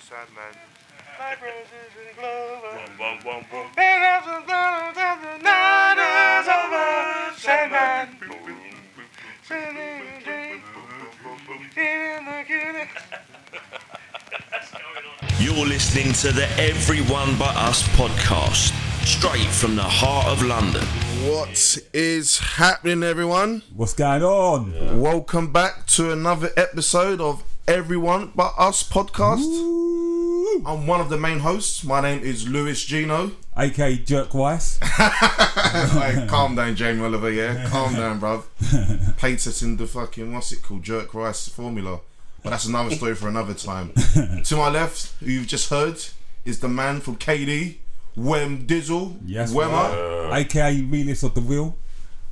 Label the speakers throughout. Speaker 1: Sad man.
Speaker 2: Like roses and clover.
Speaker 1: Whoa, whoa, whoa, whoa.
Speaker 2: Big roses, clover, clover, night is over. Sandman, singing a dream, even the cutie.
Speaker 3: You're listening to the Everyone But Us podcast, straight from the heart of London.
Speaker 4: What is happening, everyone?
Speaker 5: What's going on?
Speaker 4: Welcome back to another episode of Everyone But Us podcast.
Speaker 5: Ooh.
Speaker 4: I'm one of the main hosts. My name is Lewis Gino.
Speaker 5: AK Jerk Weiss.
Speaker 4: Hey, calm down, Jamie Oliver. Yeah, calm down, bruv. Patenting the fucking what's it called, jerk rice formula. But that's another story for another time. to my left, who you've just heard, is the man from KD, Wem Dizzle.
Speaker 5: Yes,
Speaker 4: Wemmer.
Speaker 5: AKA realist of the wheel.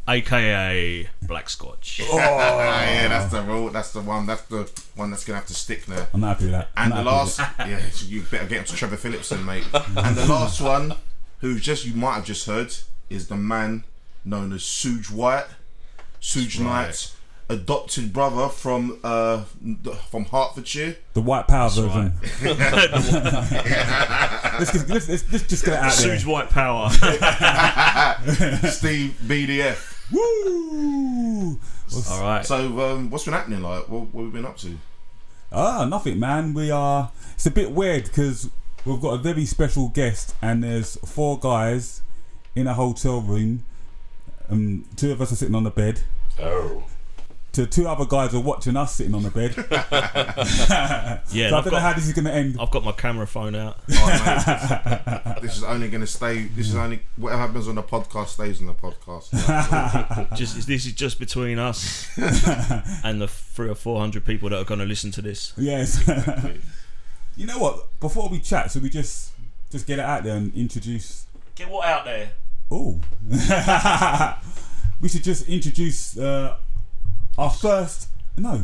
Speaker 6: aka Black Scotch.
Speaker 4: Ah,
Speaker 5: Oh,
Speaker 4: yeah, that's the rule. That's the one. That's the one that's gonna have to stick there.
Speaker 5: I'm not happy with that. I'm
Speaker 4: And
Speaker 5: not
Speaker 4: the
Speaker 5: happy with
Speaker 4: last, yeah, you better get him to Trevor Phillips then, mate. and the last one, who just you might have just heard, is the man known as Suge White, Suge Knight's adopted brother from uh from Hertfordshire.
Speaker 5: that. the white power version. let's, just, let's, let's, let's just get it out there.
Speaker 6: Suge White Power.
Speaker 4: Steve BDF.
Speaker 5: Woo! What's-
Speaker 6: All right.
Speaker 4: So um, what's been happening? Like, what, what have we been up to?
Speaker 5: Ah, nothing, man. We are. It's a bit weird because we've got a very special guest, and there's four guys in a hotel room. Um, two of us are sitting on the bed.
Speaker 7: Oh.
Speaker 5: Two, two other guys are watching us sitting on the bed. so I
Speaker 6: yeah, and
Speaker 5: don't
Speaker 6: I've,
Speaker 5: know how
Speaker 6: got,
Speaker 5: this is going to end.
Speaker 6: I've got my camera phone out.
Speaker 4: Oh, mate, this is only going to stay. This is only whatever happens on the podcast stays on the podcast.
Speaker 6: Just is- this is just between us and the three or four hundred people that are going to listen to this.
Speaker 5: Yes. you know what? Before we chat, should we just just get it out there and introduce?
Speaker 6: Get what out there?
Speaker 5: Oh, we should just introduce uh, our first no,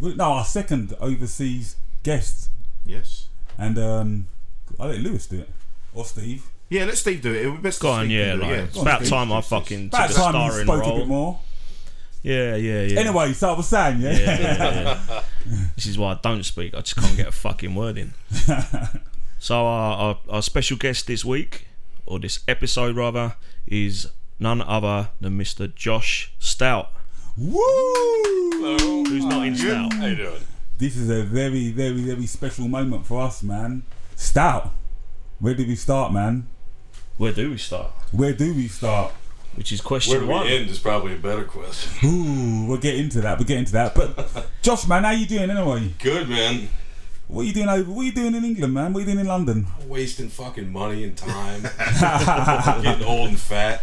Speaker 5: we- no, our second overseas guest,
Speaker 4: yes.
Speaker 5: and um, I let Lewis do it or Steve.
Speaker 4: Yeah, let Steve do it. It'd be best
Speaker 6: Go
Speaker 4: to
Speaker 6: on,
Speaker 4: Steve
Speaker 6: yeah.
Speaker 4: do it,
Speaker 6: Like it's
Speaker 4: go on,
Speaker 6: about
Speaker 4: Steve.
Speaker 6: time I fucking took
Speaker 5: About
Speaker 6: a
Speaker 5: time you
Speaker 6: starring
Speaker 5: spoke a bit
Speaker 6: role.
Speaker 5: more.
Speaker 6: Yeah, yeah, yeah.
Speaker 5: Anyway, so I was saying, yeah.
Speaker 6: Yeah, yeah, yeah. this is why I don't speak. I just can't get a fucking word in. so our, our our special guest this week, or this episode rather, is none other than Mr. Josh Stout,
Speaker 5: Woo!
Speaker 6: who's not in Stout.
Speaker 7: How you doing?
Speaker 5: This is a very, very, very special moment for us, man. Stout. Where do we start, man?
Speaker 6: Where do we start?
Speaker 5: Where do we start?
Speaker 6: Which is
Speaker 7: Where
Speaker 6: question
Speaker 7: do
Speaker 6: one.
Speaker 7: we end is probably a better question.
Speaker 5: Ooh, we'll get into that. We'll get into that. But Josh, man, how you doing anyway?
Speaker 7: Good man.
Speaker 5: What are you doing over? What are you doing in England, man? What are you doing in London?
Speaker 7: Wasting fucking money and time. Getting old and fat.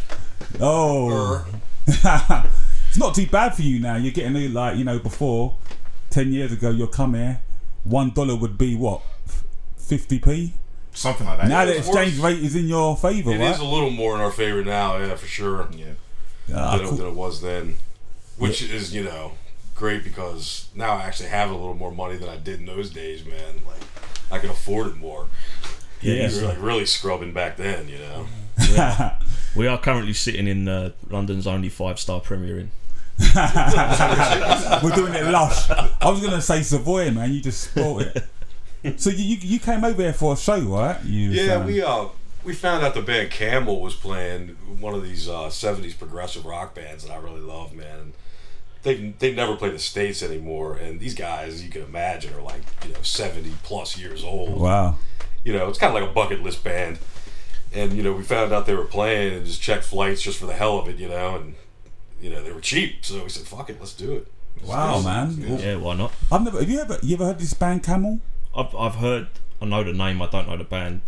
Speaker 5: Oh,
Speaker 7: Er,
Speaker 5: it's not too bad for you now. You're getting it like you know before, ten years ago. You'll come here, one dollar would be what, fifty p.
Speaker 4: Something like that.
Speaker 5: Now
Speaker 4: yeah.
Speaker 5: the
Speaker 7: it's
Speaker 5: exchange
Speaker 7: worse.
Speaker 5: rate is in your favour,
Speaker 7: It
Speaker 5: right?
Speaker 7: is a little more in our favor now, yeah, for sure.
Speaker 4: yeah.
Speaker 5: Ah,
Speaker 7: Than, it-
Speaker 5: cool.
Speaker 7: than it was then. Which is, you know, great because now I actually have a little more money than I did in those days, man. Like I can afford it more.
Speaker 5: Yeah,
Speaker 7: You were like really scrubbing back then, you know.
Speaker 6: We are currently sitting in uh, London's only five-star Premier Inn.
Speaker 5: we're doing it lush. I was gonna say Savoy, man. You just spoiled it. So you, you you came over here for a show, right? You um,
Speaker 7: Yeah, we uh we found out the band Camel was playing one of these uh, '70s progressive rock bands that I really love, man. And they they never play the states anymore, and these guys, you can imagine, are like you know 70 plus years old.
Speaker 5: Wow.
Speaker 7: You know, it's kind of like a bucket list band. And you know, we found out they were playing and just checked flights just for the hell of it, you know. And you know, they were cheap, so we said, "Fuck it, let's do it."
Speaker 5: Wow, man.
Speaker 6: Yeah, why not?
Speaker 5: I've never. Have you ever? You ever heard this band Camel?
Speaker 6: I've, I've heard. I know the name. I don't know the band.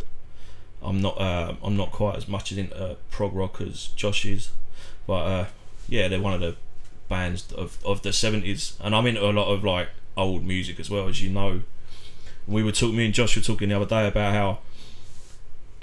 Speaker 6: I'm not. Uh, I'm not quite as much into uh, prog rock as Josh is, but uh, yeah, they're one of the bands of of the seventies, and I'm into a lot of like old music as well, as you know. We were talking. Me and Josh were talking the other day about how,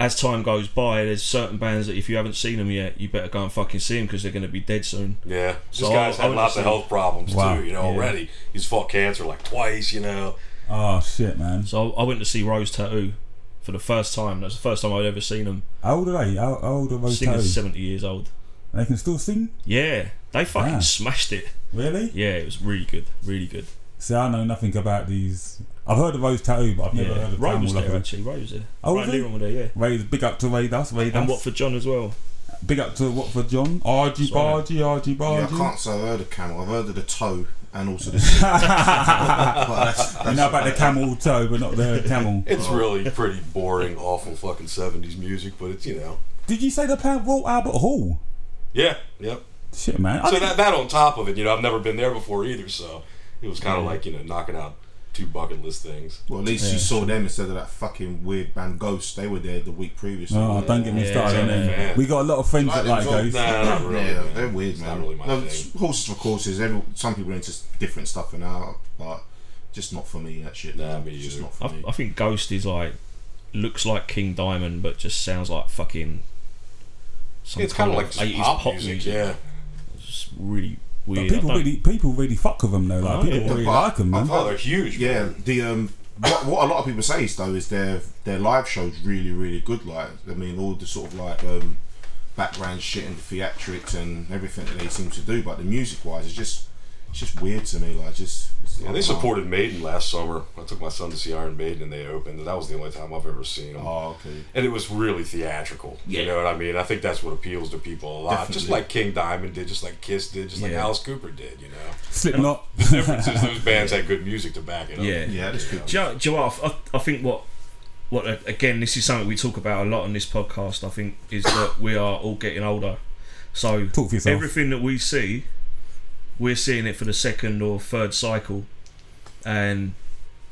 Speaker 6: as time goes by, there's certain bands that if you haven't seen them yet, you better go and fucking see them because they're going to be dead soon.
Speaker 7: Yeah, these
Speaker 6: So
Speaker 7: guys
Speaker 6: I- I
Speaker 7: had
Speaker 6: would
Speaker 7: lots of
Speaker 6: say-
Speaker 7: health problems
Speaker 5: Wow,
Speaker 7: too, you know.
Speaker 5: yeah.
Speaker 7: Already, he's fought cancer like twice, you know.
Speaker 5: Oh shit, man.
Speaker 6: So I went to see Rose Tattoo for the first time. That's the first time I'd ever seen them.
Speaker 5: How old are they? How, how old are those
Speaker 6: Singer's
Speaker 5: toes?
Speaker 6: seventy years old.
Speaker 5: They can still sing?
Speaker 6: Yeah, they fucking
Speaker 5: Wow.
Speaker 6: smashed it.
Speaker 5: Really?
Speaker 6: Yeah, it was really good, really good.
Speaker 5: See, I know nothing about these. I've heard of Rose Tattoo, but I've never
Speaker 6: yeah,
Speaker 5: heard of
Speaker 6: Ray
Speaker 5: Camel
Speaker 6: was there
Speaker 5: Lover.
Speaker 6: actually. Ray was there.
Speaker 5: Oh,
Speaker 6: Ray
Speaker 5: was he?
Speaker 6: Leon were there, yeah.
Speaker 5: Ray's big up to Ray Dust, Ray Dust.
Speaker 6: And what for John as well.
Speaker 5: Big up to what for John? RG
Speaker 6: Sorry.
Speaker 5: Bargy,
Speaker 4: Yeah,
Speaker 5: RG
Speaker 4: I
Speaker 5: Bargy.
Speaker 4: can't say I've heard of camel. I've heard of the toe and also the. shoe. But that's-
Speaker 5: You know about the camel toe, but not the camel.
Speaker 7: It's
Speaker 4: Oh.
Speaker 7: really pretty boring, awful fucking 70s music, but it's, you know.
Speaker 5: Did you say the Pan Walt Albert Hall?
Speaker 7: Yeah, yep.
Speaker 5: Shit, man. I
Speaker 7: So
Speaker 5: didn't-
Speaker 7: that, that on top of it, you know, I've never been there before either, so it was kind of like, you know, knocking out two bucket list things.
Speaker 4: Well, at least you saw them instead of that fucking weird band Ghost. They were there the week previously.
Speaker 5: Oh, don't get me
Speaker 6: Yeah,
Speaker 5: started on
Speaker 6: exactly,
Speaker 5: them.
Speaker 7: man.
Speaker 5: We got a lot of friends that
Speaker 4: Like
Speaker 5: like those.
Speaker 4: them's
Speaker 7: Nah, not really.
Speaker 4: yeah,
Speaker 7: man.
Speaker 4: they're weird,
Speaker 7: It's
Speaker 4: man.
Speaker 7: Not really my
Speaker 4: No,
Speaker 7: thing.
Speaker 4: horses for courses. Every, some people are into s- different stuff and that, but just not for me. That shit.
Speaker 7: Nah, me
Speaker 4: It's just
Speaker 7: either.
Speaker 4: not for
Speaker 6: I,
Speaker 4: me.
Speaker 6: I think Ghost is like looks like King Diamond, but just sounds like fucking. Some
Speaker 7: It's kind of like just
Speaker 6: 80s
Speaker 7: pop, music, yeah.
Speaker 6: It's really
Speaker 5: But
Speaker 6: weird.
Speaker 5: people
Speaker 6: I don't-
Speaker 5: really, people really fuck with them though. Like
Speaker 6: Oh,
Speaker 5: people
Speaker 6: yeah.
Speaker 5: really
Speaker 4: But-
Speaker 5: like them, man.
Speaker 7: Oh, they're huge. man.
Speaker 4: Yeah, the um, what, what a lot of people say is though is their their live shows really really good. Like I mean, all the sort of like um, background shit and the theatrics and everything that they seem to do, but the music wise, it's just it's just weird to me. Like just it's
Speaker 7: Yeah,
Speaker 4: like,
Speaker 7: they
Speaker 4: oh,
Speaker 7: supported Maiden last summer. I took my son to see Iron Maiden, and they opened. And that was the only time I've ever seen them.
Speaker 4: Oh, okay.
Speaker 7: and it was really theatrical. You know what I mean? I think that's what appeals to people a lot. Just
Speaker 4: Definitely.
Speaker 7: like King Diamond did, just like Kiss did, just like
Speaker 6: Yeah.
Speaker 7: Alice Cooper did. You know,
Speaker 5: Slipknot.
Speaker 7: since those bands had good music to back it up.
Speaker 6: Yeah.
Speaker 4: Yeah, that's good.
Speaker 6: Do you, know, do you know what? I, I think what what again this is something we talk about a lot on this podcast. I think is that we are all getting older, so
Speaker 5: Talk for yourself.
Speaker 6: everything that we see, we're seeing it for the second or third cycle, and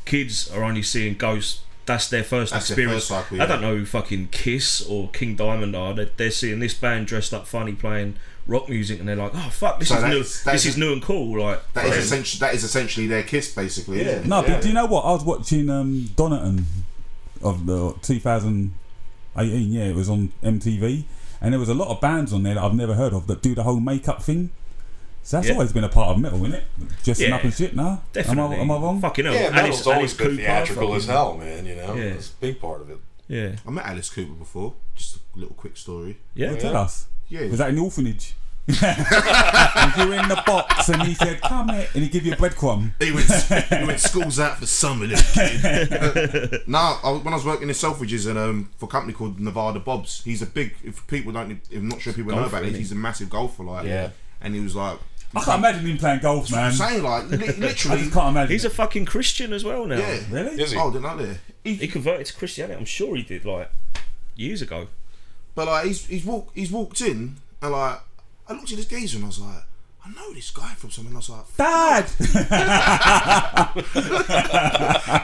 Speaker 6: kids are only seeing ghosts. That's their first
Speaker 4: That's their
Speaker 6: experience.
Speaker 4: first cycle,
Speaker 6: I
Speaker 4: yeah.
Speaker 6: don't know who fucking Kiss or King Diamond are. They're, they're seeing this band dressed up funny playing rock music, and they're like, "Oh fuck, this
Speaker 4: So
Speaker 6: is new.
Speaker 4: that's- that's
Speaker 6: This is
Speaker 4: a-
Speaker 6: new and cool." Like
Speaker 4: That is
Speaker 6: and-
Speaker 4: essentially that is essentially their kiss, basically.
Speaker 7: Yeah.
Speaker 4: Isn't it?
Speaker 5: No,
Speaker 7: Yeah.
Speaker 5: but do you know what? I was watching um, Donaton of the 2018. Yeah, it was on MTV, and there was a lot of bands on there that I've never heard of that do the whole makeup thing. So that's
Speaker 6: Yeah.
Speaker 5: always been a part of metal, isn't it? Dressing
Speaker 6: Yeah.
Speaker 5: up and shit. Nah,
Speaker 6: Definitely.
Speaker 5: Am I, am I wrong?
Speaker 6: Fucking hell.
Speaker 7: yeah,
Speaker 6: Alice-
Speaker 7: metal's always
Speaker 6: Alice
Speaker 7: been
Speaker 6: Cooper,
Speaker 7: theatrical as
Speaker 6: fucking-
Speaker 7: hell, man. You know,
Speaker 6: Yeah.
Speaker 7: it's a big part of it.
Speaker 6: Yeah.
Speaker 4: I met Alice Cooper before. Just a little quick story.
Speaker 6: Yeah.
Speaker 5: Well, Tell us.
Speaker 4: Yeah,
Speaker 5: Was that in the orphanage? and you're in the box, and he said, "Come here," and he give you a breadcrumb.
Speaker 4: He went, he went school's out for summer, little kid. no, I, was- when I was working in Selfridges and um, for a company called Nevada Bobs, he's a big. If people don't, I'm not sure people know
Speaker 6: Golfer,
Speaker 4: about it.
Speaker 6: isn't he?
Speaker 4: He's a massive golfer, like
Speaker 7: Yeah.
Speaker 4: And he was like,
Speaker 5: I can't imagine him playing golf, man.
Speaker 4: I'm saying like li-
Speaker 5: Um, I
Speaker 4: literally,
Speaker 5: just can't imagine.
Speaker 6: He's a fucking Christian as well now.
Speaker 4: yeah.
Speaker 5: really?
Speaker 7: Is he?
Speaker 4: Oh, didn't I there?
Speaker 6: He converted to Christianity. I'm sure he did, like, years ago.
Speaker 4: But like he's he's walk he's walked in and like I looked at this geezer and I was like, I know this guy from something. I was like,
Speaker 5: Dad.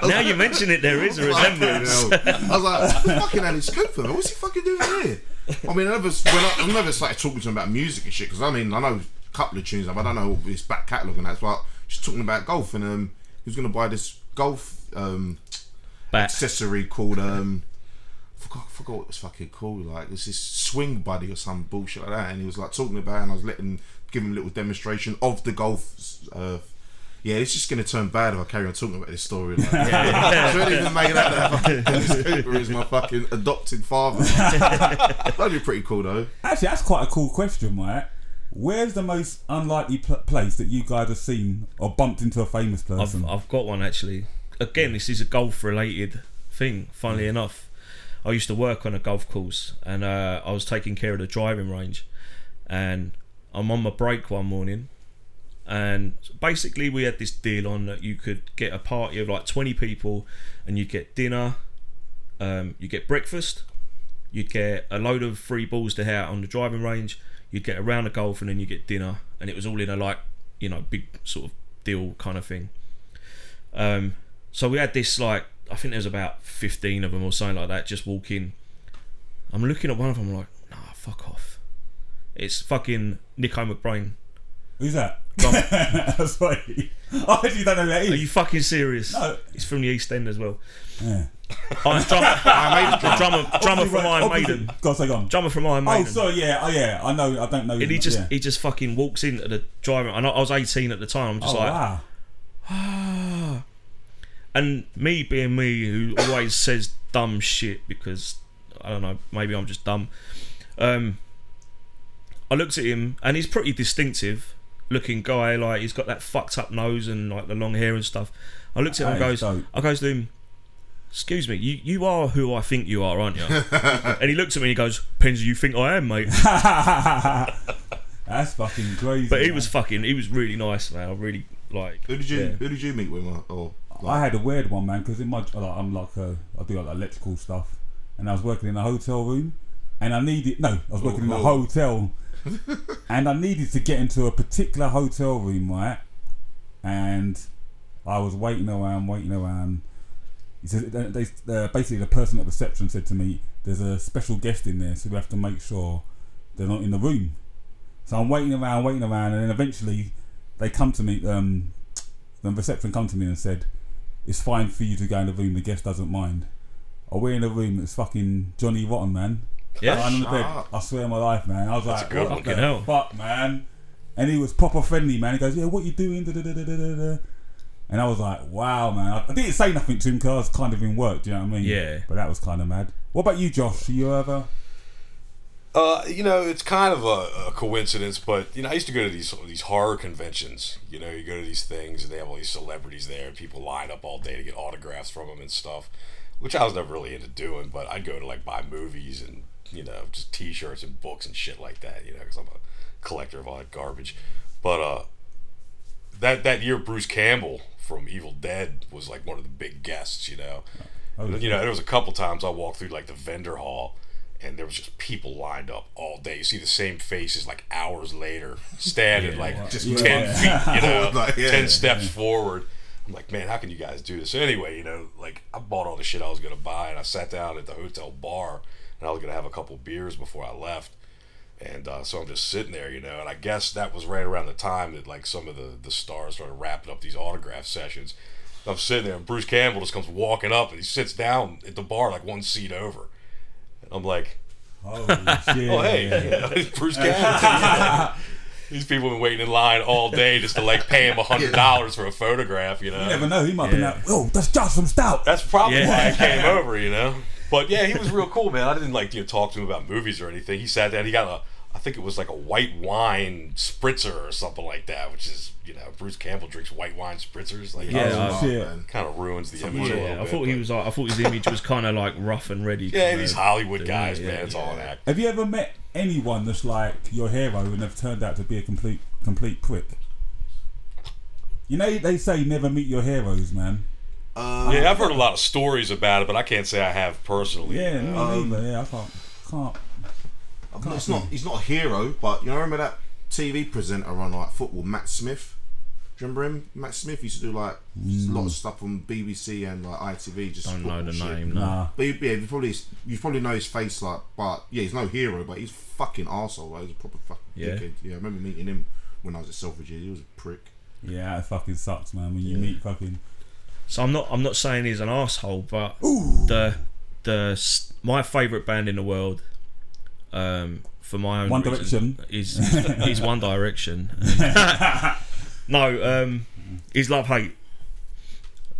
Speaker 6: Now you mention it, there is a resemblance.
Speaker 4: Fucking hell. I was like, "Who's fucking Alice Cooper, man? what's he fucking doing here? I mean, I never, when I, I never started talking to him about music and shit because I mean, I know a couple of tunes, but I don't know his back catalogue and that's why just talking about golf and um, he was gonna buy this golf um
Speaker 6: Bat.
Speaker 4: accessory called um. I Forgot, I forgot what it was fucking called. Like this is swing buddy or some bullshit like that, and he was like talking about, it and I was letting give him a little demonstration of the golf. Uh, yeah, it's just gonna turn bad if I carry on talking about this story. Like, I shouldn't even make it out that fucking Dennis Cooper is my fucking adopted father. That'd be pretty cool though.
Speaker 5: Actually, that's quite a cool question, right? Where's the most unlikely pl- place that you guys have seen or bumped into a famous person?
Speaker 6: I've, I've got one, actually. Again, this is a golf related thing, funnily enough. I used to work on a golf course and uh, I was taking care of the driving range. And I'm on my break one morning. And basically, we had this deal on that you could get a party of like 20 people and you get dinner, um, you get breakfast, you'd get a load of free balls to hit out on the driving range, you'd get a round of golf, and then you get dinner, and it was all in a like you know big sort of deal kind of thing. Um, so we had this like I think there's about fifteen of them or something like that just walking. I'm looking at one of them I'm like nah fuck off. It's fucking Nico McBrain.
Speaker 5: Who's that?
Speaker 6: Gone.
Speaker 5: Sorry. I actually don't know who that
Speaker 6: Are
Speaker 5: is.
Speaker 6: you uh, fucking serious?
Speaker 5: No.
Speaker 6: It's from the East End as well.
Speaker 5: Yeah.
Speaker 6: Iron drummer, drummer, drummer from Iron
Speaker 5: Obviously-
Speaker 6: Maiden.
Speaker 5: God, say on.
Speaker 6: Drummer from Iron
Speaker 5: Oh,
Speaker 6: Maiden.
Speaker 5: sorry, yeah, oh, yeah. I know, I don't know.
Speaker 6: And he
Speaker 5: him,
Speaker 6: just
Speaker 5: yeah.
Speaker 6: he just fucking walks into the driving. And I I was 18 at the time. I'm
Speaker 5: oh,
Speaker 6: just like,
Speaker 5: wow.
Speaker 6: and me being me, who always says dumb shit because I don't know, maybe I'm just dumb. Um, I looked at him, and he's pretty distinctive. looking guy. Like he's got that fucked up nose and like the long hair and stuff. I looked at him and
Speaker 5: That
Speaker 6: goes,
Speaker 5: is dope.
Speaker 6: I goes to him, excuse me, you, you are who I think you are, aren't you? and he looks at me and he goes, Penzi, you think I am, mate?
Speaker 5: That's fucking crazy.
Speaker 6: But he
Speaker 5: man.
Speaker 6: was fucking, he was really nice, man. I really like.
Speaker 4: Who did you
Speaker 6: Yeah.
Speaker 4: Who did you meet with? Mark? Or
Speaker 5: I
Speaker 4: like,
Speaker 5: had a weird one, man, because in my like, I'm like a, I do like electrical stuff, and I was working in a hotel room, and I needed no, I was working in a
Speaker 4: oh.
Speaker 5: hotel, and I needed to get into a particular hotel room, right? And I was waiting around, waiting around. He said, they, they, uh, basically, the person at reception said to me, "There's a special guest in there, so we have to make sure they're not in the room." So I'm waiting around, waiting around, and then eventually they come to me. Um, the reception come to me and said, "It's fine for you to go in the room. The guest doesn't mind." I went in the room. It's fucking Johnny Rotten, man.
Speaker 6: Yeah.
Speaker 5: Lying on the
Speaker 4: Shut
Speaker 5: bed.
Speaker 4: up.
Speaker 5: I swear on my life, man. I was like,
Speaker 7: good
Speaker 5: "What
Speaker 6: one.
Speaker 5: the
Speaker 6: Fucking hell."
Speaker 5: fuck, man?" And he was proper friendly, man. He goes, "Yeah, what you doing?" Da, da, da, da, da, da, da." And I was like, "Wow, man." I- I didn't say nothing to him because I was kind of in work. Do you know what I mean?
Speaker 6: Yeah.
Speaker 5: But that was kind of mad. What about you, Josh? You ever?
Speaker 7: Uh, you know, it's kind of a, a coincidence, but you know, I used to go to these these horror conventions. You know, you go to these things, and they have all these celebrities there, and people line up all day to get autographs from them and stuff, which I was never really into doing. But I'd go to like buy movies and you know, just T-shirts and books and shit like that. You know, because I'm a collector of all that garbage. But uh, that that year, Bruce Campbell from Evil Dead was like one of the big guests. You know,
Speaker 5: Oh,
Speaker 7: you know, there was a couple times I walked through like the vendor hall, and there was just people lined up all day. You see the same faces like hours later, standing like just
Speaker 5: Yeah.
Speaker 7: ten feet, you know,
Speaker 4: Like, yeah.
Speaker 7: ten steps forward. I'm like, man, how can you guys do this? So anyway, you know, like I bought all the shit I was gonna buy, and I sat down at the hotel bar, and I was gonna have a couple beers before I left. And uh, so I'm just sitting there, you know, and I guess that was right around the time that like some of the, the stars started wrapping up these autograph sessions. I'm sitting there, and Bruce Campbell just comes walking up and he sits down at the bar like one seat over. And I'm like,
Speaker 5: Holy shit!
Speaker 7: oh hey, yeah, it's Bruce Campbell. These people have been waiting in line all day just to like pay him a hundred dollars for a photograph, you know.
Speaker 5: You never know. He might be like, "Oh, that's Josh from Stout."
Speaker 7: That's probably
Speaker 6: Yeah.
Speaker 7: why I came over, you know. But yeah, he was real cool, man. I didn't like you know, talk to him about movies or anything. He sat down. He got a, I think it was like a white wine spritzer or something like that, which is you know Bruce Campbell drinks white wine spritzers. Like
Speaker 6: Yeah,
Speaker 5: Oh,
Speaker 6: I-
Speaker 5: shit.
Speaker 7: kind of ruins the image. a
Speaker 6: Yeah,
Speaker 7: little
Speaker 6: I
Speaker 7: bit,
Speaker 6: thought he
Speaker 7: but-
Speaker 6: was like, I thought his image was kind of like rough and ready.
Speaker 7: Yeah,
Speaker 6: kinda
Speaker 7: these Hollywood
Speaker 6: dude,
Speaker 7: guys,
Speaker 6: yeah,
Speaker 7: man. It's all an act.
Speaker 5: Have you ever met anyone that's like your hero and have turned out to be a complete complete prick? You know they say never meet your heroes, man.
Speaker 7: Yeah, I've heard a lot of stories about it, but I can't say I have personally.
Speaker 5: Yeah,
Speaker 7: you know?
Speaker 5: me
Speaker 6: Um,
Speaker 5: neither. Yeah, I can't. Can't.
Speaker 4: I'm not- it's not. He's not a hero, but you know, remember that TV presenter on like football, Matt Smith. Do you remember him? Matt Smith used to do like a lot of stuff on BBC and like ITV. Just
Speaker 6: Mm. Don't know the
Speaker 4: football shit.
Speaker 6: name. No.
Speaker 5: Nah.
Speaker 4: But he- yeah, you probably you probably know his face, like, but yeah, he's no hero, but he's a fucking arsehole. Like, he's a proper fucking
Speaker 6: Yeah.
Speaker 4: dickhead. Yeah, I remember meeting him when I was at Selfridges. He was a prick.
Speaker 5: Yeah, it fucking sucks, man. When you meet fucking.
Speaker 6: So I'm not I'm not saying he's an asshole, but the the s- my favorite band in the world, um, for my own
Speaker 5: One
Speaker 6: reason, is is One Direction. no, um, is Love Hate.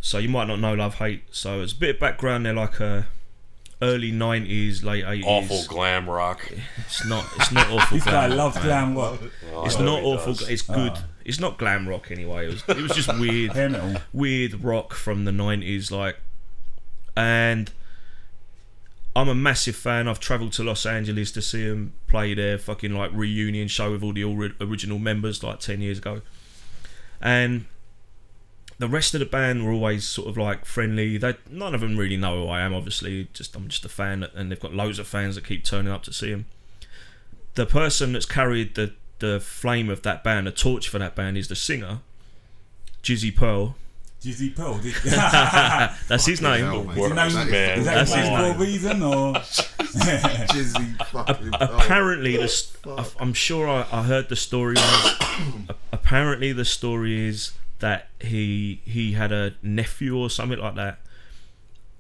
Speaker 6: So you might not know Love Hate. So it's a bit of background. They're like a early '90s, late '80s.
Speaker 7: Awful glam rock.
Speaker 6: It's not. It's not awful.
Speaker 5: This guy
Speaker 6: glam
Speaker 5: loves glam rock,
Speaker 7: Well, I
Speaker 6: It's
Speaker 7: know
Speaker 6: not
Speaker 7: he
Speaker 6: awful.
Speaker 7: does.
Speaker 6: It's good.
Speaker 5: Ah.
Speaker 6: It's not glam rock anyway. It was, it was just weird
Speaker 5: hair metal.
Speaker 6: weird rock from the 90s like and I'm a massive fan. I've travelled to Los Angeles to see them play their fucking like reunion show with all the ori- original members like 10 years ago. And the rest of the band were always sort of like friendly. They none of them really know who I am obviously. Just I'm just a fan and they've got loads of fans that keep turning up to see them. The person that's carried the the flame of that band, the torch for that band is the singer, Jizzy Pearl.
Speaker 5: Jizzy Pearl. Did, is that
Speaker 6: That's his name.
Speaker 4: Hell, mate.
Speaker 7: worst,
Speaker 4: That is
Speaker 7: man.
Speaker 4: the
Speaker 6: That's
Speaker 5: a
Speaker 6: his
Speaker 5: reasonable
Speaker 6: name.
Speaker 5: reason or?
Speaker 4: Jizzy fucking. oh.
Speaker 6: apparently, the st- I- I'm sure I, I heard the story. Was, a- apparently, the story is that he he had a nephew or something like that,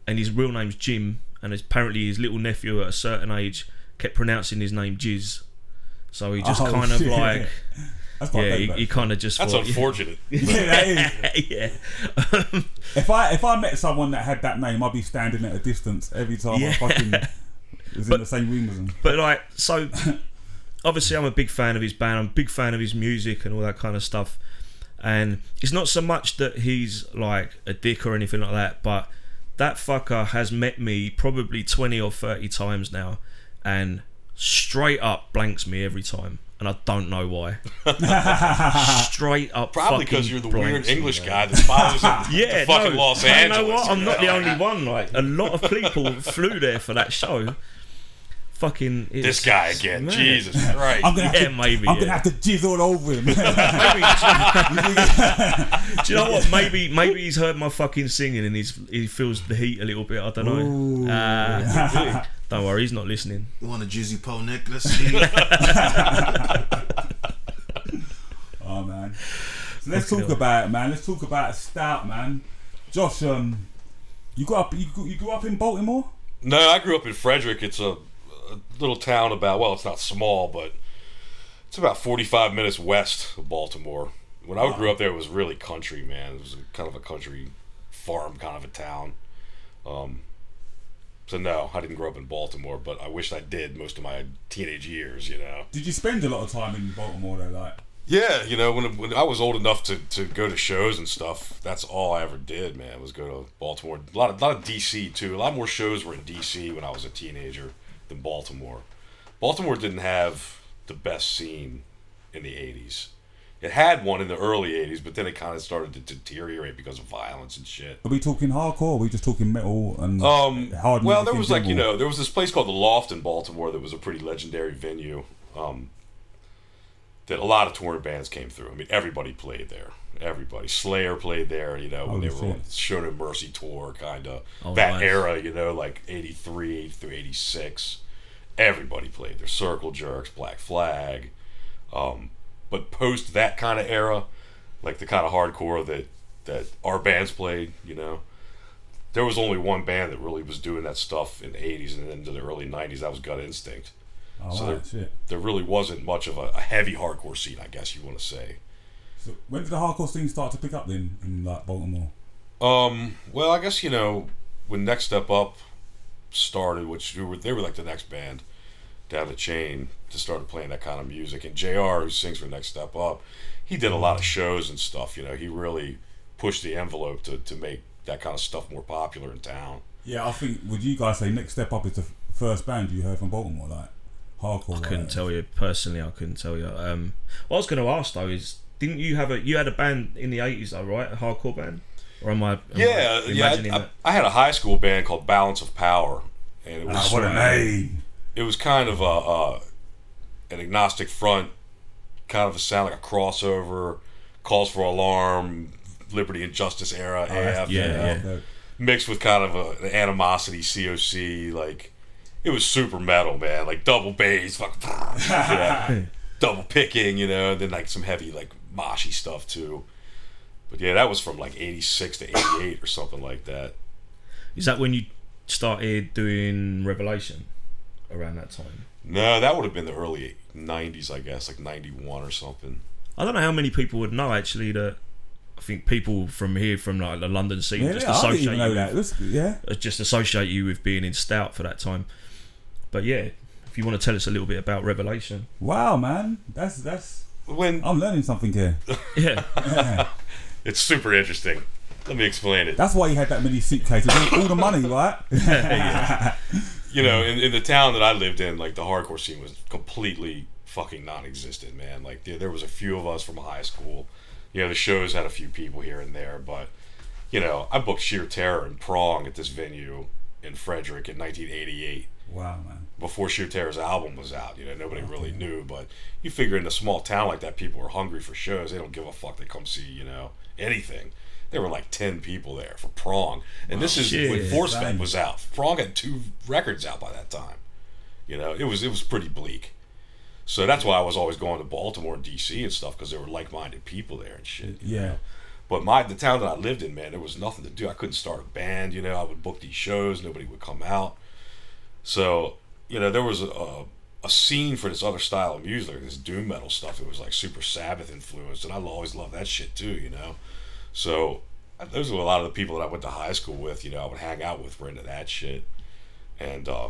Speaker 6: and his real name's Jim, and his- apparently his little nephew at a certain age kept pronouncing his name Jizz, so he just
Speaker 5: Oh,
Speaker 6: kind of
Speaker 5: shit.
Speaker 6: like
Speaker 5: That's quite
Speaker 6: yeah,
Speaker 5: bad,
Speaker 6: he,
Speaker 5: but-
Speaker 6: he kind of just
Speaker 7: That's
Speaker 6: thought,
Speaker 7: unfortunate.
Speaker 5: yeah, that is.
Speaker 6: yeah, Um,
Speaker 5: If I if I met someone that had that name, I'd be standing at a distance every time I
Speaker 6: Yeah.
Speaker 5: fucking was in the same room as them.
Speaker 6: but like so obviously I'm a big fan of his band. I'm a big fan of his music and all that kind of stuff. And it's not so much that he's like a dick or anything like that, but that fucker has met me probably 20 or 30 times now and straight up blanks me every time. And I don't know why. straight up,
Speaker 7: Probably
Speaker 6: fucking
Speaker 7: because you're the
Speaker 6: blanks
Speaker 7: weird
Speaker 6: me,
Speaker 7: English
Speaker 6: man
Speaker 7: guy that follows him
Speaker 6: yeah,
Speaker 7: to fucking
Speaker 6: no,
Speaker 7: Los
Speaker 6: no, you
Speaker 7: Angeles.
Speaker 6: know what? I'm
Speaker 7: you
Speaker 6: not
Speaker 7: know?
Speaker 6: the only one. Like a lot of people flew there for that show. Fucking it's-
Speaker 7: This guy again.
Speaker 6: Man.
Speaker 7: Jesus Christ.
Speaker 5: I'm gonna have
Speaker 6: Yeah,
Speaker 5: to,
Speaker 6: maybe,
Speaker 5: I'm gonna
Speaker 6: yeah.
Speaker 5: have to jizz all over him.
Speaker 6: Do you know what? Maybe maybe he's heard my fucking singing and he's he feels the heat a little bit. I don't know. Uh, don't worry, he's not listening.
Speaker 4: You want a Jizzy Pole necklace?
Speaker 5: Oh man. So let's talk about it, man. Let's talk about stout, man. Josh, um, you grew up you grew, you grew up in Baltimore.
Speaker 7: No, I grew up in Frederick. It's a, a little town about well, it's not small, but it's about forty-five minutes west of Baltimore. When I grew up there, it was really country, man. It was kind of a country farm kind of a town. Um, so no, I didn't grow up in Baltimore, but I wish I did most of my teenage years. You know.
Speaker 5: Did you spend a lot of time in Baltimore though? Like,
Speaker 7: Yeah, you know, when, when I was old enough to, to go to shows and stuff, that's all I ever did, man, was go to Baltimore. A lot of, lot of DC, too. A lot more shows were in DC when I was a teenager than Baltimore. Baltimore didn't have the best scene in the 80s. It had one in the early 80s, but then it kind of started to deteriorate because of violence and shit.
Speaker 5: are we talking hardcore? Or are we just talking metal and
Speaker 7: Um,
Speaker 5: hard?
Speaker 7: well,
Speaker 5: music
Speaker 7: there
Speaker 5: in
Speaker 7: was like you
Speaker 5: general?
Speaker 7: know there was this place called the Loft in Baltimore that was a pretty legendary venue. Um, that a lot of touring bands came through. I mean, everybody played there. Everybody, Slayer played there. You know, when
Speaker 5: Holy
Speaker 7: they were on
Speaker 5: shit.
Speaker 7: Show No Mercy tour, kind of
Speaker 6: Oh,
Speaker 7: that
Speaker 6: nice.
Speaker 7: era. You know, like 83, 83, 86. Everybody played there. Circle Jerks, Black Flag. Um, but post that kind of era, like the kind of hardcore that that our bands played, you know there was only one band that really was doing that stuff in the 80s and then into the early 90s that was gut instinct
Speaker 5: Oh,
Speaker 7: so
Speaker 5: wow,
Speaker 7: there-
Speaker 5: shit.
Speaker 7: there really wasn't much of a, a heavy hardcore scene i guess you want to say
Speaker 5: So when did the hardcore scene start to pick up then in like Baltimore?
Speaker 7: um well i guess you know when next step up started which they were, they were like the next band down the chain to start playing that kind of music and jr who sings for next step up he did a lot of shows and stuff you know he really pushed the envelope to, to make that kind of stuff more popular in town
Speaker 5: Yeah, I think would you guys say next step up is the f- first band you heard from Baltimore, like hardcore?
Speaker 6: I couldn't
Speaker 5: like-
Speaker 6: tell you personally. I couldn't tell you. Um, what I was going to ask though is, didn't you have a you had a band in the eighties though, right? A hardcore band, or am I? am I
Speaker 7: Yeah, yeah.
Speaker 6: imagining
Speaker 7: I, I,
Speaker 6: that?
Speaker 7: I had a high school band called Balance of Power, and it
Speaker 5: Ah,
Speaker 7: was
Speaker 5: what a name!
Speaker 7: it was kind of a, uh an agnostic front, kind of a sound like a crossover, calls for alarm, liberty and justice era AF,
Speaker 6: Oh, yeah,
Speaker 7: you know,
Speaker 6: yeah.
Speaker 5: Dope.
Speaker 7: mixed with kind of a, an animosity COC. Like it was super metal, man. Like double bass, fuck, yeah, double picking, you know, and then like some heavy like moshy stuff too. But yeah, that was from like '86 to '88 or something like that.
Speaker 6: Is that when you started doing Revelation around that time?
Speaker 7: No, that would have been the early '90s, I guess, like '91 or something.
Speaker 6: I don't know how many people would know actually that. I think people from here, from like the London scene,
Speaker 5: Yeah,
Speaker 6: just
Speaker 5: yeah, I didn't
Speaker 6: associate
Speaker 5: even know
Speaker 6: you with-
Speaker 5: that. That's- yeah,
Speaker 6: uh, just associate you with being in stout for that time. But yeah, if you want to tell us a little bit about Revelation,
Speaker 5: wow, man, that's that's.
Speaker 7: When
Speaker 5: I'm learning something here.
Speaker 6: yeah,
Speaker 7: it's super interesting. Let me explain it.
Speaker 5: That's why you had that many suitcases. All- All the money, right?
Speaker 7: You know, in, in the town that I lived in, like the hardcore scene was completely fucking non-existent, man. Like there, there was a few of us from high school. You know, the shows had a few people here and there, but you know, I booked Sheer Terror and Prong at this venue in Frederick in 1988.
Speaker 5: wow, man.
Speaker 7: before Sheer Terror's album was out. You know, nobody really knew, but you figure in a small town like that, people are hungry for shows. They don't give a fuck. They come see, you know, anything. There were like 10 people there for Prong. And this is when
Speaker 6: shit.
Speaker 7: Force Fed
Speaker 5: Bang.
Speaker 7: was out. Prong had two records out by that time. You know, it was it was pretty bleak. So that's why I was always going to Baltimore and DC and stuff because there were like-minded people there and shit. you
Speaker 5: Yeah.
Speaker 7: know? But my the town that I lived in, man, there was nothing to do. I couldn't start a band, you know. I would book these shows, nobody would come out. So, you know, there was a, a, a scene for this other style of music, like this doom metal stuff. It was like super Sabbath influenced, and I always loved that shit too, you know. So, those were a lot of the people that I went to high school with. You know, I would hang out with were into that shit, and uh,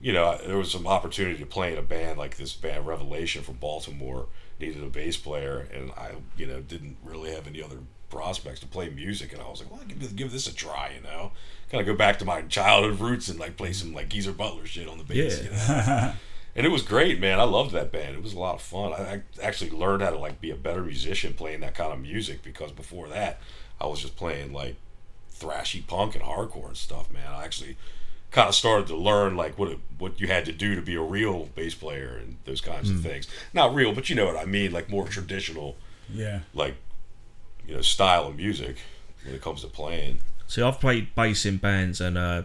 Speaker 7: you know, there was some opportunity to play in a band like this band Revelation from Baltimore needed a bass player, and I, you know, didn't really have any other prospects to play music, and I was like, well, I can give this a try, you know, kind of go back to my childhood roots and like play some like Geezer Butler shit on the bass,
Speaker 6: Yeah.
Speaker 7: you know. And it was great, man. I loved that band. It was a lot of fun. I I actually learned how to like be a better musician playing that kind of music because before that, I was just playing like thrashy punk and hardcore and stuff, man. I actually kind of started to learn like what it, what you had to do to be a real bass player and those kinds
Speaker 6: Hmm.
Speaker 7: of things. Not real, but you know what I mean, like more traditional
Speaker 5: Yeah.
Speaker 7: like you know style of music when it comes to playing.
Speaker 6: See, I've played bass in bands, and uh,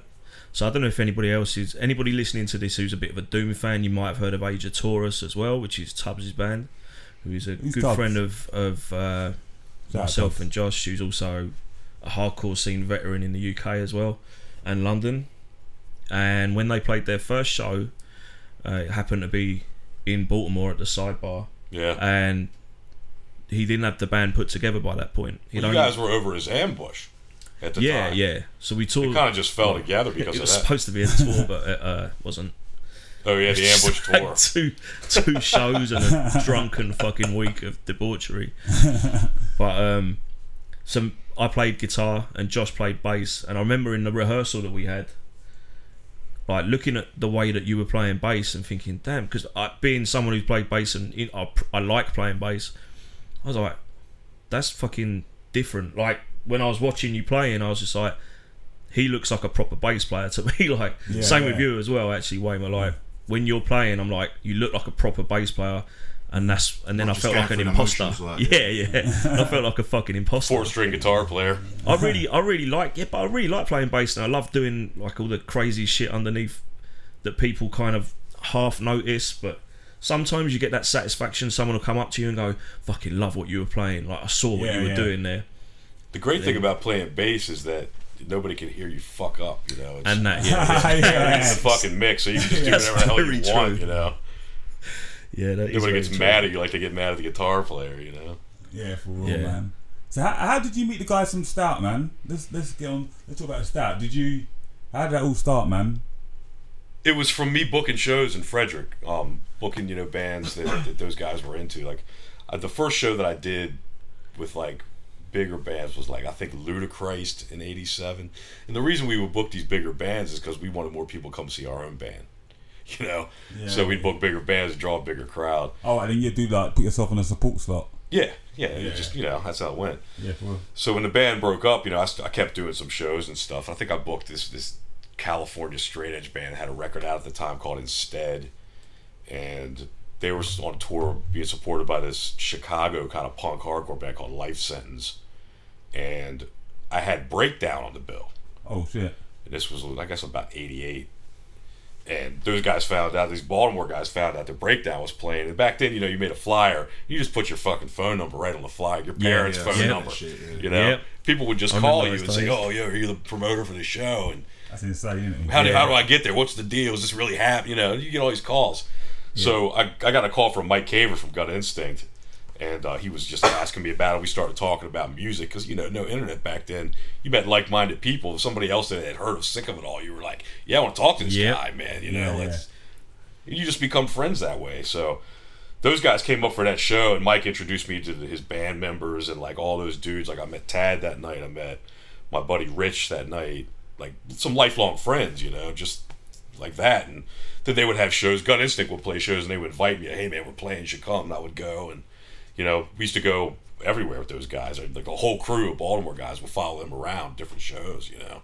Speaker 6: so I don't know if anybody else is anybody listening to this who's a bit of a Doom fan. You might have heard of Age of Taurus as well, which is Tubbs' band, who is a
Speaker 5: Who's
Speaker 6: good
Speaker 5: Tubbs?
Speaker 6: friend of of uh,
Speaker 5: Shout out
Speaker 6: myself
Speaker 5: Tubbs.
Speaker 6: and Josh, who's also a hardcore scene veteran in the UK as well and London. And when they played their first show, uh, it happened to be in Baltimore at the Sidebar,
Speaker 7: Yeah.
Speaker 6: and he didn't have the band put together by that point. He'd
Speaker 7: Well, you
Speaker 6: only-
Speaker 7: guys were over his ambush at the
Speaker 6: e- yeah,
Speaker 7: time.
Speaker 6: yeah. So we
Speaker 7: It
Speaker 6: toured.
Speaker 7: kind of just fell together because
Speaker 6: It
Speaker 7: of
Speaker 6: was
Speaker 7: that.
Speaker 6: supposed to be a tour, but it uh, wasn't.
Speaker 7: oh yeah, the ambush
Speaker 6: Just like
Speaker 7: tour.
Speaker 6: Two, two shows and a drunken fucking week of debauchery. But um, some I played guitar and Josh played bass, and I remember in the rehearsal that we had, like looking at the way that you were playing bass and thinking, damn, because being someone who's played bass and in, I, pr- I like playing bass, I was like, that's fucking different. Like when I was watching you playing, I was just like, he looks like a proper bass player to me. like
Speaker 5: Yeah,
Speaker 6: same with
Speaker 5: yeah.
Speaker 6: you as well, actually, Wayne. Like when you're playing, I'm like, you look like a proper bass player. And that's and then
Speaker 4: Not
Speaker 6: I
Speaker 4: just
Speaker 6: felt
Speaker 4: going
Speaker 6: like an
Speaker 4: through the
Speaker 6: imposter.
Speaker 4: motions like
Speaker 6: yeah, yeah. I felt like a fucking imposter.
Speaker 7: Four string guitar player.
Speaker 6: I really, I really like, yeah, but I really like playing bass, and I love doing like all the crazy shit underneath that people kind of half notice. But sometimes you get that satisfaction. Someone will come up to you and go, "Fucking love what you were playing. Like I saw what
Speaker 5: Yeah,
Speaker 6: you were
Speaker 5: yeah.
Speaker 6: doing there."
Speaker 7: The great thing about playing bass is that nobody can hear you fuck up. You know, it's,
Speaker 6: And that, yeah,
Speaker 7: it's a
Speaker 5: yeah.
Speaker 7: fucking mix, so you can just do
Speaker 6: That's
Speaker 7: whatever the hell
Speaker 6: very
Speaker 7: you want.
Speaker 6: true.
Speaker 7: You know,
Speaker 6: yeah, that is
Speaker 7: nobody
Speaker 6: very
Speaker 7: gets
Speaker 6: true.
Speaker 7: mad at you like they get mad at the guitar player. You know,
Speaker 5: Yeah, for real,
Speaker 6: Yeah.
Speaker 5: man. So how, how did you meet the guys from Stout, man? Let's let's get on. Let's talk about Stout. Did you? How did that all start, man?
Speaker 7: it was from me booking shows in Frederick, um, booking you know bands that, that those guys were into. Like uh, the first show that I did with like bigger bands was like I think Ludacris in '87, and the reason we would book these bigger bands is because we wanted more people to come see our own band. You know, so we'd book bigger bands, draw a bigger crowd.
Speaker 5: Oh, and then you do like put yourself on a support slot.
Speaker 7: Yeah, yeah, it just you know that's how it went.
Speaker 5: Yeah, for real.
Speaker 7: So when the band broke up, you know, I, st- I kept doing some shows and stuff. I think I booked this this California straight edge band that had a record out at the time called Instead, and they were on tour being supported by this Chicago kind of punk hardcore band called Life Sentence, and I had Breakdown on the bill.
Speaker 5: Oh shit.
Speaker 7: And this was I guess about '88, and those guys found out these Baltimore guys found out the breakdown was playing. And back then, you know, you made a flyer, you just put your fucking phone number right on the flyer, your parents'
Speaker 4: yeah,
Speaker 7: phone
Speaker 4: yeah.
Speaker 7: number.
Speaker 4: Shit, yeah.
Speaker 7: You know,
Speaker 6: Yep.
Speaker 7: people would just
Speaker 6: I
Speaker 7: call you
Speaker 6: remember
Speaker 7: and
Speaker 6: those
Speaker 7: say,
Speaker 6: days.
Speaker 7: "Oh, yo, you're the promoter for the show," and
Speaker 5: That's insane, isn't it?
Speaker 7: how do how do I get there? What's the deal? Is this really happening? You know, you get all these calls. So I, I got a call from Mike Caver from Gut Instinct, and uh, he was just asking me about it. We started talking about music because you know no internet back then. You met like minded people. If somebody else that had heard of Sick of It All, you were like, yeah, I want to talk to this
Speaker 6: Yep.
Speaker 7: guy, man. You know,
Speaker 5: Yeah, yeah.
Speaker 7: let's. You just become friends that way. So those guys came up for that show, and Mike introduced me to his band members and like all those dudes. Like I met Tad that night. I met my buddy Rich that night. Like some lifelong friends, you know, just like that. And then they would have shows. Gut Instinct would play shows, and they would invite me. Hey man, we're playing. You should come. And I would go, and you know, we used to go everywhere with those guys. Like the whole crew of Baltimore guys would follow them around different shows, you know.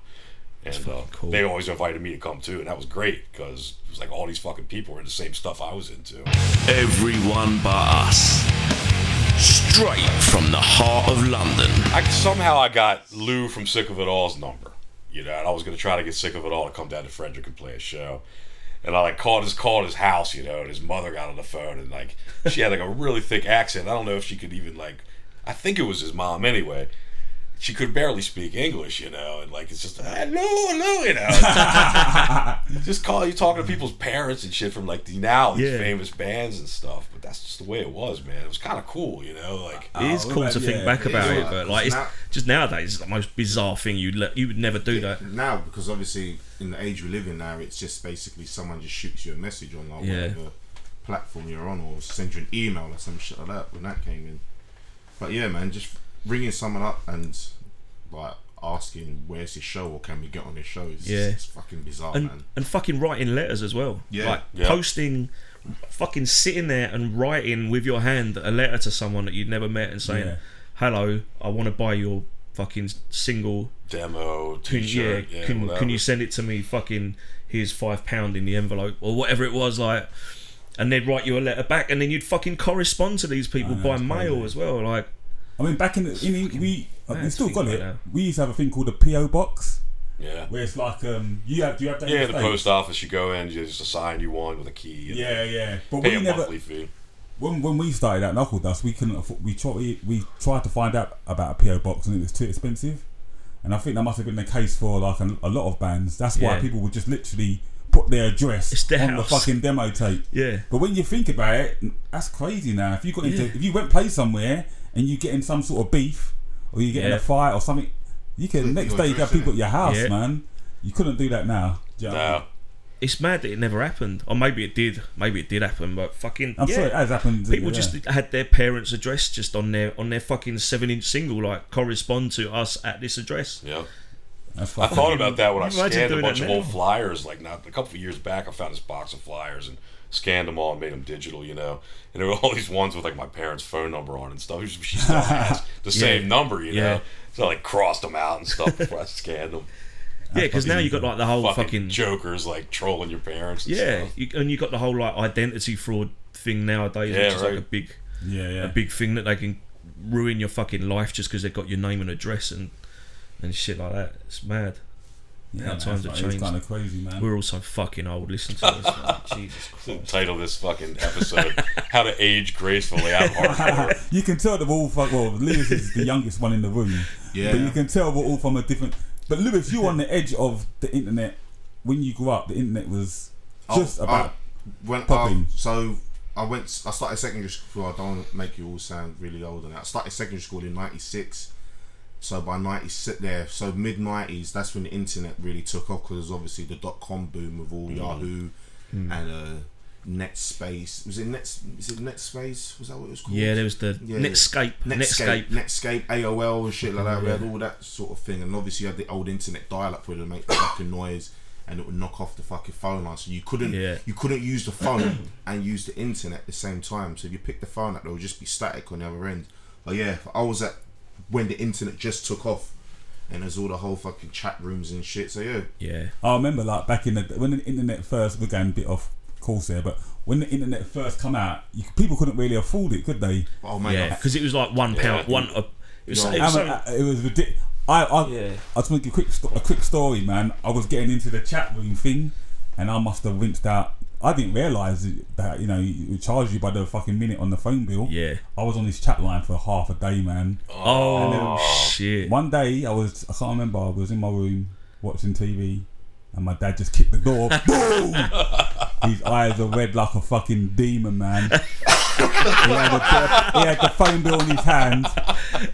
Speaker 7: And uh,
Speaker 6: cool.
Speaker 7: they always invited me to come too, and that was great because it was like all these fucking people were into the same stuff I was into.
Speaker 3: Everyone but us. Straight from the heart of London.
Speaker 7: I somehow I got Lou from Sick of It All's number. You know, and I was gonna try to get Sick of It All to come down to Frederick and play a show. And I like called his called his house, you know, and his mother got on the phone and like she had like a really thick accent. I don't know if she could even like I think it was his mom anyway. she could barely speak English, you know, and like it's just hello, hello, you know. just call you talking to people's parents and shit from like the now these
Speaker 6: Yeah.
Speaker 7: famous bands and stuff. But that's just the way it was, man. It was kind of cool, you know, like
Speaker 6: It is
Speaker 5: Oh,
Speaker 6: cool
Speaker 5: well,
Speaker 6: to think
Speaker 5: yeah,
Speaker 6: back
Speaker 5: it
Speaker 6: about
Speaker 4: is.
Speaker 6: it, but like it's
Speaker 4: Now-
Speaker 6: just nowadays it's the most bizarre thing you'd le- you would never do that.
Speaker 4: now because obviously in the age we live in now it's just basically someone just shoots you a message on like
Speaker 6: Yeah.
Speaker 4: whatever platform you're on or send you an email or some shit like that when that came in but yeah man just ringing someone up and like asking where's his show or can we get on his show is
Speaker 6: Yeah.
Speaker 4: it's fucking bizarre
Speaker 6: And
Speaker 4: man
Speaker 6: and fucking writing letters as well.
Speaker 4: Yeah,
Speaker 6: like
Speaker 7: yeah.
Speaker 6: posting, fucking sitting there and writing with your hand a letter to someone that you'd never met and saying,
Speaker 5: Yeah.
Speaker 6: "Hello, I want to buy your fucking single.
Speaker 7: demo
Speaker 6: Can, yeah,
Speaker 7: t-shirt. Yeah,
Speaker 6: can,
Speaker 7: whatever.
Speaker 6: can you send it to me? Fucking here's five pound in the envelope or whatever it was like." And they'd write you a letter back, and then you'd fucking correspond to these people
Speaker 5: know,
Speaker 6: by
Speaker 5: it's
Speaker 6: mail
Speaker 5: crazy.
Speaker 6: as well. Like,
Speaker 5: I mean, back in the, in the we uh,
Speaker 6: mad
Speaker 5: we
Speaker 6: to
Speaker 5: still
Speaker 6: think
Speaker 5: got
Speaker 6: about
Speaker 5: it.
Speaker 6: that.
Speaker 5: We used to have a thing called a PO box,
Speaker 7: Yeah.
Speaker 5: where it's like um, you have do you have that? in
Speaker 7: Yeah, the
Speaker 5: States?
Speaker 7: post office. You go in, you just assign you one with a key. And
Speaker 5: Yeah, yeah. But
Speaker 7: pay
Speaker 5: we
Speaker 7: a
Speaker 5: never
Speaker 7: monthly fee.
Speaker 5: when when we started at Knuckle Dust, we couldn't afford, we tried we, we tried to find out about a PO box and it was too expensive. And I think that must have been the case for like a, a lot of bands. That's why
Speaker 6: Yeah.
Speaker 5: people would just literally put their address
Speaker 6: It's their
Speaker 5: on
Speaker 6: house.
Speaker 5: the fucking demo tape.
Speaker 6: yeah,
Speaker 5: But when you think about it, that's crazy now. If you got into,
Speaker 6: Yeah.
Speaker 5: if you went play somewhere and you get in some sort of beef or you get in
Speaker 6: Yeah.
Speaker 5: a fight or something, you can next
Speaker 4: you're
Speaker 5: day you have people at your house,
Speaker 6: Yeah.
Speaker 5: man. You couldn't do that now. Do
Speaker 6: Oh.
Speaker 5: you know what I mean?
Speaker 7: No,
Speaker 6: it's mad that it never happened. Or maybe it did. Maybe it did happen, but fucking
Speaker 5: I'm
Speaker 6: yeah.
Speaker 5: sure it has happened.
Speaker 6: People
Speaker 5: yeah.
Speaker 6: just had their parents' address just on their on their fucking seven inch single, like correspond to us at this address.
Speaker 7: yeah.
Speaker 5: That's
Speaker 7: I
Speaker 5: fucking-
Speaker 7: thought about that when I
Speaker 6: Imagine
Speaker 7: scanned a
Speaker 6: doing
Speaker 7: bunch
Speaker 6: that
Speaker 7: of old
Speaker 6: now.
Speaker 7: flyers, like not a couple of years back. I found this box of flyers and scanned them all and made them digital, you know. And there were all these ones with like my parents' phone number on and stuff. She she still has the same number, you
Speaker 6: Yeah.
Speaker 7: know. So I like crossed them out and stuff before I scanned them.
Speaker 6: Yeah, because now you got like the whole
Speaker 7: Fucking,
Speaker 6: fucking,
Speaker 7: jokers like trolling your parents. And
Speaker 6: yeah,
Speaker 7: stuff.
Speaker 6: you, and you got the whole like identity fraud thing nowadays,
Speaker 7: Yeah,
Speaker 6: which is like
Speaker 7: right.
Speaker 6: a big
Speaker 5: yeah, yeah.
Speaker 6: a big thing that they can ruin your fucking life just because they've got your name and address and and shit like that. It's mad.
Speaker 5: yeah,
Speaker 6: how
Speaker 5: man,
Speaker 6: times have
Speaker 5: it's like- It's
Speaker 6: changed.
Speaker 5: kind of crazy, man.
Speaker 6: We're all so fucking old. Listen to this. man. Jesus
Speaker 7: The
Speaker 6: Christ.
Speaker 7: title of this fucking episode: How to Age Gracefully. I'm hardcore.
Speaker 5: you can tell they're all fuck. Well, Lewis is the youngest one in the room,
Speaker 4: yeah
Speaker 5: but you can tell we're all from a different. But Lewis, you're on the edge of the internet. When you grew up, the internet was just
Speaker 4: Oh,
Speaker 5: about.
Speaker 4: I went
Speaker 5: popping.
Speaker 4: up- so I went. I started secondary school. I don't wanna make you all sound really old, and that. I started secondary school in '96. So by '96, there, so mid '90s, that's when the internet really took off because obviously the dot com boom with all Yahoo and uh, NetSpace. Was it Net? Is it NetSpace? Was that what it was called?
Speaker 6: Yeah, there was the
Speaker 4: Yeah.
Speaker 6: Netscape.
Speaker 4: Netscape,
Speaker 6: Netscape.
Speaker 4: Netscape, AOL and shit like that. We had all that sort of thing, and obviously you had the old internet dial-up where it would make the fucking noise and it would knock off the fucking phone line. So you couldn't,
Speaker 6: Yeah.
Speaker 4: you couldn't use the phone and use the internet at the same time. So if you picked the phone up, there would just be static on the other end. But yeah, I was at when the internet just took off, and there's all the whole fucking chat rooms and shit. So yeah,
Speaker 6: Yeah.
Speaker 5: I remember like back in the when the internet first we're going a bit off course there, but when the internet first come out, you, people couldn't really afford it, could they?
Speaker 4: oh man,
Speaker 6: yeah, because it was like one pound, one. Uh, it was, it
Speaker 5: I
Speaker 6: was so,
Speaker 5: mean, I- uh, it was ridiculous. I, I,
Speaker 6: Yeah.
Speaker 5: I just want to give a quick, sto- a quick story, man. I was getting into the chat room thing, and I must have rinsed out. I didn't realise it- that you know it charged you by the fucking minute on the phone bill.
Speaker 6: Yeah.
Speaker 5: I was on this chat line for half a day, man.
Speaker 6: oh shit!
Speaker 5: One day I was I can't remember I was in my room watching TV and my dad just kicked the door. Boom! His eyes are red like a fucking demon, man. he, had the, he had the phone bill in his hand.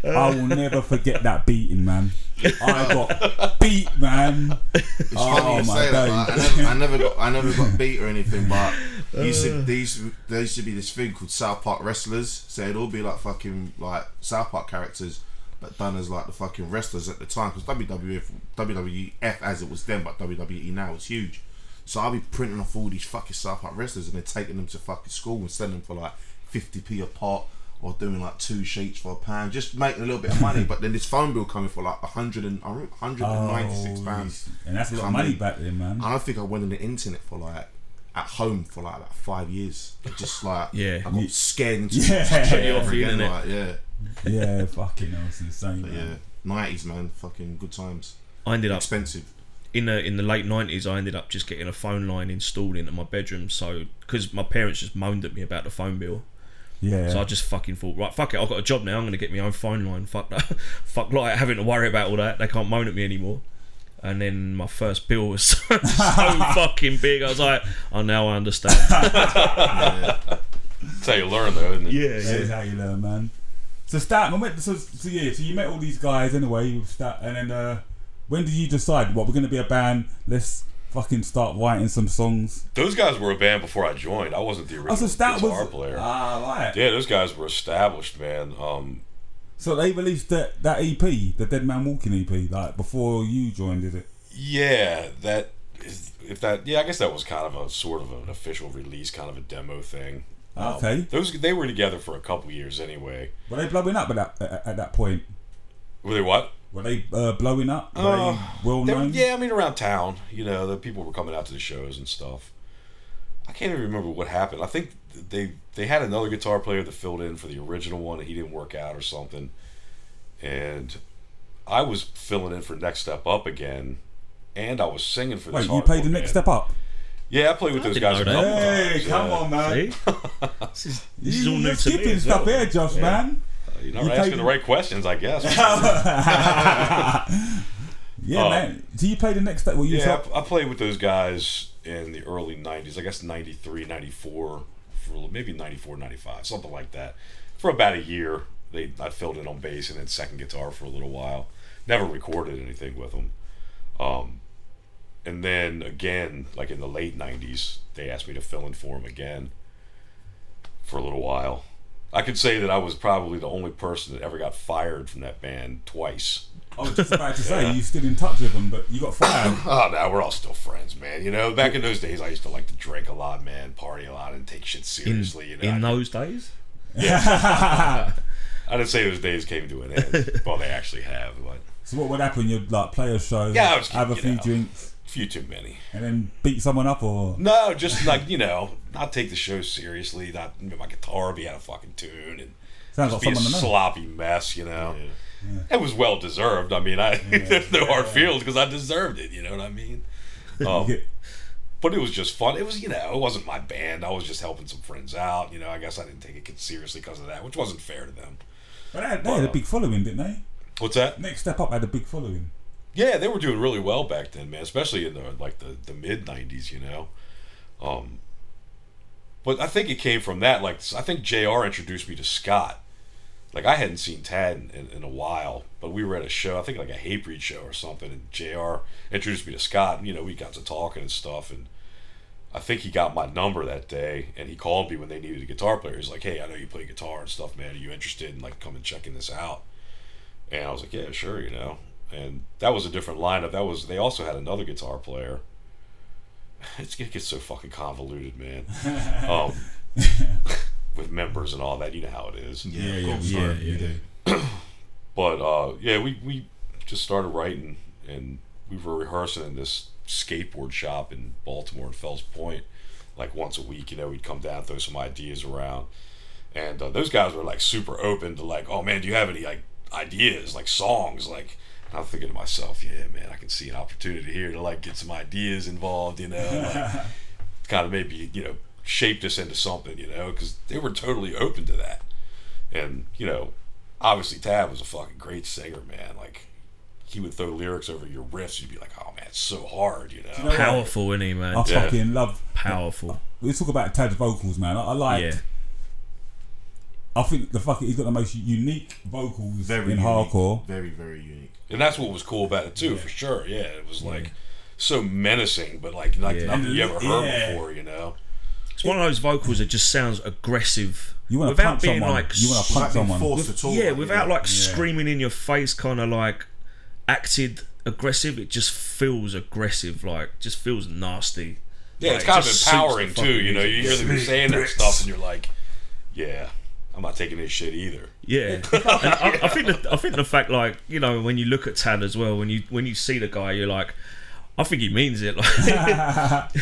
Speaker 5: I will never forget that beating, man. I got beat, man.
Speaker 4: It's funny
Speaker 5: Oh,
Speaker 4: you
Speaker 5: my
Speaker 4: say that. like, I,
Speaker 5: days.
Speaker 4: never, I never got, I never got beat or anything. But there used
Speaker 5: Uh.
Speaker 4: to, there used to, there used to be this thing called South Park wrestlers. So it'd all be like fucking like South Park characters, but done as like the fucking wrestlers at the time because WWF, WWF as it was then, but WWE now is huge. So I'll be printing off all these fucking South Park wrestlers and then taking them to fucking school and selling them for like fifty p a pot. Or doing like two sheets for a pound, just making a little bit of money. But then this phone bill coming for like a hundred and hundred and ninety six pounds.
Speaker 5: and that's a lot of
Speaker 4: Come
Speaker 5: money
Speaker 4: in.
Speaker 5: back then, man.
Speaker 4: And I think I went on the internet for like at home for like about five years. Just like
Speaker 6: Yeah.
Speaker 4: I got scared into
Speaker 5: Yeah,
Speaker 6: off the internet.
Speaker 4: Like, yeah,
Speaker 5: yeah, fucking hell, it's insane,
Speaker 4: but
Speaker 5: man.
Speaker 4: yeah, nineties man, fucking good times.
Speaker 6: I ended up
Speaker 4: Expensive.
Speaker 6: in the in the late nineties. I ended up just getting a phone line installed into my bedroom, so because my parents just moaned at me about the phone bill,
Speaker 5: Yeah.
Speaker 6: So I just fucking thought, right, fuck it, I've got a job now. I'm gonna get my own phone line. Fuck that. fuck like having to worry about all that. They can't moan at me anymore. And then my first bill was so, fucking big. I was like, oh, now I understand.
Speaker 7: That's how you learn, though, isn't it?
Speaker 5: That is how you learn, man. So Stat, I met, so, so yeah, so you met all these guys anyway, with Stat, and then uh, when did you decide? What we're gonna be a band? Let's fucking start writing some songs.
Speaker 7: Those guys were a band before I joined. I wasn't the original
Speaker 5: Oh, so Stat
Speaker 7: guitar
Speaker 5: was
Speaker 7: player.
Speaker 5: ah right.
Speaker 7: yeah, those guys were established, man. Um,
Speaker 5: So they released that that EP, the Dead Man Walking EP, like before you joined, did it?
Speaker 7: Yeah, that is, if that yeah, I guess that was kind of a sort of an official release, kind of a demo thing.
Speaker 6: Oh.
Speaker 7: Um,
Speaker 5: Okay.
Speaker 7: those they were together for a couple years anyway.
Speaker 5: Were they blowing up at that at, at that point?
Speaker 7: Were they what?
Speaker 5: Were they uh, blowing up? Were
Speaker 7: Uh,
Speaker 5: they well
Speaker 7: They were-
Speaker 5: known?
Speaker 7: yeah, I mean around town, you know, the people were coming out to the shows and stuff. I can't even remember what happened. I think they they had another guitar player that filled in for the original one, and he didn't work out or something. And I was filling in for Next Step Up again, and I was singing for.
Speaker 5: Wait,
Speaker 7: this
Speaker 5: you played
Speaker 7: hardcore
Speaker 5: the next
Speaker 7: band.
Speaker 5: step up?
Speaker 7: Yeah, I played with those
Speaker 6: didn't
Speaker 7: guys. a
Speaker 6: know that.
Speaker 7: couple
Speaker 5: Hey,
Speaker 7: times,
Speaker 5: come
Speaker 7: yeah.
Speaker 5: on, man.
Speaker 6: See? this is, this is
Speaker 5: You-
Speaker 6: all
Speaker 5: you're
Speaker 6: new to me.
Speaker 5: skipping
Speaker 6: as
Speaker 5: stuff
Speaker 6: well.
Speaker 5: here, Josh,
Speaker 6: Yeah.
Speaker 5: man.
Speaker 7: You're not
Speaker 5: You
Speaker 7: asking
Speaker 5: played-
Speaker 7: the right questions, I guess. yeah,
Speaker 5: Yeah,
Speaker 7: Oh.
Speaker 5: man. So you played the next step? Well, you yeah.
Speaker 7: I, I played with those guys in the early 90s, I guess 93, 94, for maybe 94, 95, something like that. For about a year, they I filled in on bass and then second guitar for a little while. Never recorded anything with them. Um, and then again, like in the late 90s, they asked me to fill in for them again for a little while. I could say that I was probably the only person that ever got fired from that band twice.
Speaker 5: I was just about to say you still in touch with them, but you got fired.
Speaker 7: Oh no, we're all still friends, man. You know, back in those days, I used to like to drink a lot, man, party a lot, and take shit
Speaker 6: In,
Speaker 7: seriously. you know,
Speaker 6: in
Speaker 7: I,
Speaker 6: those days?
Speaker 7: I didn't say those days came to an end. well, they actually have, but
Speaker 5: so what would happen? You'd like play a show,
Speaker 7: Yeah, I was
Speaker 5: have a
Speaker 7: kidding,
Speaker 5: few
Speaker 7: you know.
Speaker 5: drinks,
Speaker 7: a few too many.
Speaker 5: and then beat someone up, or
Speaker 7: No, just like you know, not take the show seriously. Not you know, my guitar be out of fucking tune and
Speaker 5: sounds like
Speaker 7: just be a
Speaker 5: someone to know.
Speaker 7: sloppy mess. You know, it was well deserved. I mean, I there's no hard feelings because I deserved it. You know what I mean? Um,
Speaker 5: Yeah.
Speaker 7: but it was just fun. It was, you know, it wasn't my band. I was just helping some friends out. You know, I guess I didn't take it seriously because of that, which wasn't fair to them.
Speaker 5: But they, had- they had a big following, didn't they?
Speaker 7: What's that?
Speaker 5: Next step up had a big following.
Speaker 7: Yeah, they were doing really well back then, man. Especially in the like the, the mid '90s, you know. Um, but I think it came from that. Like, I think Jr. introduced me to Scott. Like, I hadn't seen Tad in, in a while, but we were at a show. I think like a Hatebreed show or something, and Jr. introduced me to Scott. And you know, we got to talking and stuff, and I think he got my number that day, and he called me when they needed a guitar player. He's like, "Hey, I know you play guitar and stuff, man. Are you interested in like coming checking this out?" And I was like, yeah, sure, you know. And that was a different lineup. That was they also had another guitar player. It's it gets so fucking convoluted, man. Um, with members and all that, you know how it is.
Speaker 5: Yeah, yeah,
Speaker 6: yeah, yeah.
Speaker 7: But uh, yeah, we we just started writing, and we were rehearsing in this skateboard shop in Baltimore in Fells Point, like once a week. You know, we'd come down, throw some ideas around, and uh, those guys were like super open to like, oh man, do you have any like ideas, like songs, like. And I'm thinking to myself, yeah, man, I can see an opportunity here to like get some ideas involved, you know, like, kind of maybe you know shape this into something, you know, because they were totally open to that, and you know, obviously Tab was a fucking great singer, man. Like he would throw lyrics over your riffs, you'd be like, oh man, it's so hard, you know.
Speaker 6: Powerful, isn't he, man?
Speaker 5: I
Speaker 7: Yeah.
Speaker 5: fucking love.
Speaker 6: Powerful.
Speaker 5: We talk about Tad's vocals, man. I, I like.
Speaker 6: Yeah.
Speaker 5: I think the fucking he's got the most unique vocals
Speaker 4: Very
Speaker 5: in
Speaker 4: unique.
Speaker 5: hardcore.
Speaker 4: Very, very unique.
Speaker 7: and that's what was cool about it too, for sure. Yeah, it was like so menacing, but like like
Speaker 6: Yeah.
Speaker 7: nothing you ever heard
Speaker 5: Yeah.
Speaker 7: before, you know.
Speaker 6: It's one of those vocals that just sounds aggressive.
Speaker 5: You want to
Speaker 6: without
Speaker 5: punch
Speaker 6: being
Speaker 5: someone.
Speaker 6: like
Speaker 5: you want to punch
Speaker 4: Like being
Speaker 5: someone.
Speaker 4: forced at all.
Speaker 6: yeah, without like
Speaker 5: Yeah.
Speaker 6: screaming in your face, kind of like acted aggressive. It just feels aggressive, like just feels nasty.
Speaker 7: Yeah,
Speaker 6: Like,
Speaker 7: it's
Speaker 6: it
Speaker 7: kind of
Speaker 6: just suits the
Speaker 7: empowering too.
Speaker 6: fucking
Speaker 7: You know, you
Speaker 6: music.
Speaker 7: hear them saying that stuff, and you're like, yeah, I'm not taking this shit either.
Speaker 6: Yeah, and I, I think the, I think the fact like you know when you look at Tad as well, when you when you see the guy, you're like, I think he means it. Like,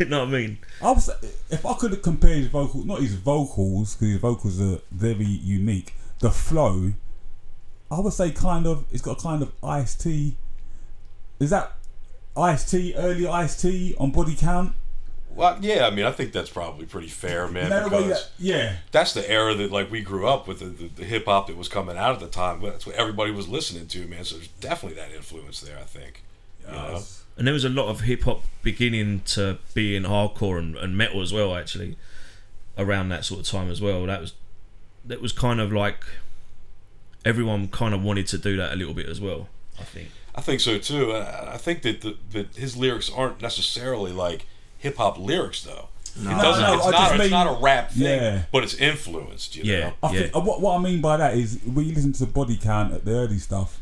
Speaker 6: you know what I mean?
Speaker 5: I was, if I could compare his vocals, not his vocals, because his vocals are very unique. The flow, I would say, kind of, it's got a kind of Ice T. Is that Ice T early Ice T on Body Count?
Speaker 7: Well, yeah, I mean, I think that's probably pretty fair, man.
Speaker 5: No way
Speaker 7: because
Speaker 5: that- yeah,
Speaker 7: that's the era that like we grew up with the, the, the hip hop that was coming out at the time. That's what everybody was listening to, man. So there's definitely that influence there. I think. You know?
Speaker 6: and there was a lot of hip hop beginning to be in hardcore and, and metal as well actually around that sort of time as well that was that was kind of like everyone kind of wanted to do that a little bit as well i think
Speaker 7: I think so too. I, I think that the, that his lyrics aren't necessarily like hip hop lyrics though. it doesn't.
Speaker 5: No, no,
Speaker 7: it's,
Speaker 5: I
Speaker 7: not,
Speaker 5: just
Speaker 7: it's
Speaker 5: mean-
Speaker 7: not a rap thing,
Speaker 5: Yeah.
Speaker 7: but it's influenced. You
Speaker 6: yeah
Speaker 7: know?
Speaker 5: I
Speaker 6: yeah
Speaker 5: think, uh, what, what I mean by that is when you listen to Body Count at the early stuff,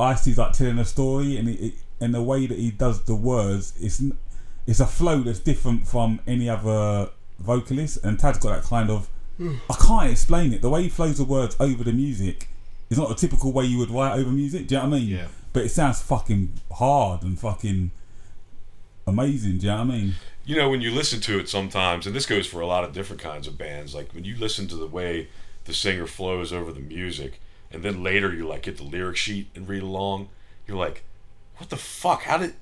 Speaker 5: Icy's like telling a story, and it, it, and the way that he does the words, it's n- it's a flow that's different from any other vocalist. And Tad's got that kind of I can't explain it. The way he flows the words over the music is not a typical way you would write over music. Do you know what I mean?
Speaker 4: Yeah.
Speaker 5: But it sounds fucking hard and fucking amazing. Do you know what I mean?
Speaker 7: you know when you listen to it sometimes and this goes for a lot of different kinds of bands like when you listen to the way the singer flows over the music and then later you like get the lyric sheet and read along you're like what the fuck how did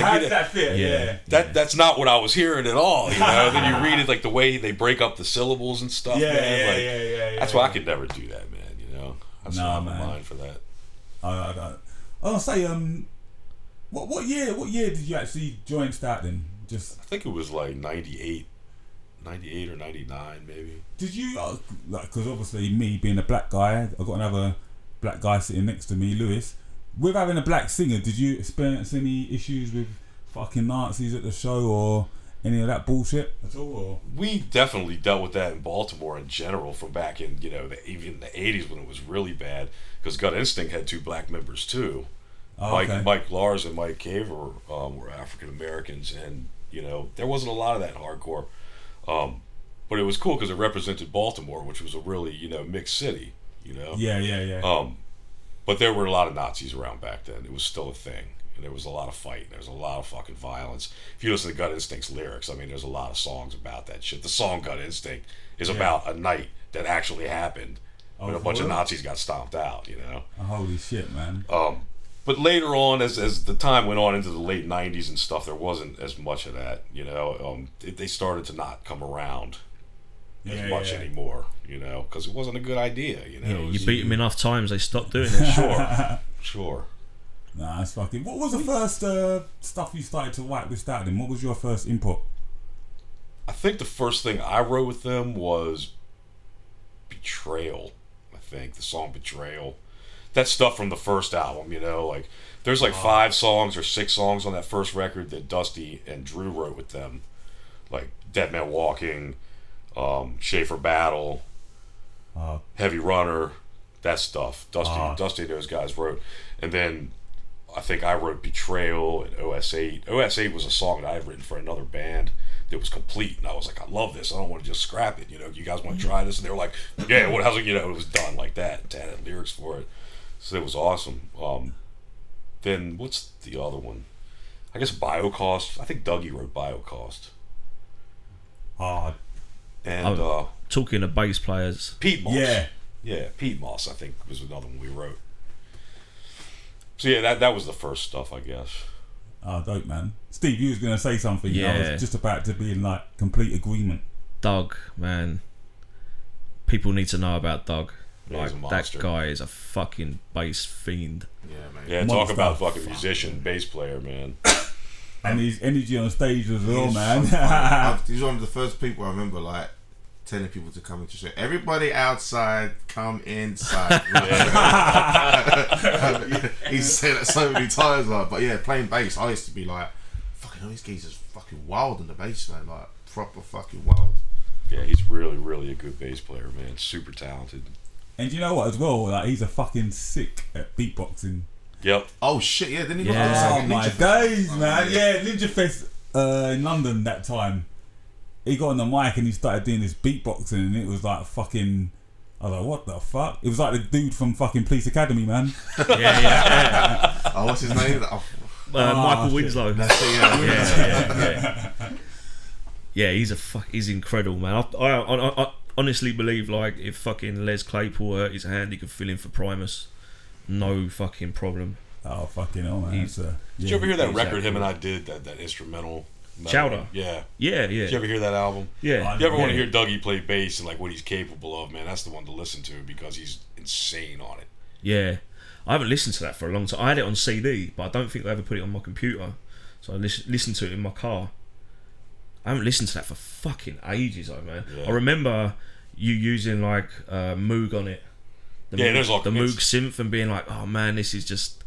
Speaker 7: like, you know,
Speaker 5: fit?
Speaker 6: Yeah.
Speaker 7: that that's not what I was hearing at all, you know. then you read it like the way they break up the syllables and stuff.
Speaker 5: Yeah,
Speaker 7: man.
Speaker 5: yeah,
Speaker 7: like,
Speaker 5: yeah, yeah, yeah,
Speaker 7: That's why I could never do that, man. You know, I just
Speaker 5: Nah,
Speaker 7: don't have a
Speaker 5: man.
Speaker 7: mind for that.
Speaker 5: I, I don't. I don't say um, what what year what year did you actually join Stout then? Just
Speaker 7: I think it was like 98, 98 or ninety nine, maybe.
Speaker 5: did you uh, like because obviously me being a black guy, I got another black guy sitting next to me, Lewis. With having a black singer, did you experience any issues with fucking Nazis at the show or any of that bullshit at all? Or?
Speaker 7: we definitely dealt with that in Baltimore in general from back in you know the, even the '80s when it was really bad because Gut Instinct had two black members too.
Speaker 5: Oh,
Speaker 7: Mike
Speaker 5: okay.
Speaker 7: Mike Lars and Mike Caver um, were African Americans, and you know there wasn't a lot of that hardcore, um, but it was cool because it represented Baltimore, which was a really you know mixed city. You know,
Speaker 5: Yeah, yeah, yeah.
Speaker 7: um, but there were a lot of Nazis around back then. It was still a thing. And there was a lot of fight. There was a lot of fucking violence. If you listen to Gut Instinct's lyrics, I mean, there's a lot of songs about that shit. The song Gut Instinct is about a night that actually happened when a
Speaker 5: for
Speaker 7: bunch of
Speaker 5: real?
Speaker 7: Nazis got stomped out, you know? Um,
Speaker 5: Holy shit, man!
Speaker 7: but later on, as, as the time went on into the late '90s and stuff, there wasn't as much of that. You know, um, it, they started to not come around as
Speaker 5: Yeah,
Speaker 7: much
Speaker 5: yeah.
Speaker 7: anymore. You know, because it wasn't a good idea. You know,
Speaker 6: yeah,
Speaker 7: It
Speaker 6: you
Speaker 7: was-
Speaker 6: beat them enough times they stopped doing it
Speaker 7: sure, sure.
Speaker 5: Nah, it's fucking. What was the first uh, stuff you started to write with Stout then? What was your first input?
Speaker 7: I think the first thing I wrote with them was Betrayal. I think the song Betrayal. That stuff from the first album, you know, like there's like five songs or six songs on that first record that Dusty and Drew wrote with them, like Dead Man Walking, um, Schaefer Battle,
Speaker 5: Uh,
Speaker 7: Heavy Runner, that stuff. Dusty,
Speaker 5: Ah.
Speaker 7: Dusty, and those guys wrote, and then I think I wrote Betrayal and OS8. OS8 was a song that I had written for another band that was complete, and I was like, I love this. I don't want to just scrap it. You know, you guys want to try this? And they were like, Yeah. What? How's it? You know, it was done like that. And Tad had lyrics for it, so it was awesome. Um, then what's the other one? I guess Biocost. I think Dougie wrote Biocost,
Speaker 5: hard.
Speaker 7: and
Speaker 6: Oh.
Speaker 7: uh,
Speaker 6: talking of bass players
Speaker 7: Pete Moss.
Speaker 5: Yeah.
Speaker 7: Yeah, Pete Moss, I think, was another one we wrote. So yeah, that that was the first stuff, I guess.
Speaker 5: Oh, dope, man. Steve, you was going to say something. I
Speaker 6: Yeah.
Speaker 5: was just about to be in like complete agreement.
Speaker 6: Doug, man, people need to know about Doug.
Speaker 7: Yeah, he's
Speaker 6: Like
Speaker 7: a
Speaker 6: that
Speaker 7: monster.
Speaker 6: guy is a fucking bass fiend.
Speaker 4: Yeah, man.
Speaker 7: Yeah,
Speaker 5: Monster.
Speaker 7: talk about fucking musician, bass player, man.
Speaker 5: And his energy on stage as well,
Speaker 4: He's
Speaker 5: Oh, man.
Speaker 4: so funny. I've- he's one of the first people I remember like telling people to come into show. Everybody outside, come inside. he said that so many times, like, but yeah, playing bass, I used to be like, fucking, all these geezers fucking wild in the bass, man, like proper fucking wild.
Speaker 7: Yeah, he's really, really a good bass player, man. Super talented.
Speaker 5: and you know what, as well, like he's a fucking sick at beatboxing.
Speaker 7: Yep.
Speaker 4: Oh shit, yeah, then he
Speaker 6: Yeah.
Speaker 4: was
Speaker 5: Oh
Speaker 4: like,
Speaker 5: my days, man! Yeah, Ninja Fest uh, in London that time. He got on the mic and he started doing this beatboxing, and it was like fucking. I was like, what the fuck? It was like the dude from fucking Police Academy, man.
Speaker 6: Yeah, yeah,
Speaker 4: Oh, what's his name? Oh,
Speaker 6: yeah. Uh, Michael
Speaker 5: shit.
Speaker 6: Winslow.
Speaker 4: that's it, yeah.
Speaker 6: yeah, yeah. yeah, he's a fuck. He's incredible, man. I, I, I, I honestly believe like if fucking Les Claypool hurt his hand, he could fill in for Primus, no fucking problem.
Speaker 5: Oh fucking hell, man!
Speaker 6: He's-
Speaker 5: That's, uh, yeah.
Speaker 7: Did you ever hear that
Speaker 6: exactly.
Speaker 7: record him and I did that that instrumental metal.
Speaker 6: Chowder.
Speaker 7: Yeah.
Speaker 6: Yeah,
Speaker 7: Did you
Speaker 6: yeah,
Speaker 7: ever hear that album?
Speaker 6: yeah.
Speaker 5: I-
Speaker 7: You ever want to
Speaker 5: Yeah.
Speaker 7: hear Dougie play bass and like what he's capable of, man? That's the one to listen to because he's insane on it.
Speaker 6: Yeah, I haven't listened to that for a long time. I had it on CD, but I don't think I ever put it on my computer. So I lis- listened to it in my car. I haven't listened to that for fucking ages, though, man.
Speaker 7: Yeah.
Speaker 6: I remember you using like uh, Moog on it. The
Speaker 7: Yeah,
Speaker 6: Moog,
Speaker 7: there's, like,
Speaker 6: the
Speaker 7: it's-
Speaker 6: Moog synth and being like, oh man, this is just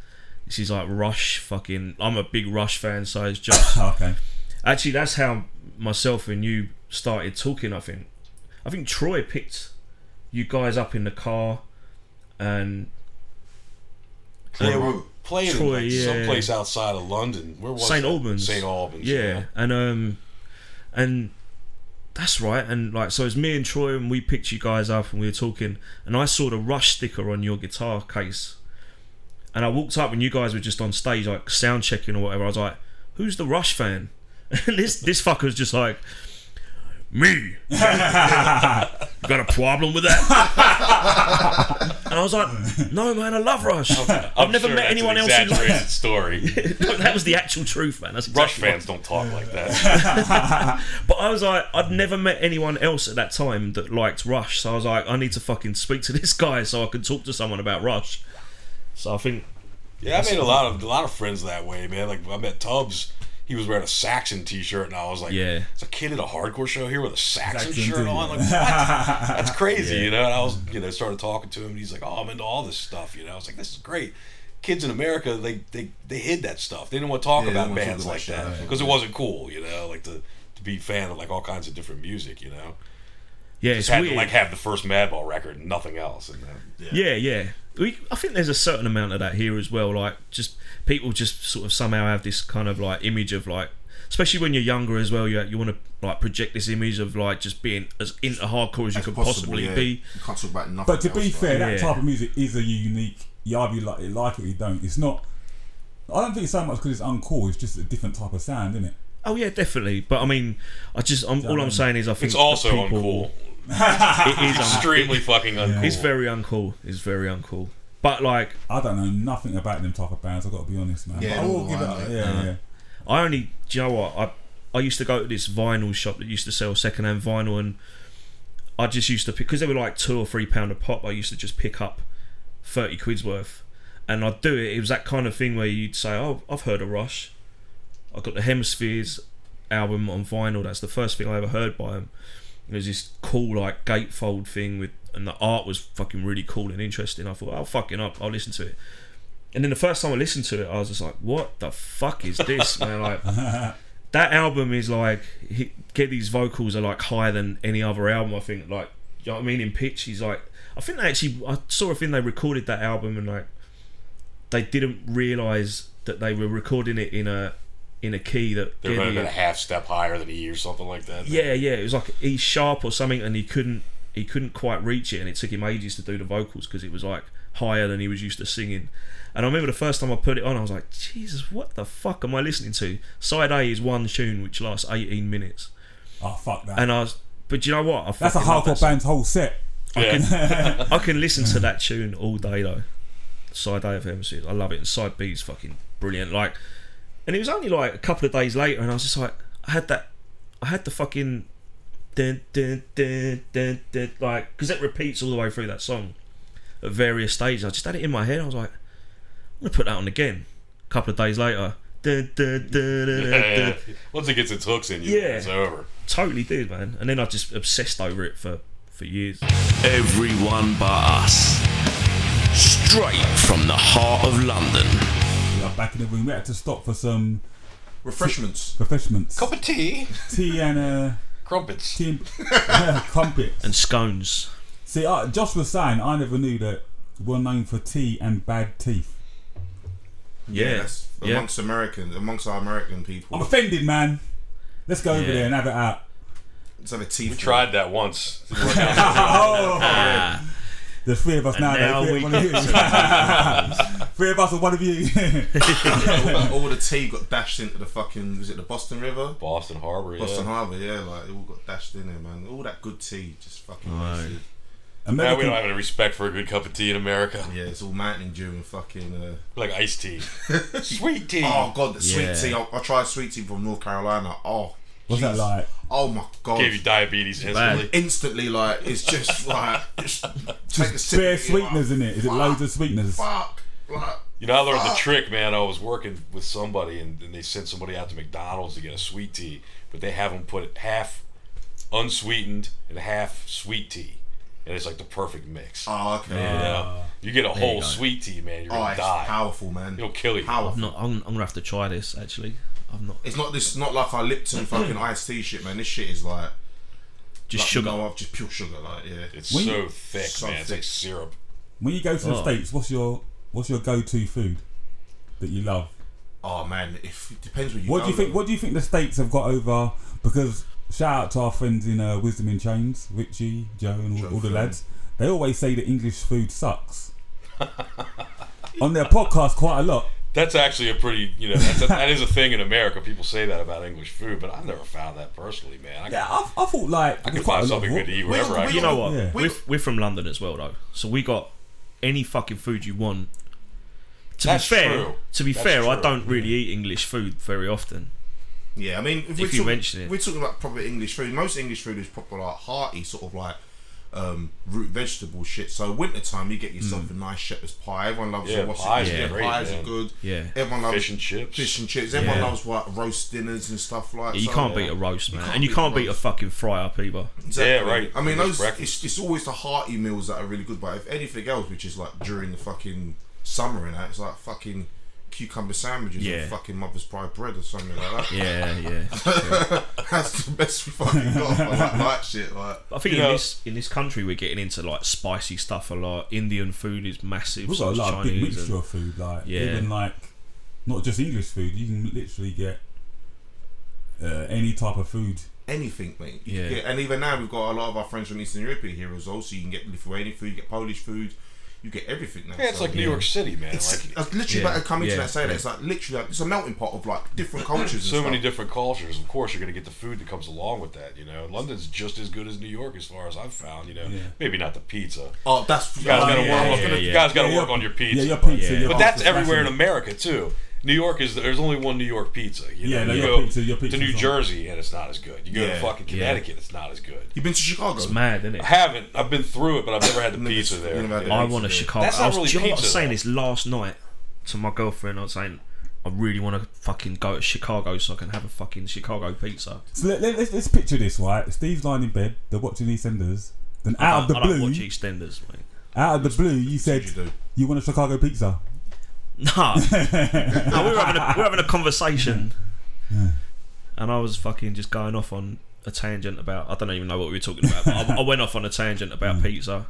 Speaker 6: this is like Rush. Fucking, I'm a big Rush fan, so it's just
Speaker 5: Okay.
Speaker 6: Actually, that's how myself and you started talking. I think, I think Troy picked you guys up in the car, and
Speaker 7: Yeah, we
Speaker 4: Troy-
Speaker 7: were playing in,
Speaker 6: Troy,
Speaker 7: like,
Speaker 6: yeah.
Speaker 7: someplace outside of London. Where was
Speaker 6: St
Speaker 7: that?
Speaker 6: Albans.
Speaker 7: St Albans.
Speaker 6: yeah, and um, and that's right. And like, so it's me and Troy, and we picked you guys up, and we were talking, and I saw the Rush sticker on your guitar case, and I walked up, and you guys were just on stage, like sound checking or whatever. I was like, "Who's the Rush fan?" And this this fucker's just like. Me, you got a problem with that? and I was like, "No, man, I love Rush. I've
Speaker 7: I'm
Speaker 6: never
Speaker 7: sure
Speaker 6: met
Speaker 7: that's
Speaker 6: anyone
Speaker 7: an
Speaker 6: else who likes
Speaker 7: exaggerated story.
Speaker 6: that was the actual truth, man. That's
Speaker 7: Rush
Speaker 6: exactly what-
Speaker 7: fans don't talk like that.
Speaker 6: But I was like, I'd never met anyone else at that time that liked Rush, so I was like, I need to fucking speak to this guy so I can talk to someone about Rush. So I think,
Speaker 7: Yeah, I made a lot of a lot of friends that way, man. Like I met Tubbs. He was wearing a Saxon T-shirt, and I was like,
Speaker 6: Yeah.
Speaker 7: it's a kid at a hardcore show here with a Saxon,
Speaker 5: Saxon
Speaker 7: shirt
Speaker 5: too,
Speaker 7: on.
Speaker 5: yeah.
Speaker 7: Like, what? That's crazy, you know." And I was, you know, started talking to him, and he's like, "Oh, I'm into all this stuff," you know. I was like, "This is great." Kids in America, they they, they hid that stuff. They didn't want to talk
Speaker 4: Yeah, they
Speaker 7: about
Speaker 4: don't wanna talk
Speaker 7: bands
Speaker 4: about
Speaker 7: like
Speaker 4: shit like
Speaker 7: that
Speaker 4: that.
Speaker 7: because it wasn't cool, you know. Like to to be a fan of like all kinds of different music, you know.
Speaker 6: yeah, it's
Speaker 7: Just had
Speaker 6: weird.
Speaker 7: to like have the first Madball record, and nothing else. And, uh,
Speaker 6: yeah, yeah. We, I think there's a certain amount of that here as well. Like, just people just sort of somehow have this kind of like image of like, especially when you're younger as well. You you want to like project this image of like just being as into hardcore as you could possibly
Speaker 4: yeah.
Speaker 6: be.
Speaker 4: You can't talk about nothing.
Speaker 5: But to
Speaker 4: else,
Speaker 5: be
Speaker 4: right?
Speaker 5: fair, that
Speaker 6: Yeah.
Speaker 5: type of music is a unique. You either like it, like it, or you don't. It's not. I don't think it's so much because it's uncool. It's just a different type of sound, isn't it?
Speaker 6: Oh yeah, definitely. But I mean, I just I'm, all I'm saying is I think
Speaker 7: it's also
Speaker 6: that people-
Speaker 7: uncool.
Speaker 6: It is uncool.
Speaker 7: Extremely fucking uncool.
Speaker 6: It's very uncool. It's very uncool. But like,
Speaker 5: I don't know nothing about them type of bands. I've got to be honest, man.
Speaker 4: Yeah,
Speaker 5: But I will
Speaker 4: nor
Speaker 5: give
Speaker 4: do
Speaker 5: it.
Speaker 4: I,
Speaker 5: a-
Speaker 4: mate.
Speaker 5: Yeah, yeah.
Speaker 6: I only, do you know what? I I used to go to this vinyl shop that used to sell secondhand vinyl, and I just used to pick because they were like two or three pound a pop. I used to just pick up thirty quid's worth, and I'd do it. It was that kind of thing where you'd say, "Oh, I've heard of Rush. I got the Hemispheres album on vinyl. That's the first thing I ever heard by them." It was this cool like gatefold thing with, and the art was fucking really cool and interesting. I thought, "Oh, fucking up, I'll listen to it." And then the first time I listened to it, I was just like, "What the fuck is this, man?" Like, that album is like he, Geddy's vocals are like higher than any other album. I think like you know what I mean in pitch. He's like I think they actually I saw a thing they recorded that album and like they didn't realize that they were recording it in a in a key that
Speaker 7: They might have been a
Speaker 6: Geddy.
Speaker 7: half step higher than E or something like that.
Speaker 6: Yeah, yeah, it was like E sharp or something, and he couldn't he couldn't quite reach it, and it took him ages to do the vocals because it was like higher than he was used to singing. And I remember the first time I put it on, I was like, Jesus, what the fuck am I listening to? Side A is one tune which lasts 18 minutes.
Speaker 5: Oh fuck that.
Speaker 6: And I was, but do you know what? I
Speaker 5: That's a
Speaker 6: fucking love
Speaker 5: hardcore
Speaker 6: that
Speaker 5: band's whole set.
Speaker 7: Yeah.
Speaker 6: song. I can listen to that tune all day though. Side A of MC, I love it. And side B is fucking brilliant. Like, and it was only like a couple of days later, and I was just like, I had that, I had the fucking, dun, dun, dun, dun, dun, like, because it repeats all the way through that song at various stages. I just had it in my head. I was like, I'm gonna put that on again. A couple of days later, dun, dun, dun, dun, dun, dun.
Speaker 7: Yeah. Once it gets its hooks in you,
Speaker 6: Yeah.
Speaker 7: it's over.
Speaker 6: totally did, man. And then I just obsessed over it for for years.
Speaker 3: Everyone but us. Straight from the heart of London.
Speaker 5: We are back in the room. We had to stop for some
Speaker 4: refreshments.
Speaker 5: refreshments.
Speaker 7: Cup of tea,
Speaker 5: Tea and uh,
Speaker 7: crumpets.
Speaker 5: tea and crumpets.
Speaker 6: and scones.
Speaker 5: See, uh, Josh was saying I never knew that we're known for tea and bad teeth.
Speaker 6: Yeah,
Speaker 4: Yes.
Speaker 6: yeah.
Speaker 4: Amongst Americans, amongst our American
Speaker 5: I'm
Speaker 4: people,
Speaker 5: offended, man. Let's go over
Speaker 6: Yeah.
Speaker 5: there and have it out.
Speaker 4: let's have a tea.
Speaker 7: We tried that once. Didn't work out.
Speaker 5: Oh. The three of us now.
Speaker 6: now
Speaker 5: three,
Speaker 6: we-
Speaker 5: one of you. three of us and one of you.
Speaker 4: all, all the tea got dashed into the fucking. Was it the Boston River?
Speaker 7: Boston Harbor. Yeah.
Speaker 4: Boston Harbor, yeah, like it all got dashed in there, man. All that good tea, just fucking wasted.
Speaker 7: Now
Speaker 5: American,
Speaker 7: we don't have any respect for a good cup of tea in America.
Speaker 4: Yeah, it's all mountain dew and fucking. Uh,
Speaker 7: Like iced tea. Sweet tea.
Speaker 4: oh god, the
Speaker 3: Yeah.
Speaker 4: sweet tea. I, I tried sweet tea from North Carolina. Oh,
Speaker 5: what's that
Speaker 4: jeez.
Speaker 5: like?
Speaker 4: Oh my god.
Speaker 7: Gave you diabetes instantly.
Speaker 4: Instantly, like it's just like just take a sip.
Speaker 5: Bare
Speaker 4: of it, you're like,
Speaker 5: sweeteners in it. Is it loads of sweeteners?
Speaker 4: Fuck. Like,
Speaker 7: You know, I learned the
Speaker 4: Fuck.
Speaker 7: trick, man. I was working with somebody, and, and they sent somebody out to McDonald's to get a sweet tea, but they have them put half unsweetened and half sweet tea, and it's like the perfect mix.
Speaker 4: oh okay.
Speaker 7: you, know? Ah. You get a
Speaker 6: you
Speaker 7: whole
Speaker 6: go.
Speaker 7: sweet tea, man. You're
Speaker 4: Oh,
Speaker 7: gonna
Speaker 4: it's
Speaker 7: die.
Speaker 4: powerful, man.
Speaker 7: It'll kill you.
Speaker 4: Powerful.
Speaker 6: No, I'm, I'm gonna have to try this actually. I've not
Speaker 4: It's not this. Not like our Lipton fucking iced tea shit, man. This shit is like
Speaker 6: just
Speaker 4: like,
Speaker 6: sugar.
Speaker 4: No, I've just pure sugar, like yeah.
Speaker 7: It's
Speaker 5: When
Speaker 7: so
Speaker 5: you-
Speaker 7: thick,
Speaker 4: so
Speaker 7: man. It's like
Speaker 4: thick.
Speaker 7: syrup.
Speaker 5: When you go to the
Speaker 6: Oh.
Speaker 5: states, what's your what's your go-to food that you love?
Speaker 4: oh man, if it depends what you.
Speaker 5: What
Speaker 4: go
Speaker 5: do you think?
Speaker 4: with.
Speaker 5: What do you think the states have got over? Because shout out to our friends in uh, Wisdom in Chains, Richie, Joe, and all, all the
Speaker 4: Finn.
Speaker 5: lads. They always say that English food sucks. On their podcast, quite a lot.
Speaker 7: That's actually a pretty, you know, that's a, that is a thing in America. People say that about English food, but I've never found that personally, man. I,
Speaker 5: Yeah, I, I thought like
Speaker 7: I can find something good to eat wherever
Speaker 4: we-
Speaker 7: I go.
Speaker 6: You know what?
Speaker 5: Yeah.
Speaker 6: We're, we're from London as well, though, so we got any fucking food you want. To
Speaker 7: That's
Speaker 6: be fair,
Speaker 7: true.
Speaker 6: to be
Speaker 7: That's
Speaker 6: fair, I
Speaker 7: true.
Speaker 6: don't really eat English food very often.
Speaker 4: Yeah, I mean, if, we're
Speaker 6: you mention it.
Speaker 4: we're talking about proper English food. Most English food is proper like hearty, sort of like um, root vegetable shit. So wintertime, you get yourself
Speaker 6: Mm.
Speaker 4: a nice shepherd's pie. Everyone loves
Speaker 7: Yeah,
Speaker 4: it. What's
Speaker 7: pies
Speaker 4: it?
Speaker 7: are
Speaker 4: Yeah,
Speaker 7: great,
Speaker 4: pies
Speaker 7: man.
Speaker 4: are good.
Speaker 6: Yeah.
Speaker 4: everyone loves
Speaker 7: Fish and chips.
Speaker 4: um, Fish and chips. Everyone
Speaker 6: Yeah.
Speaker 4: loves like roast dinners and stuff like.
Speaker 6: You
Speaker 4: so-
Speaker 6: can't beat a roast, man,
Speaker 4: can't
Speaker 6: and you
Speaker 4: beat a
Speaker 6: can't beat a
Speaker 4: roast.
Speaker 6: fucking fry up either.
Speaker 4: Exactly.
Speaker 7: Yeah, right.
Speaker 4: I mean,
Speaker 7: English
Speaker 4: those
Speaker 7: breakfast.
Speaker 4: it's, it's always the hearty meals that are really good. But if anything else, which is like during the fucking summer and that, it's like fucking cucumber sandwiches
Speaker 6: Yeah.
Speaker 4: and fucking mother's pride bread or something like that.
Speaker 6: Yeah, yeah.
Speaker 4: That's the best we fucking got for like light shit. Like,
Speaker 6: I think
Speaker 7: You
Speaker 6: in
Speaker 7: know-
Speaker 6: this in this country we're getting into like spicy stuff a lot. Indian food is massive.
Speaker 5: we've
Speaker 6: so
Speaker 5: got a
Speaker 6: is
Speaker 5: lot of big
Speaker 6: Chinese
Speaker 5: mixture
Speaker 6: and-
Speaker 5: of food. Like
Speaker 6: Yeah.
Speaker 5: even like not just English food. You can literally get uh, any type of food.
Speaker 4: anything, mate. You
Speaker 6: Yeah.
Speaker 4: can get- and even now we've got a lot of our friends from Eastern Europe here as well. So you can get Lithuanian food, you get Polish food, you get everything now.
Speaker 7: Yeah, it's
Speaker 4: so-
Speaker 7: like New York City, man.
Speaker 4: It's,
Speaker 7: like
Speaker 4: I was literally
Speaker 6: Yeah,
Speaker 4: about to come into
Speaker 6: yeah,
Speaker 4: that and say that
Speaker 6: yeah.
Speaker 4: it's like literally like, it's a melting pot of like different cultures. and
Speaker 7: so many
Speaker 4: stuff.
Speaker 7: different cultures. Of course, you're going to get the food that comes along with that. You know, London's just as good as New York, as far as I've found. You know,
Speaker 5: Yeah.
Speaker 7: maybe not the pizza.
Speaker 4: Oh, that's
Speaker 7: You guys
Speaker 4: oh,
Speaker 7: got to
Speaker 4: yeah,
Speaker 7: work.
Speaker 4: yeah,
Speaker 7: on-
Speaker 4: yeah.
Speaker 7: You guys got to
Speaker 5: Yeah,
Speaker 7: work
Speaker 5: your-
Speaker 7: on your pizza.
Speaker 5: Yeah, your pizza.
Speaker 6: Yeah.
Speaker 5: Your
Speaker 7: But that's
Speaker 5: pasta
Speaker 7: everywhere in
Speaker 5: smashing.
Speaker 7: America too. New York is there's only one New York pizza. You know?
Speaker 5: Yeah, no,
Speaker 7: you
Speaker 5: your
Speaker 7: go
Speaker 5: pizza- your
Speaker 7: to
Speaker 5: pizza's
Speaker 7: New
Speaker 5: on.
Speaker 7: Jersey and it's not as good. You go to
Speaker 4: Yeah.
Speaker 7: fucking Connecticut, it's not as good.
Speaker 4: You've been to Chicago?
Speaker 6: It's mad, isn't it?
Speaker 7: I haven't. I've been through it, but I've never had the
Speaker 4: Never-
Speaker 7: pizza there.
Speaker 4: never had
Speaker 7: you
Speaker 4: it.
Speaker 7: know?
Speaker 6: I want a Chicago.
Speaker 7: That's not
Speaker 6: I was,
Speaker 7: really
Speaker 6: do you know what I
Speaker 7: pizza,
Speaker 6: was saying
Speaker 7: though.
Speaker 6: this last night to my girlfriend. I was saying I really want to fucking go to Chicago so I can have a fucking Chicago pizza.
Speaker 5: So let, let, let's, let's picture this, right? Steve's lying in bed. They're watching EastEnders. Then out of the
Speaker 6: I don't
Speaker 5: blue,
Speaker 6: watch EastEnders, mate.
Speaker 5: out of the blue, you said
Speaker 4: you do.
Speaker 5: you want a Chicago pizza.
Speaker 6: Nah, no, we were having a, we were having a conversation, and I was fucking just going off on a tangent about I don't even know what we were talking about. But I, I went off on a tangent
Speaker 5: Mm.
Speaker 6: about pizza.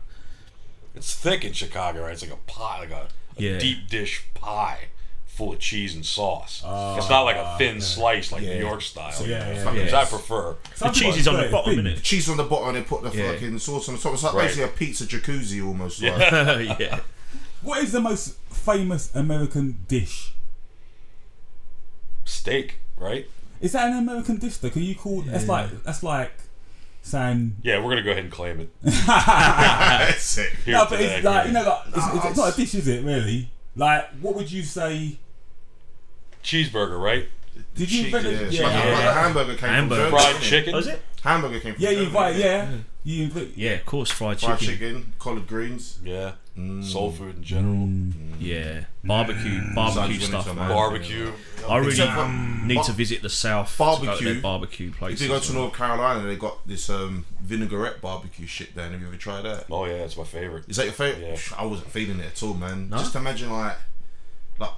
Speaker 7: It's thick in Chicago, right? It's like a pie, like a, a
Speaker 6: Yeah.
Speaker 7: deep dish pie full of cheese and sauce.
Speaker 5: Oh,
Speaker 7: it's not like a thin slice like New York style.
Speaker 5: yeah, yeah,
Speaker 7: Something
Speaker 6: yeah.
Speaker 7: which I prefer.
Speaker 6: The cheese is on the bottom, isn't
Speaker 4: The
Speaker 6: it?
Speaker 4: cheese on the bottom, they put the
Speaker 6: Yeah.
Speaker 4: fucking sauce on the top. It's like
Speaker 7: Right.
Speaker 4: basically a pizza jacuzzi almost. Like.
Speaker 6: yeah.
Speaker 5: What is the most famous American dish?
Speaker 7: Steak, right?
Speaker 5: Is that an American dish? Though, can you call that's like that's like saying
Speaker 7: Yeah, we're gonna go ahead and claim it.
Speaker 4: That's it.
Speaker 7: Here
Speaker 5: no, but
Speaker 7: today.
Speaker 5: it's like you know, like it's, it's, it's not a dish, is it? Really? Like, what would you say?
Speaker 7: Cheeseburger, right?
Speaker 5: Did you
Speaker 4: Cheese,
Speaker 5: invent it?
Speaker 4: yeah. Like, like hamburger came
Speaker 6: Hamburger.
Speaker 4: from Germany.
Speaker 7: Fried chicken.
Speaker 5: Oh,
Speaker 6: Was it?
Speaker 4: Hamburger came from
Speaker 5: yeah, you
Speaker 4: Germany.
Speaker 5: invite, yeah, you invent,
Speaker 6: Yeah, of course, fried chicken.
Speaker 4: Fried chicken, collard greens.
Speaker 7: Yeah.
Speaker 4: Mm.
Speaker 7: Soul food in general.
Speaker 6: Yeah, barbecue, barbecue
Speaker 4: Sounds
Speaker 6: stuff,
Speaker 4: good,
Speaker 6: man.
Speaker 4: man.
Speaker 7: Barbecue.
Speaker 6: I really Um,
Speaker 4: Except for-
Speaker 6: need to visit the south. to go to
Speaker 4: Barbecue.
Speaker 6: their barbecue
Speaker 4: If
Speaker 6: places.
Speaker 4: you go to
Speaker 6: man.
Speaker 4: North Carolina, they got this um, vinaigrette barbecue shit down. Have you ever tried that?
Speaker 7: Oh yeah, it's my favorite.
Speaker 4: Is that your favorite?
Speaker 7: Yeah.
Speaker 4: I wasn't feeling it at all, man. Just imagine like like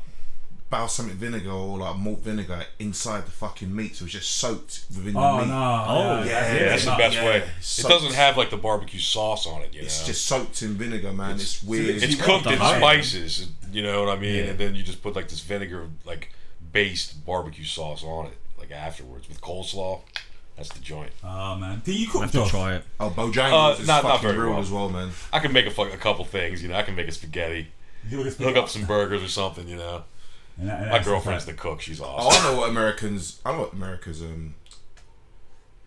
Speaker 4: balsamic vinegar or like malt vinegar inside the fucking meat, so it's just soaked within the
Speaker 5: Oh
Speaker 4: meat.
Speaker 5: no!
Speaker 6: Oh,
Speaker 4: Yeah,
Speaker 7: Yeah, that's the
Speaker 5: not-
Speaker 7: best
Speaker 4: yeah.
Speaker 7: way. It
Speaker 4: So-
Speaker 7: doesn't have like the barbecue sauce on it, you know.
Speaker 4: It's just soaked in vinegar, man. It's, weird.
Speaker 7: it's
Speaker 4: It's-
Speaker 7: cooked in
Speaker 6: Done.
Speaker 7: spices, you know what I mean? And then you just put like this vinegar like based barbecue sauce on it, like afterwards with coleslaw. That's the joint.
Speaker 5: Oh man, can you
Speaker 6: I
Speaker 5: cook,
Speaker 6: have to
Speaker 5: Josh?
Speaker 6: try it.
Speaker 4: oh, Bojangles
Speaker 7: Uh,
Speaker 4: is
Speaker 7: not- not
Speaker 4: fucking
Speaker 7: very
Speaker 4: real
Speaker 7: well.
Speaker 4: as well, man.
Speaker 7: I can make a, fuck- a couple things, you know. I can make a spaghetti,
Speaker 5: You just-
Speaker 7: hook up some burgers or something, you know.
Speaker 5: and that- and
Speaker 7: My
Speaker 5: that's
Speaker 7: girlfriend's
Speaker 5: the
Speaker 7: the cook; she's
Speaker 4: Oh,
Speaker 7: awesome.
Speaker 4: I know what Americans. I know what America's um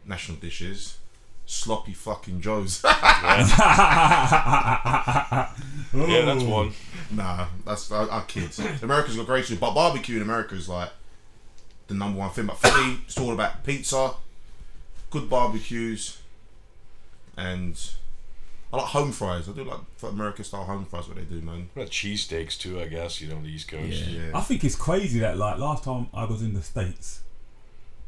Speaker 4: national dish is. sloppy fucking Joes.
Speaker 7: Yeah, that's one.
Speaker 4: nah, that's our, our kids. America's got great food, but barbecue in America is like the number one thing. But for me, it's all about pizza, good barbecues, and I like home fries. I do like American style home fries. What they do, man.
Speaker 7: What about cheesesteaks too? I guess you know the East Coast.
Speaker 6: Yeah.
Speaker 5: I
Speaker 4: Yeah.
Speaker 5: think it's crazy that like last time I was in the states,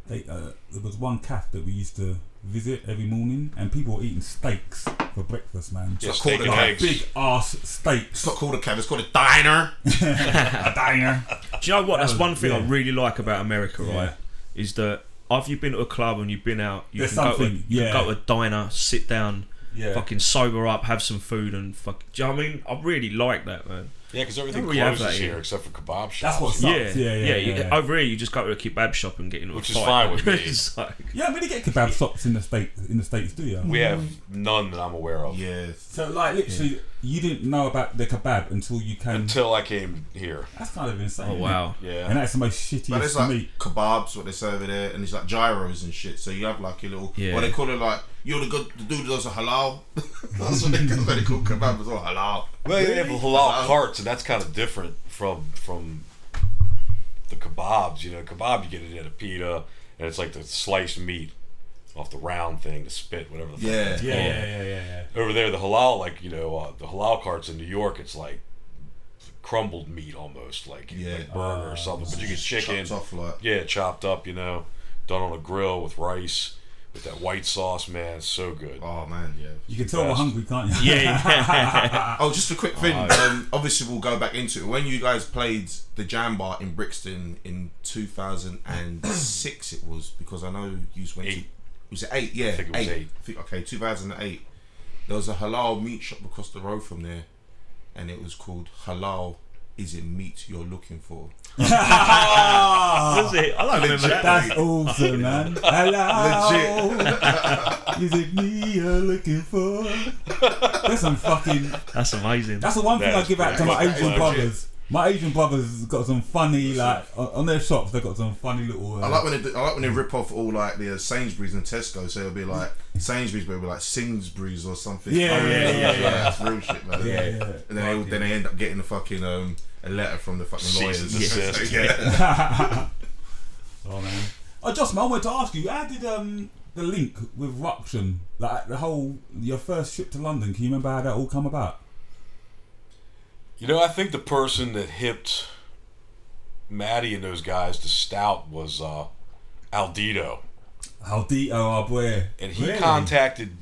Speaker 5: they uh, there was one cafe that we used to visit every morning, and people were eating steaks for breakfast, man.
Speaker 7: Yeah,
Speaker 5: Just
Speaker 7: steak and
Speaker 5: like
Speaker 7: eggs.
Speaker 5: big ass steaks.
Speaker 4: It's not called a cab. It's called a diner.
Speaker 5: a diner.
Speaker 6: Do you know what? That's
Speaker 5: was-
Speaker 6: one thing I
Speaker 5: yeah.
Speaker 6: really like about America,
Speaker 5: Yeah.
Speaker 6: right? Is that after you've been to a club and you've been out, you
Speaker 5: There's
Speaker 6: can go, to, a-
Speaker 5: something,
Speaker 6: you
Speaker 5: yeah.
Speaker 6: can go to a diner, sit down,
Speaker 5: Yeah.
Speaker 6: fucking sober up, have some food, and fuck. Do you know what I mean? I really like that, man.
Speaker 7: Yeah, because everything
Speaker 6: Don't really have
Speaker 7: closes
Speaker 6: that
Speaker 7: here
Speaker 6: here.
Speaker 7: except for kebab shops.
Speaker 5: That's what
Speaker 6: Yeah,
Speaker 5: sucks. Yeah, yeah,
Speaker 6: you-
Speaker 5: yeah, yeah.
Speaker 6: Over here, you just go to a kebab shop and get into
Speaker 7: Which
Speaker 6: a
Speaker 7: is
Speaker 6: fight.
Speaker 7: fine with me.
Speaker 6: It's like-
Speaker 5: You don't really get kebab shops in the states. In the states, do you?
Speaker 7: we have none that I'm aware of.
Speaker 4: Yeah.
Speaker 5: So like literally, you didn't know about the kebab until you came.
Speaker 7: Until I came here.
Speaker 5: that's kind of insane.
Speaker 6: oh
Speaker 5: isn't it?
Speaker 6: wow.
Speaker 7: Yeah.
Speaker 5: And that's the most
Speaker 4: But
Speaker 5: shittiest
Speaker 4: it's like
Speaker 5: meat.
Speaker 4: kebabs, what they say over there, and it's like gyros and shit. So you have like your little,
Speaker 6: Yeah.
Speaker 4: what they call it, like you're the good the dude that does a halal. That's what they, that's what they call kebab as well, halal.
Speaker 7: Well, they have halal carts, and that's kind of different from from the kebabs. You know, kebab you get it at a pita, and it's like the sliced meat off the round thing, the spit, whatever. The fuck
Speaker 4: Yeah.
Speaker 7: that's
Speaker 5: Yeah,
Speaker 7: called.
Speaker 5: yeah, yeah, yeah, yeah.
Speaker 7: Over there, the halal, like you know, uh, the halal carts in New York, it's like crumbled meat almost, like
Speaker 4: Yeah.
Speaker 7: like burger or something. But you get chicken,
Speaker 4: Chopped off like.
Speaker 7: yeah, chopped up, you know, done on a grill with rice, with that white sauce, man, it's so good.
Speaker 4: Oh man, yeah.
Speaker 5: You can tell we're
Speaker 7: best.
Speaker 5: hungry, can't you?
Speaker 6: Yeah.
Speaker 4: Oh, just a quick thing. Um, obviously, we'll go back into it. When you guys played the Jam Bar in Brixton in 2006, it was because I know you went to.
Speaker 7: Eight.
Speaker 4: Was it eight? Yeah, I
Speaker 7: think it was eight.
Speaker 4: I think- okay, 2008. There was a halal meat shop across the road from there, and it was called Halal. Is it meat you're looking for?
Speaker 6: Was it? I don't remember that.
Speaker 5: That's awesome, man. Hello. Is it me you're looking for? That's some fucking.
Speaker 6: That's amazing.
Speaker 5: That's the one thing
Speaker 7: That
Speaker 5: I
Speaker 7: is
Speaker 5: give out to
Speaker 7: pretty
Speaker 5: my
Speaker 7: much
Speaker 5: Asian
Speaker 7: legit.
Speaker 5: brothers. My Asian brothers has got some funny like on on their shops. They have got some funny little. Uh,
Speaker 4: I like when they do, I like when they rip off all like the uh, Sainsbury's and Tesco. So it'll be like Sainsbury's, but it'll be like Singsbury's or something.
Speaker 5: Yeah,
Speaker 4: I really
Speaker 5: yeah,
Speaker 4: love
Speaker 5: yeah,
Speaker 4: that.
Speaker 5: yeah.
Speaker 4: That's real shit, man.
Speaker 5: Yeah, yeah.
Speaker 4: And then, they, then they end up getting a fucking um, a letter from the fucking
Speaker 7: Cease
Speaker 4: lawyers.
Speaker 7: and desist.
Speaker 4: yeah.
Speaker 5: oh man. Oh, Josh, man, I wanted to ask you. How did um the link with Ruction, like the whole your first trip to London? Can you remember how that all come about?
Speaker 7: You know, I think the person that hipped Maddie and those guys to Stout was uh, Aldito,
Speaker 5: How deep? Oh, our boy.
Speaker 7: and he
Speaker 5: Really?
Speaker 7: contacted.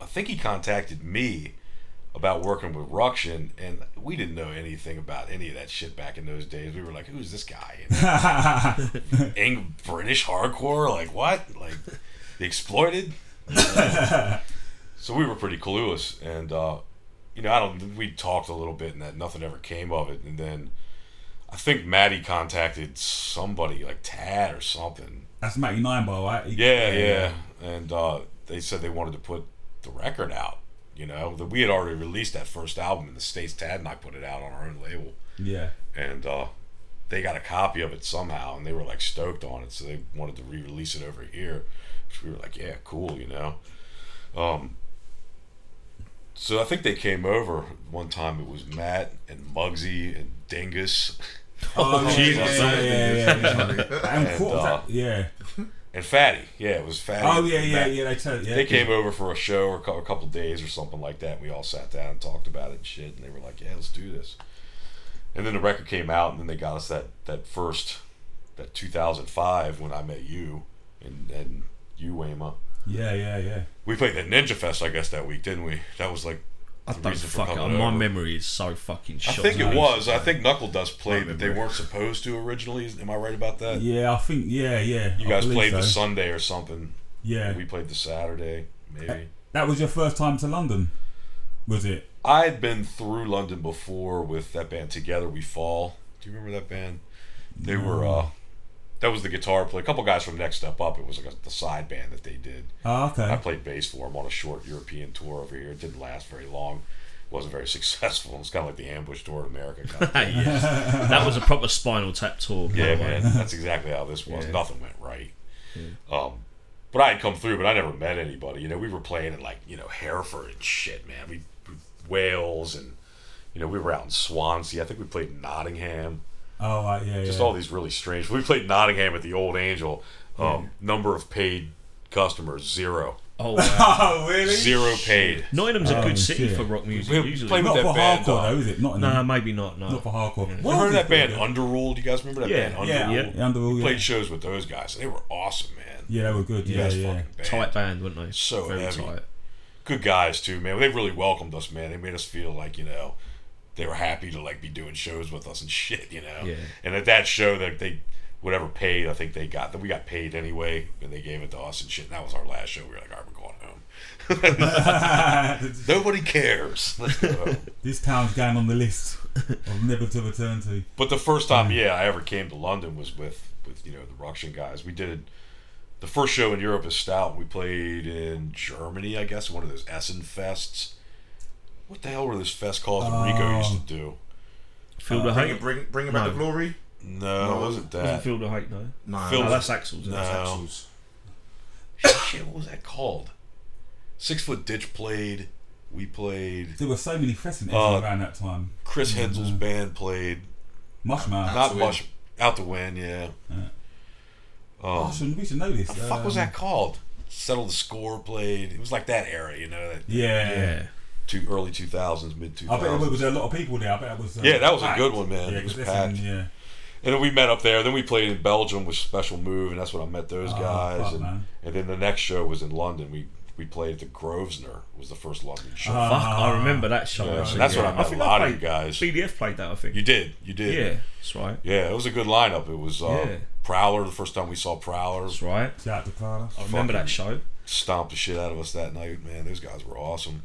Speaker 7: I think he contacted me about working with Ruction, and we didn't know anything about any of that shit back in those days. We were like, "Who's this guy?" You know, Eng- British hardcore, like what? Like the exploited? so we were pretty clueless, and uh, you know, I don't. We talked a little bit, and that nothing ever came of it. And then I think Maddie contacted somebody like Tad or something.
Speaker 5: That's Matty Ninebar, right? He-
Speaker 7: Yeah, yeah. And uh, they said they wanted to put the record out. You know that we had already released that first album in the states. Tad and I put it out on our own label
Speaker 5: Yeah.
Speaker 7: and uh, they got a copy of it somehow, and they were like stoked on it, so they wanted to re-release it over here. Which we were like, yeah, cool, you know. Um, so I think they came over one time. It was Matt and Muggsy and Dingus.
Speaker 5: Oh,
Speaker 6: Jesus.
Speaker 5: Yeah, yeah, yeah. yeah, yeah. and
Speaker 7: uh,
Speaker 5: quarterback. Yeah.
Speaker 7: and Fatty. Yeah, it was Fatty.
Speaker 5: Oh
Speaker 7: and
Speaker 5: yeah, yeah,
Speaker 7: Matt.
Speaker 5: yeah. They tell. Yeah.
Speaker 7: They came over for a show or a cou- a couple days or something like that. And we all sat down and talked about it and shit. And they were like, "Yeah, let's do this." And then the record came out, and then they got us that that first that 2005 when I met you and and you Wayma.
Speaker 5: Yeah, yeah, yeah.
Speaker 7: We played that Ninja Fest, I guess, that week, didn't we? That was like
Speaker 6: I
Speaker 7: the
Speaker 6: don't
Speaker 7: reason for
Speaker 6: fuck it.
Speaker 7: coming
Speaker 6: My
Speaker 7: over.
Speaker 6: memory is so fucking
Speaker 7: I
Speaker 6: shot.
Speaker 7: think it
Speaker 6: man.
Speaker 7: was. I think Knuckle Dust played, but they weren't supposed to originally. Am I right about that?
Speaker 5: Yeah, I think. Yeah, yeah.
Speaker 7: You
Speaker 5: I
Speaker 7: guys
Speaker 5: believe
Speaker 7: played
Speaker 5: so.
Speaker 7: the Sunday or something.
Speaker 5: Yeah.
Speaker 7: We played the Saturday, maybe.
Speaker 5: That was your first time to London, was it?
Speaker 7: I had been through London before with that band Together We Fall. Do you remember that band? They were uh that was the guitar player. A couple guys from Next Step Up. It was like a, the side band that they did.
Speaker 5: Oh,
Speaker 7: I
Speaker 5: okay.
Speaker 7: played bass for them on a short European tour over here. It didn't last very long. It wasn't very successful. It's kind of like the ambush tour in America. Kind of thing.
Speaker 6: Hey, yes. that was a proper Spinal Tap tour. by
Speaker 7: yeah,
Speaker 6: the way.
Speaker 7: man. That's exactly how this was. Nothing went right. Um, But I had come through, but I never met anybody. You know, we were playing at like you know Hereford and shit, man. We, we Wales and you know we were out in Swansea. I think we played in Nottingham.
Speaker 5: Oh, right, yeah,
Speaker 7: Just
Speaker 5: yeah.
Speaker 7: all these really strange. We played Nottingham at the Old Angel. Um, number of paid customers zero.
Speaker 6: Oh, wow.
Speaker 5: Oh, really?
Speaker 7: Zero paid.
Speaker 6: Nottingham's
Speaker 7: Oh,
Speaker 6: a good city
Speaker 5: shit.
Speaker 6: for rock music.
Speaker 7: We- we
Speaker 6: usually,
Speaker 7: play with
Speaker 5: Not
Speaker 7: that
Speaker 5: for
Speaker 7: band,
Speaker 5: hardcore,
Speaker 7: uh,
Speaker 5: though, is it? Not, in
Speaker 6: nah, maybe not. No,
Speaker 5: not for hardcore. Yeah.
Speaker 7: You remember that band Underrule? Do you guys remember that
Speaker 6: Yeah,
Speaker 7: band
Speaker 5: yeah,
Speaker 7: Underrule?
Speaker 5: yeah, Underrule,
Speaker 7: We
Speaker 5: yeah.
Speaker 7: played shows with those guys. and They were awesome, man.
Speaker 5: Yeah, they were good. Yeah,
Speaker 7: Best
Speaker 5: yeah.
Speaker 7: fucking band.
Speaker 6: tight band, weren't they?
Speaker 7: So
Speaker 6: very
Speaker 7: heavy. Uh,
Speaker 6: tight.
Speaker 7: Good guys too, man. They really welcomed us, man. They made us feel like you know they were happy to like be doing shows with us and shit, you know.
Speaker 6: Yeah.
Speaker 7: And at that show, that they whatever paid, I think they got that we got paid anyway, and they gave it to us and shit. And that was our last show. We were like, all right, we're going home. Nobody cares. Let's go home.
Speaker 5: this town's going on the list of never to return to.
Speaker 7: But the first time, yeah, I ever came to London was with with you know the Ruction guys. We did the first show in Europe is Stout. We played in Germany, I guess, one of those Essen fests. What the hell were those fests called that Rico used to do?
Speaker 6: Feel the
Speaker 4: Bring
Speaker 6: hate.
Speaker 4: it, bring, bring about
Speaker 6: No.
Speaker 4: the glory.
Speaker 7: No, it wasn't
Speaker 6: Doesn't
Speaker 7: that.
Speaker 6: feel the hate, no.
Speaker 4: Nah,
Speaker 7: Phil-
Speaker 6: No, that's Axel's.
Speaker 7: No.
Speaker 4: Axles.
Speaker 7: Shit, what was that called? Six Foot Ditch played. We played.
Speaker 5: There were so many fests in
Speaker 7: Uh,
Speaker 5: Essex around that time.
Speaker 7: Chris Hensel's band played.
Speaker 5: Mushmouth.
Speaker 4: Out
Speaker 7: Not
Speaker 4: to Win.
Speaker 7: much. Out the win, yeah.
Speaker 5: Oh, shouldn't- we should know this.
Speaker 7: The fuck was
Speaker 5: Um,
Speaker 7: that called? Settle the score played. It was like that era, you know, that
Speaker 5: Yeah.
Speaker 6: Yeah.
Speaker 7: two early two thousands, mid two
Speaker 5: I bet there
Speaker 7: thousands.
Speaker 5: was a lot of people there. I bet it was. Uh,
Speaker 7: Yeah, that was a
Speaker 5: packed.
Speaker 7: good one, man.
Speaker 5: Yeah,
Speaker 7: It was
Speaker 5: 'cause
Speaker 7: packed.
Speaker 5: Essen, yeah.
Speaker 7: And then we met up there. Then we played in Belgium with Special Move, and that's when I met those guys.
Speaker 5: fuck,
Speaker 7: and,
Speaker 5: man.
Speaker 7: and then the next show was in London. We we played at the Grosvenor. Was the first London show.
Speaker 6: Fuck,
Speaker 5: Ah,
Speaker 6: I remember that show.
Speaker 7: Yeah,
Speaker 6: actually,
Speaker 7: that's
Speaker 6: yeah.
Speaker 7: what I met
Speaker 6: think
Speaker 7: a lot of
Speaker 6: played-
Speaker 7: you guys.
Speaker 6: BDF played that, I think.
Speaker 7: you did, you did.
Speaker 6: Yeah, that's right.
Speaker 7: yeah. It was a good lineup. It was uh,
Speaker 6: Yeah.
Speaker 7: Prowler. The first time we saw Prowler,
Speaker 6: That's right.
Speaker 5: Shout out to Prada.
Speaker 7: Oh,
Speaker 6: I remember that show.
Speaker 7: stomped the shit out of us that night. Man, those guys were awesome.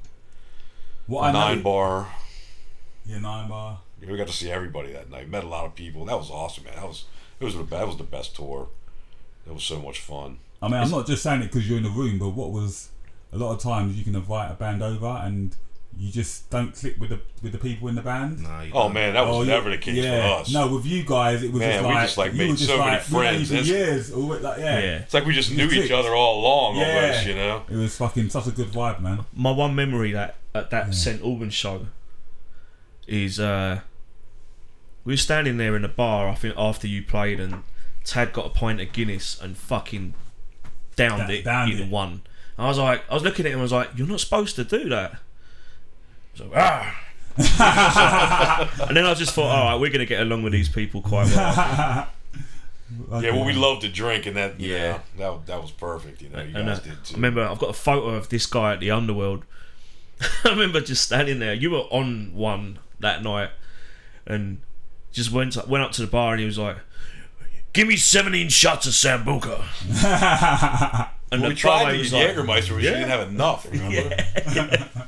Speaker 5: What I
Speaker 7: Nine
Speaker 5: know,
Speaker 7: bar.
Speaker 5: Yeah, nine bar.
Speaker 7: We got to see everybody that night. Met a lot of people. That was awesome, man. That was it was the that was the best tour. It was so much fun.
Speaker 5: I mean, I'm not just saying it because you're in the room, but what was a lot of times you can invite a band over and you just don't click with the with the people in the band.
Speaker 4: Nah, you
Speaker 7: Oh
Speaker 4: don't.
Speaker 7: man, that was
Speaker 5: Oh,
Speaker 7: never
Speaker 5: yeah.
Speaker 7: the case
Speaker 5: yeah.
Speaker 7: for us.
Speaker 5: No, with you guys, it was
Speaker 7: Man,
Speaker 5: just
Speaker 7: we
Speaker 5: like
Speaker 7: just, like,
Speaker 5: you
Speaker 7: made
Speaker 5: were just
Speaker 7: so many
Speaker 5: like, we've known you
Speaker 7: friends.
Speaker 5: for
Speaker 7: That's-
Speaker 5: years. All, like, yeah.
Speaker 6: Yeah.
Speaker 7: It's like we just knew each
Speaker 5: clicked.
Speaker 7: other all along,
Speaker 5: Yeah.
Speaker 7: almost, you know.
Speaker 5: It was fucking such a good vibe, man.
Speaker 6: My one memory that at that St Albans show is uh, we were standing there in a bar. I think after you played, and Tad got a pint of Guinness and fucking downed
Speaker 5: Da-
Speaker 6: it
Speaker 5: downed
Speaker 6: in
Speaker 5: it.
Speaker 6: one. I was like, I was looking at him. I was like, you're not supposed to do that. So ah. and then I just thought, all right, we're gonna get along with these people quite well.
Speaker 7: Yeah, well, we loved to drink, and that
Speaker 6: Yeah.
Speaker 7: yeah, that that was perfect. You know, you
Speaker 6: And uh,
Speaker 7: guys did
Speaker 6: I
Speaker 7: too.
Speaker 6: remember I've got a photo of this guy at the underworld. I remember just standing there. You were on one that night, and just went up, went up to the bar and he was like, "Give me seventeen shots of sambuca." and the
Speaker 7: Well, we tried
Speaker 6: barman
Speaker 7: to use
Speaker 6: was like-
Speaker 7: Jägermeister, but she didn't have enough. Remember?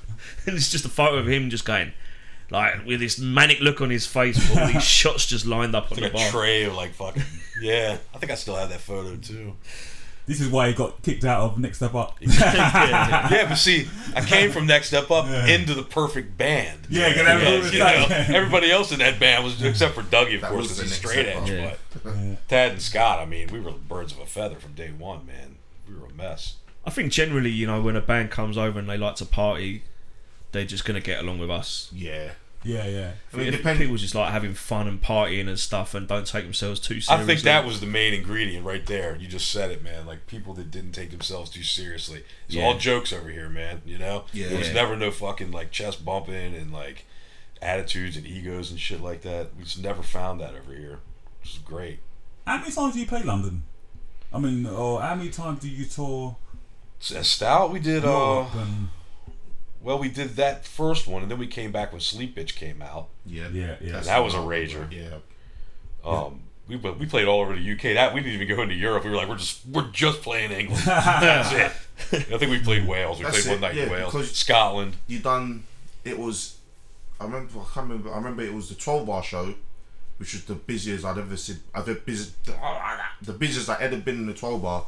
Speaker 6: and it's just a photo of him just going. Like with this manic look on his face, with all these shots just lined up on the
Speaker 7: Like
Speaker 6: bar.
Speaker 7: a tray of like fucking. Yeah, I think I still have that photo too.
Speaker 5: This is why he got kicked out of Next Step Up.
Speaker 6: yeah,
Speaker 7: Yeah, but see, I came from Next Step Up into the perfect band.
Speaker 5: Yeah, 'cause that's what it
Speaker 7: Because,
Speaker 5: was
Speaker 7: you know,
Speaker 5: like.
Speaker 7: everybody else in that band was, except for Dougie, of
Speaker 4: That
Speaker 7: course,
Speaker 4: was
Speaker 7: was
Speaker 4: the
Speaker 7: a
Speaker 4: Next
Speaker 7: straight
Speaker 4: Step
Speaker 7: edge.
Speaker 6: Up.
Speaker 7: But Tad and Scott, I mean, we were birds of a feather from day one, man. We were a mess.
Speaker 6: I think generally, you know, when a band comes over and they like to party, they're just gonna get along with us.
Speaker 4: Yeah.
Speaker 5: Yeah, yeah.
Speaker 4: I mean,
Speaker 6: If
Speaker 4: depend-
Speaker 6: people just like having fun and partying and stuff and don't take themselves too
Speaker 7: I
Speaker 6: seriously.
Speaker 7: think that was the main ingredient right there. You just said it, man. Like people that didn't take themselves too seriously. It's
Speaker 6: Yeah.
Speaker 7: all jokes over here, man. You know,
Speaker 4: Yeah.
Speaker 7: there was
Speaker 6: Yeah.
Speaker 7: never no fucking like chest bumping and like attitudes and egos and shit like that. We just never found that over here. Which is great.
Speaker 5: How many times do you play London? I mean, or how many times do you tour?
Speaker 7: So, Stout, we did. Uh,
Speaker 5: Europe and-
Speaker 7: well, we did that first one, and then we came back when Sleep Bitch came out.
Speaker 4: Yeah.
Speaker 5: Yeah, yeah.
Speaker 4: That's
Speaker 7: That was a
Speaker 4: the-
Speaker 7: rager.
Speaker 4: Yeah.
Speaker 7: Um, we but we played all over the UK. That we didn't even go into Europe. We were like, we're just we're just playing England. That's it. I think we played Wales. We
Speaker 4: That's
Speaker 7: played one
Speaker 4: it,
Speaker 7: night in
Speaker 4: yeah,
Speaker 7: Wales,
Speaker 4: because-
Speaker 7: Scotland.
Speaker 4: You done. It was. I remember. I can't remember. I remember it was the twelve bar show, which was the busiest I'd ever seen. I've ever busy, the busiest I would ever been in the twelve bar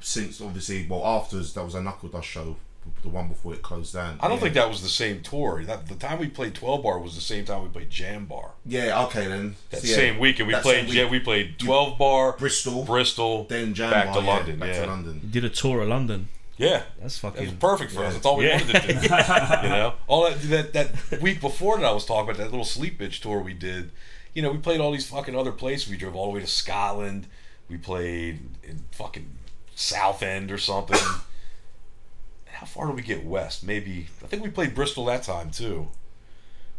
Speaker 4: since obviously. Well, afterwards that was a knuckle dust show the one before it closed down.
Speaker 7: I don't
Speaker 4: yeah.
Speaker 7: think that was the same tour. That the time we played Twelve Bar was the same time we played Jam Bar.
Speaker 4: Yeah, okay then.
Speaker 7: That
Speaker 4: So, yeah,
Speaker 7: same weekend we
Speaker 4: that
Speaker 7: played.
Speaker 4: same week-
Speaker 7: yeah, we played Twelve Bar,
Speaker 4: Bristol,
Speaker 7: Bristol,
Speaker 4: then Jam
Speaker 7: back
Speaker 4: Bar,
Speaker 7: to
Speaker 4: yeah,
Speaker 7: London.
Speaker 4: back
Speaker 7: yeah,
Speaker 4: to London.
Speaker 6: Did a tour of London.
Speaker 7: yeah.
Speaker 6: That's
Speaker 7: That was
Speaker 6: fucking.
Speaker 7: perfect for us. That's all we
Speaker 6: Yeah.
Speaker 7: wanted to do. you know, all that, that that week before that I was talking about that little sleep bitch tour we did. You know, we played all these fucking other places. We drove all the way to Scotland. We played in fucking Southend or something. How far did we get west? Maybe I think we played Bristol that time too.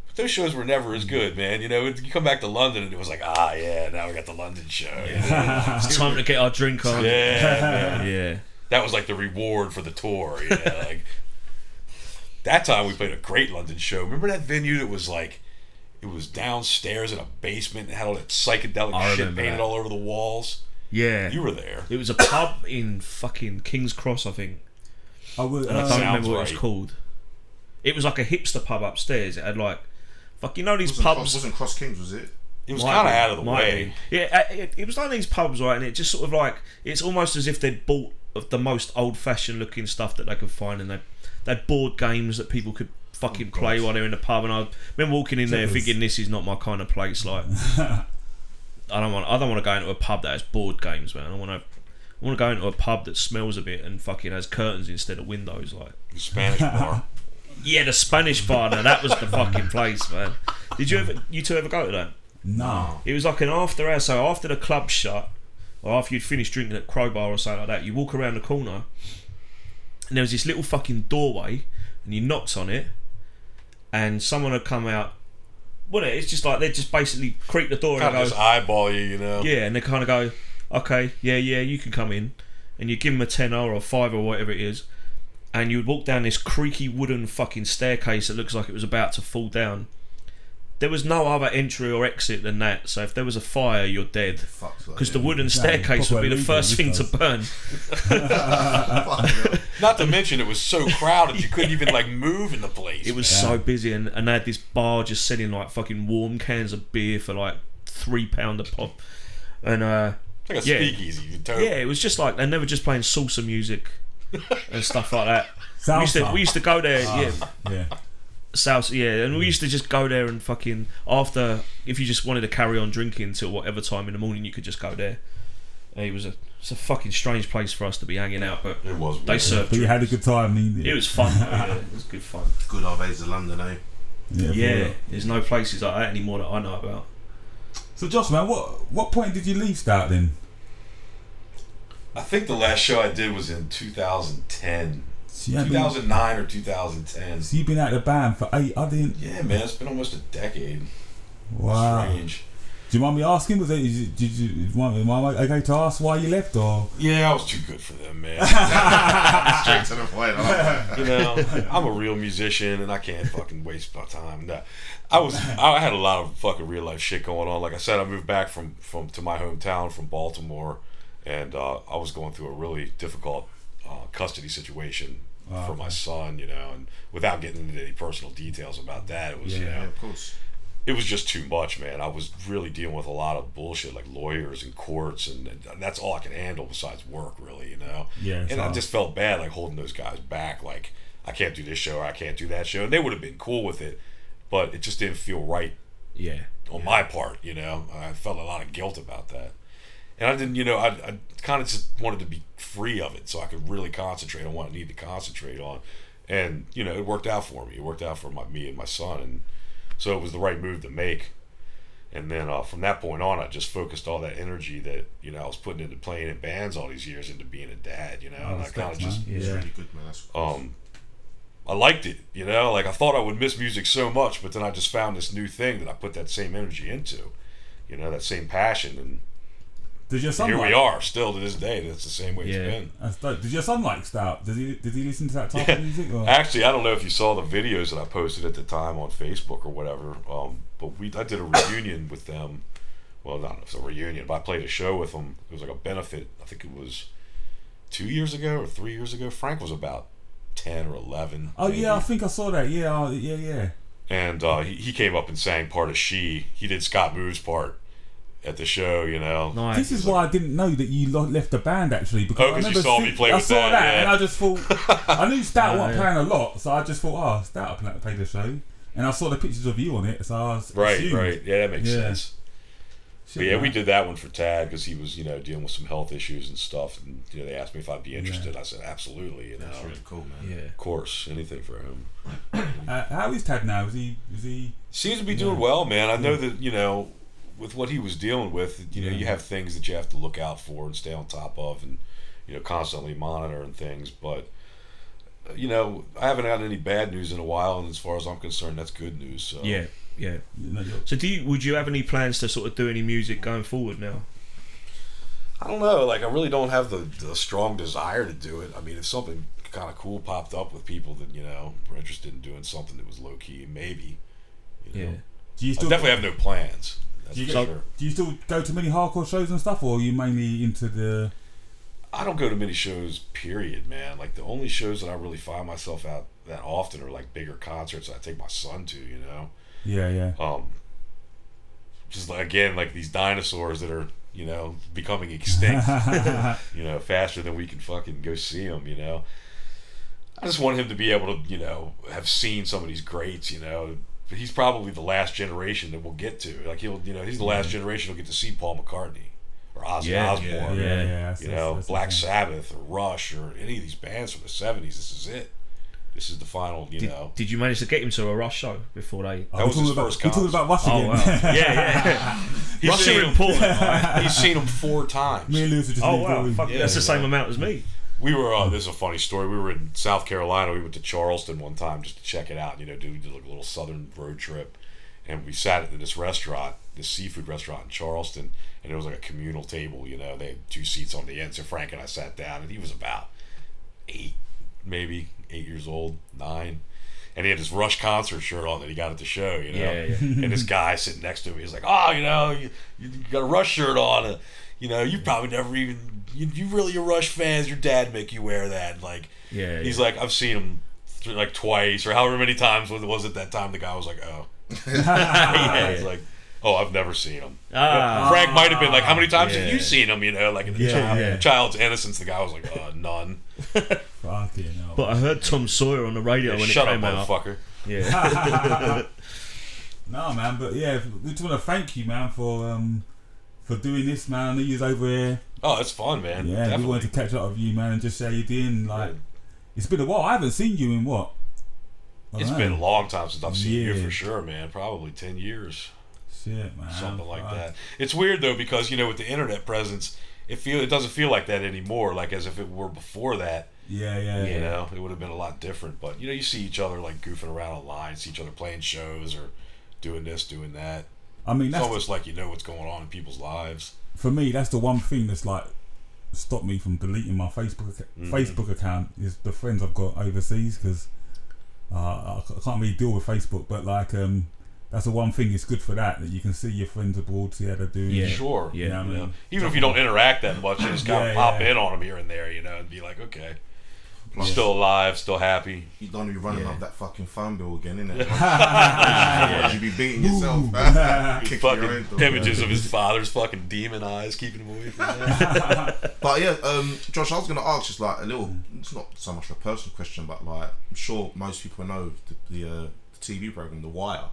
Speaker 7: But those shows were never as good, man. You know, you come back to London and it was like, ah, yeah, now we got the London show.
Speaker 6: It's time to get our drink on.
Speaker 7: yeah man
Speaker 6: Yeah.
Speaker 7: that was like the reward for the tour. You know, like that time we played a great London show. Remember that venue that was like it was downstairs in a basement and had all that psychedelic
Speaker 6: I
Speaker 7: shit
Speaker 6: remember
Speaker 7: painted
Speaker 6: that.
Speaker 7: all over the walls.
Speaker 6: Yeah.
Speaker 7: You were there.
Speaker 6: It was a pub in fucking King's Cross, I think.
Speaker 5: I would.
Speaker 6: And I don't
Speaker 5: uh,
Speaker 7: Sounds
Speaker 6: remember what it
Speaker 7: right.
Speaker 6: was called. It was like a hipster pub upstairs. It had like, fuck, you know these
Speaker 4: Wasn't, Cross,
Speaker 6: pubs.
Speaker 4: wasn't Cross Kings, was it?
Speaker 7: It was
Speaker 6: Might
Speaker 7: kind of
Speaker 6: be,
Speaker 7: out of the
Speaker 6: might
Speaker 7: way.
Speaker 6: be. Yeah, uh, it, it was one of these pubs, right? And it just sort of like it's almost as if they'd bought of the most old-fashioned looking stuff that they could find, and they they had board games that people could fucking play while they're in the pub. And I remember walking in there
Speaker 5: Jealous.
Speaker 6: thinking, "This is not my kind of place." Like, I don't want I don't want to go into a pub that has board games, man. I want to. I want to go into a pub that smells a bit and fucking has curtains instead of windows. Like,
Speaker 7: The Spanish bar.
Speaker 6: yeah, the Spanish bar. Now that was the fucking place, man. Did you ever, you two ever go to that?
Speaker 5: no.
Speaker 6: It was like an after hour. So after the club shut, or after you'd finished drinking at Crowbar or something like that, you walk around the corner, and there was this little fucking doorway, and you knocked on it, and someone had come out. Well, it's just like they just basically creak the door and
Speaker 7: Kind
Speaker 6: go,
Speaker 7: of just eyeball you, you know.
Speaker 6: yeah, and they kind of go, okay, yeah, yeah, you can come in, and you give them a tenner or a five or whatever it is, and you'd walk down this creaky wooden fucking staircase that looks like it was about to fall down. There was no other entry or exit than that, so if there was a fire, you're dead.
Speaker 4: Fuck.
Speaker 6: Because the wooden
Speaker 5: Yeah,
Speaker 6: staircase would be
Speaker 5: proper
Speaker 6: the
Speaker 5: illegal,
Speaker 6: first thing
Speaker 5: this
Speaker 6: to
Speaker 5: does.
Speaker 6: burn.
Speaker 4: Fuck,
Speaker 7: Not to mention it was so crowded you couldn't even like move in the place.
Speaker 6: It was so busy, and, and they had this bar just selling like fucking warm cans of beer for like three pound a pop, and uh,
Speaker 7: It's like a
Speaker 6: yeah.
Speaker 7: speakeasy. You could totally-
Speaker 6: yeah, it was just like and they were just playing salsa music and stuff like that. We used to
Speaker 5: Salsa. Ah.
Speaker 6: we used to go there, yeah,
Speaker 5: Yeah.
Speaker 6: salsa, yeah, and we used to just go there and fucking after if you just wanted to carry on drinking till whatever time in the morning, you could just go there. And it was a it's a fucking strange place for us to be hanging out, but
Speaker 7: It was.
Speaker 6: they
Speaker 7: weird.
Speaker 6: served.
Speaker 5: But you
Speaker 6: drinks.
Speaker 5: had a good time. didn't you?
Speaker 6: it was fun. though, yeah, it was good fun.
Speaker 4: Good old days of London, eh?
Speaker 5: Yeah. for
Speaker 6: Yeah,
Speaker 5: real.
Speaker 6: there's no places like that anymore that I know about.
Speaker 5: So Josh, man, what what point did you leave Stout then?
Speaker 7: I think the last show I did was in 2010,
Speaker 5: So you had been,
Speaker 7: 2009 or 2010.
Speaker 5: so you've been out of the band for eight. I didn't.
Speaker 7: Yeah, man, it's been almost a decade.
Speaker 5: Wow.
Speaker 7: Strange.
Speaker 5: Do you mind me asking? Was it? Is it did you? Am I okay to ask why you left or?
Speaker 7: Yeah, I was too good for them, man.
Speaker 4: Straight to the point. I like that.
Speaker 7: you know, I'm a real musician, and I can't fucking waste my time. No, I was, I had a lot of fucking real life shit going on. Like I said, I moved back from from to my hometown from Baltimore, and uh, I was going through a really difficult uh, custody situation for my son. You know, and without getting into any personal details about that, it was you know.
Speaker 4: Yeah, of course.
Speaker 7: it was just too much, man. I was really dealing with a lot of bullshit, like lawyers and courts, and, and that's all I can handle besides work, really, you know.
Speaker 5: Yeah,
Speaker 7: And I
Speaker 5: so-
Speaker 7: just felt bad, like holding those guys back, like I can't do this show, or I can't do that show, and they would have been cool with it, but it just didn't feel right
Speaker 6: Yeah,
Speaker 7: on my part, you know. I felt a lot of guilt about that. And I didn't, you know, I, I kind of just wanted to be free of it so I could really concentrate on what I needed to concentrate on. And, you know, it worked out for me. It worked out for my, me and my son. And so it was the right move to make. And then uh, from that point on, I just focused all that energy that, you know, I was putting into playing in bands all these years into being a dad, you know. and I
Speaker 5: Oh, that's
Speaker 7: kind of
Speaker 5: nice,
Speaker 7: just
Speaker 5: man.
Speaker 4: It's
Speaker 5: Yeah.
Speaker 4: really good, man. That's
Speaker 7: um, I liked it, you know. Like I thought I would miss music so much, but then I just found this new thing that I put that same energy into, you know, that same passion, and
Speaker 5: Did your son?
Speaker 7: here
Speaker 5: like,
Speaker 7: we are still to this day. That's the same way
Speaker 6: Yeah.
Speaker 7: it's been.
Speaker 5: That's dope. Did your son like Stout? Did he? Did he listen to that type of music? Or?
Speaker 7: Actually, I don't know if you saw the videos that I posted at the time on Facebook or whatever, um, but we I did a reunion with them. Well, not if it's a reunion, but I played a show with them. It was like a benefit. I think it was two years ago or three years ago. Frank was about ten or eleven.
Speaker 5: Oh
Speaker 7: maybe.
Speaker 5: yeah, I think I saw that. Yeah, oh, yeah, yeah.
Speaker 7: and uh, he, he came up and sang part of she he did scott moo's part at the show, you know.
Speaker 6: Nice.
Speaker 5: This is why I didn't know that you lo- left the band actually because
Speaker 7: Oh,
Speaker 5: I
Speaker 7: 'cause you
Speaker 5: remember
Speaker 7: saw
Speaker 5: see-
Speaker 7: me play
Speaker 5: I
Speaker 7: with
Speaker 5: saw
Speaker 7: that,
Speaker 5: that,
Speaker 7: yeah.
Speaker 5: and I just thought I knew Stout
Speaker 6: Ah,
Speaker 5: wasn't
Speaker 6: yeah.
Speaker 5: playing a lot, so I just thought, oh, Stout played play the show, and I saw the pictures of you on it, so I was
Speaker 7: Right,
Speaker 5: assumed.
Speaker 7: right. Yeah, that makes
Speaker 5: Yeah.
Speaker 7: sense.
Speaker 5: Shit,
Speaker 7: But yeah,
Speaker 5: man.
Speaker 7: we did that one for Tad because he was, you know, dealing with some health issues and stuff. And, you know, they asked me if I'd be interested. I said, absolutely, you know.
Speaker 4: That's really cool, man.
Speaker 6: Yeah.
Speaker 7: Of course, anything for him.
Speaker 5: Uh, how is Tad now? Is he? Is he?
Speaker 7: Seems to be doing well, man. I know that, you know, with what he was dealing with, you know, you have things that you have to look out for and stay on top of and, you know, constantly monitor and things. But, uh, you know, I haven't had any bad news in a while. And as far as I'm concerned, that's good news. So.
Speaker 6: Yeah. Yeah.
Speaker 5: You know,
Speaker 6: So do you? Would you have any plans to sort of do any music going forward now?
Speaker 7: I don't know. Like, I really don't have the, the strong desire to do it. I mean, if something kind of cool popped up with people that, you know, were interested in doing something that was low key, maybe. You know?
Speaker 5: do you
Speaker 7: I
Speaker 5: still
Speaker 7: definitely have no plans. That's
Speaker 5: You
Speaker 7: for
Speaker 5: get-
Speaker 7: sure.
Speaker 5: do you still go to many hardcore shows and stuff, or are you mainly into the?
Speaker 7: I don't go to many shows, period, man. Like, the only shows that I really find myself out that often are like bigger concerts that I take my son to, you know?
Speaker 5: Yeah, yeah.
Speaker 7: Um, just like, again, like these dinosaurs that are, you know, becoming extinct. you know, faster than we can fucking go see him, you know. I just want him to be able to, you know, have seen some of these greats, you know. He's probably the last generation that we'll get to. Like he'll, you know, he's the last generation who'll get to see Paul McCartney or Ozzy
Speaker 6: Yeah,
Speaker 7: Osbourne,
Speaker 6: yeah,
Speaker 5: yeah,
Speaker 7: or,
Speaker 5: yeah.
Speaker 6: yeah.
Speaker 5: that's-
Speaker 7: Oh,
Speaker 5: that's-
Speaker 7: you know,
Speaker 5: that's the
Speaker 7: Black
Speaker 5: thing.
Speaker 7: Sabbath or Rush or any of these bands from the seventies. This is it. This is the final, you
Speaker 6: Did,
Speaker 7: know.
Speaker 6: did you manage to get him to a Rush show before they?
Speaker 5: Oh,
Speaker 7: that
Speaker 5: we're
Speaker 7: was
Speaker 5: talking
Speaker 7: his
Speaker 5: about,
Speaker 7: first
Speaker 5: We're talking
Speaker 7: concert.
Speaker 5: about Rush
Speaker 6: Oh
Speaker 5: again.
Speaker 6: wow. Yeah. Yeah.
Speaker 7: He's
Speaker 6: Rush
Speaker 7: seen
Speaker 6: are
Speaker 7: him-
Speaker 6: important. right?
Speaker 7: He's seen him four times.
Speaker 5: Me and Lewis are just
Speaker 6: Oh
Speaker 5: leave
Speaker 6: wow.
Speaker 5: going.
Speaker 6: Fuck,
Speaker 7: Yeah,
Speaker 6: that's the
Speaker 7: yeah.
Speaker 6: same amount as me.
Speaker 7: We were. Uh, this is a funny story. We were in South Carolina. We went to Charleston one time just to check it out. You know, do, do like a little southern road trip, and we sat at this restaurant, this seafood restaurant in Charleston, and it was like a communal table. You know, they had two seats on the end. So Frank and I sat down, and he was about eight, maybe eight years old, nine. And he had his Rush concert shirt on that he got at the show, you know.
Speaker 6: Yeah, yeah.
Speaker 7: And this guy sitting next to him, he's like, "Oh, you know, you, you got a Rush shirt on. Uh, you know, you probably never even you, you really a Rush fans. Your dad make you wear that." Like,
Speaker 6: Yeah,
Speaker 7: He's
Speaker 6: yeah.
Speaker 7: like, "I've seen him th- like twice or however many times was it was at that time." The guy was like, "Oh, yeah." He's like, "Oh, I've never seen him."
Speaker 6: Ah.
Speaker 7: Frank might have been like, "How many times have
Speaker 6: Yeah.
Speaker 7: you seen him?" You know, like in the
Speaker 5: Yeah,
Speaker 7: child,
Speaker 5: yeah.
Speaker 7: child's innocence, the guy was like, uh, "None."
Speaker 5: Fucking hell.
Speaker 6: But I heard Tom Sawyer on the radio when
Speaker 7: Shut
Speaker 6: it
Speaker 7: up,
Speaker 6: came out.
Speaker 7: motherfucker.
Speaker 6: Yeah.
Speaker 5: No, man, but yeah, we just want to thank you, man, for um, for doing this, man. I know you was over here.
Speaker 7: Oh, it's fun, man.
Speaker 5: Yeah,
Speaker 7: Definitely.
Speaker 5: we wanted to catch up with you, man, and just say you doing. Like, it's been a while. I haven't seen you in what? I
Speaker 7: It's
Speaker 5: don't
Speaker 7: been a
Speaker 5: know.
Speaker 7: long time since I've seen you
Speaker 5: Yeah.
Speaker 7: for sure, man. Probably ten years,
Speaker 5: shit, man.
Speaker 7: something like
Speaker 5: Oh, Fuck.
Speaker 7: that. It's weird though because you know with the internet presence, it feel it doesn't feel like that anymore. Like as if it were before that,
Speaker 5: Yeah, yeah,
Speaker 7: you
Speaker 5: yeah.
Speaker 7: know, it would have been a lot different. But you know, you see each other like goofing around online, see each other playing shows or doing this, doing that.
Speaker 5: I mean,
Speaker 7: It's
Speaker 5: that's
Speaker 7: almost like you know what's going on in people's lives.
Speaker 5: for me, that's the one thing that's like stopped me from deleting my Facebook ac-
Speaker 7: Mm-hmm.
Speaker 5: Facebook account is the friends I've got overseas because uh, I c- I can't really deal with Facebook. But like, um, that's the one thing it's good for that that you can see your friends abroad, see how they're doing.
Speaker 6: Yeah.
Speaker 7: Sure,
Speaker 6: Yeah,
Speaker 5: you know what I
Speaker 7: You know,
Speaker 5: mean,
Speaker 7: even if you don't interact that much, you just kind
Speaker 5: Yeah,
Speaker 7: of pop
Speaker 5: yeah.
Speaker 7: in on them here and there, you know, and be like, okay, I'm
Speaker 4: Plus-
Speaker 7: still alive, still happy.
Speaker 4: You don't be running up that fucking phone bill again, innit? yeah. You be beating yourself. Kicking your
Speaker 7: fucking
Speaker 4: head off,
Speaker 7: images
Speaker 4: yeah.
Speaker 7: of his father's fucking demon eyes keeping him away from that.
Speaker 4: But yeah, um, Josh, I was gonna ask just like a little. It's not so much a personal question, but like I'm sure most people know the the, uh, the TV program, The Wire.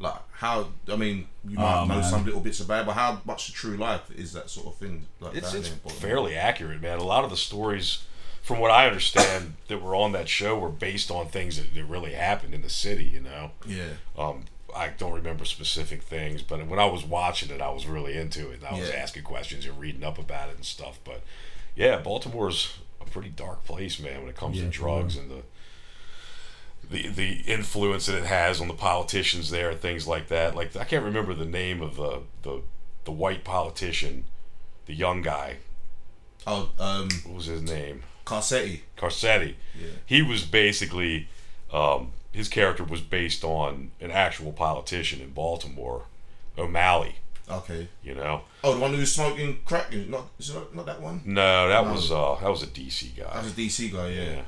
Speaker 4: Like how? I mean, you might
Speaker 5: Oh,
Speaker 4: know
Speaker 5: man.
Speaker 4: some little bits about, it, but how much the true life is that sort of thing? Like
Speaker 7: it's
Speaker 4: that
Speaker 7: it's
Speaker 4: important?
Speaker 7: fairly accurate, man. A lot of the stories, from what I understand, that were on that show were based on things that, that really happened in the city, you know?
Speaker 4: Yeah.
Speaker 7: Um, I don't remember specific things, but when I was watching it, I was really into it. And I was
Speaker 4: Yeah.
Speaker 7: asking questions and reading up about it and stuff. But yeah, Baltimore's a pretty dark place, man, when it comes
Speaker 5: Yeah,
Speaker 7: to
Speaker 5: for real.
Speaker 7: drugs and the the the influence that it has on the politicians there and things like that. Like I can't remember the name of the the, the white politician, the young guy.
Speaker 4: Oh, um,
Speaker 7: What was his name?
Speaker 4: Carcetti.
Speaker 7: Carcetti. He was basically um, his character was based on an actual politician in Baltimore, O'Malley.
Speaker 4: Okay.
Speaker 7: You know,
Speaker 4: Oh, the one who was smoking crack. Not, is it not, not that one.
Speaker 7: no, that was uh, that was a DC guy.
Speaker 4: That was a DC guy. Yeah.
Speaker 7: Yeah.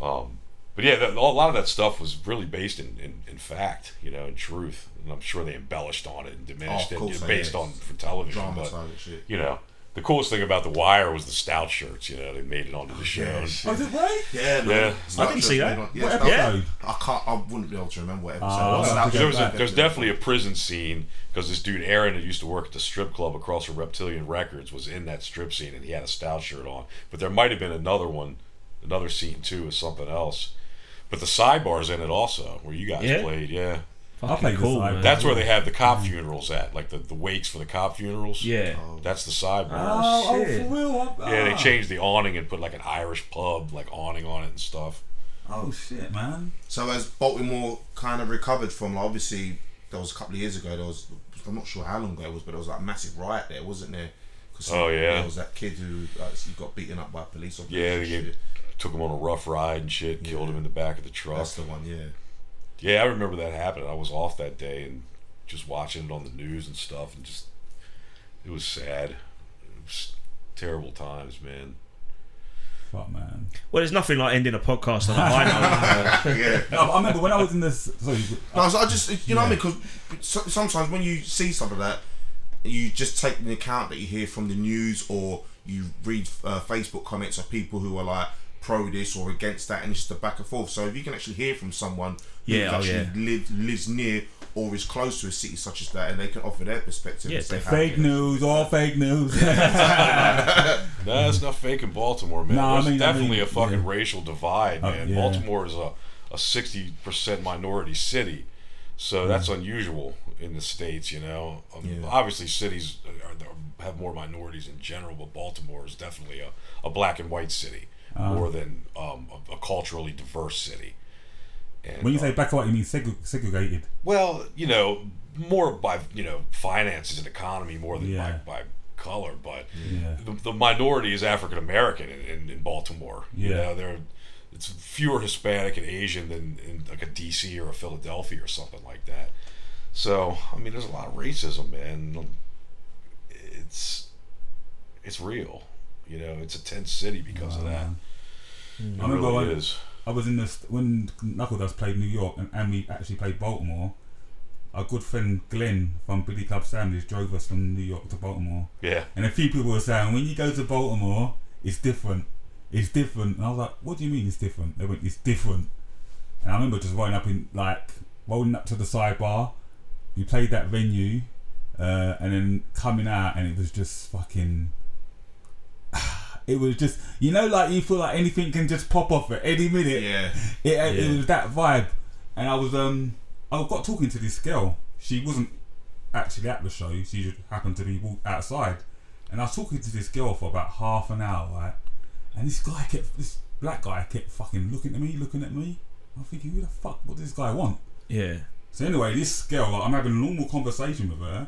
Speaker 7: Um, but yeah, that, a lot of that stuff was really based in, in, in fact, you know, in truth, and I'm sure they embellished on it and
Speaker 4: Oh, of
Speaker 7: diminished it, you
Speaker 4: course
Speaker 7: know,
Speaker 4: they
Speaker 7: based
Speaker 4: did.
Speaker 7: on for television.
Speaker 4: Dramatized
Speaker 7: But
Speaker 4: and shit.
Speaker 7: you know, the coolest thing about The Wire was the stout shirts. You know, they made it onto the show.
Speaker 5: Oh, is it right?
Speaker 4: Yeah, no,
Speaker 7: Yeah.
Speaker 4: it's not
Speaker 6: I didn't
Speaker 4: just
Speaker 6: see
Speaker 4: made
Speaker 6: that.
Speaker 4: on-
Speaker 5: What
Speaker 4: Yeah, it's not-
Speaker 5: episode?
Speaker 4: I can't. I wouldn't be able to remember what episode.
Speaker 6: Oh,
Speaker 5: I'll
Speaker 4: It's
Speaker 5: have
Speaker 4: not-
Speaker 5: to go
Speaker 7: There was, a,
Speaker 5: back.
Speaker 7: there was definitely a prison scene because this dude Aaron that used to work at the strip club across from Reptilian Records was in that strip scene and he had a stout shirt on. But there might have been another one, another scene too, with something else. But the sidebars in it also, where you guys
Speaker 6: Yeah?
Speaker 7: played, yeah.
Speaker 5: I played
Speaker 6: cool,
Speaker 5: cool,
Speaker 6: man.
Speaker 7: That's where they have the cop funerals at, like the, the wakes for the cop funerals.
Speaker 6: Yeah.
Speaker 7: That's the sidebar.
Speaker 5: Oh, oh,
Speaker 6: Shit.
Speaker 5: for real? I-
Speaker 7: yeah, they
Speaker 5: ah.
Speaker 7: changed the awning and put like an Irish pub like awning on it and stuff.
Speaker 5: Oh shit, man.
Speaker 4: So as Baltimore kind of recovered from, like, obviously, there was a couple of years ago. There was, I'm not sure how long ago it was, but there was like a massive riot there, wasn't there? 'Cause
Speaker 7: Oh, yeah.
Speaker 4: there was that kid who like, he got beaten up by police officers.
Speaker 7: Yeah,
Speaker 4: Yeah,
Speaker 7: they gave, took him on a rough ride and shit, killed him in the back of the truck.
Speaker 4: that's the one. Yeah,
Speaker 7: Yeah, I remember that happening. I was off that day and just watching it on the news and stuff, and just it was sad. It was terrible times, man.
Speaker 5: Fuck, man.
Speaker 6: Well, there's nothing like ending a podcast on a high note.
Speaker 4: yeah.
Speaker 5: No, I remember when I was in this. Sorry,
Speaker 4: No, so I just you know what I mean because sometimes when you see something like that, you just take into account that you hear from the news or you read uh, Facebook comments of people who are like pro this or against that, and it's just a back and forth. So if you can actually hear from someone who
Speaker 6: Yeah, oh,
Speaker 4: actually
Speaker 6: yeah.
Speaker 4: live, lives near or is close to a city such as that, and they can offer their perspective.
Speaker 6: Yeah,
Speaker 4: and say
Speaker 6: it's
Speaker 4: how it
Speaker 5: fake
Speaker 4: is.
Speaker 5: news, all fake news.
Speaker 7: No, it's not fake in Baltimore, man.
Speaker 5: No, I
Speaker 7: There's
Speaker 5: mean, I
Speaker 7: definitely
Speaker 5: mean,
Speaker 7: a fucking
Speaker 5: yeah.
Speaker 7: racial divide,
Speaker 5: Oh,
Speaker 7: man.
Speaker 5: yeah.
Speaker 7: Baltimore is a a sixty percent minority city, so that's unusual in the states. You know, um, obviously cities are, are, have more minorities in general, but Baltimore is definitely a, a black and white city
Speaker 5: Uh-huh.
Speaker 7: more than um, a, a culturally diverse city. And,
Speaker 5: when you
Speaker 7: uh,
Speaker 5: say back out, you mean seg- segregated.
Speaker 7: well, you know, more by you know finances and economy more than
Speaker 5: Yeah.
Speaker 7: by, by color, but
Speaker 5: Yeah.
Speaker 7: the, the minority is African American in, in, in Baltimore. You
Speaker 5: Yeah.
Speaker 7: know, there it's fewer Hispanic and Asian than in like a DC or a Philadelphia or something like that. So I mean, there's a lot of racism, man. It's it's real. You know, it's a tense city because of
Speaker 5: Uh-huh.
Speaker 7: that. It
Speaker 5: I remember
Speaker 7: really
Speaker 5: when-
Speaker 7: is.
Speaker 5: I was in this when Knuckleduss played New York and, and we actually played Baltimore. Our good friend Glenn from Billy Club Sandwich drove us from New York to Baltimore.
Speaker 7: Yeah.
Speaker 5: And a few people were saying, when you go to Baltimore, it's different. It's different. And I was like, what do you mean it's different? They went, it's different. And I remember just rolling up in, like, rolling up to the sidebar. We played that venue. Uh, and then coming out, and it was just fucking. It was just, you know, like you feel like anything can just pop off at any minute.
Speaker 4: Yeah,
Speaker 5: It, it was that vibe, and I was um, I got talking to this girl. She wasn't actually at the show. She just happened to be walk- outside, and I was talking to this girl for about half an hour, right? And this guy kept, this black guy kept fucking looking at me, looking at me. I'm thinking, who the fuck? What does this guy want?
Speaker 6: yeah.
Speaker 5: So anyway, this girl, like, I'm having a normal conversation with her,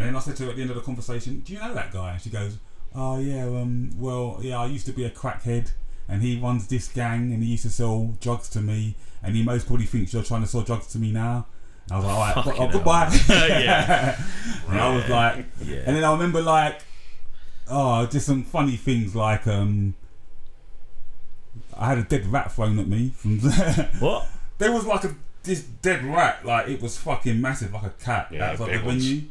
Speaker 5: and then I said to her at the end of the conversation, "Do you know that guy?" And she goes, "Oh yeah, um, well yeah, I used to be a crackhead, and he runs this gang, and he used to sell drugs to me, and he most probably thinks you're trying to sell drugs to me now." And I was like, "All right,
Speaker 6: Fucking
Speaker 5: oh,
Speaker 6: hell.
Speaker 5: goodbye."
Speaker 6: Yeah.
Speaker 5: And I was like,
Speaker 6: Yeah.
Speaker 5: and then I remember like, oh, just some funny things like um. I had a dead rat thrown at me from
Speaker 6: What?
Speaker 5: there was like a this dead rat, like it was fucking massive, like a cat
Speaker 7: Yeah,
Speaker 5: outside
Speaker 7: big
Speaker 5: the
Speaker 7: ones.
Speaker 5: venue.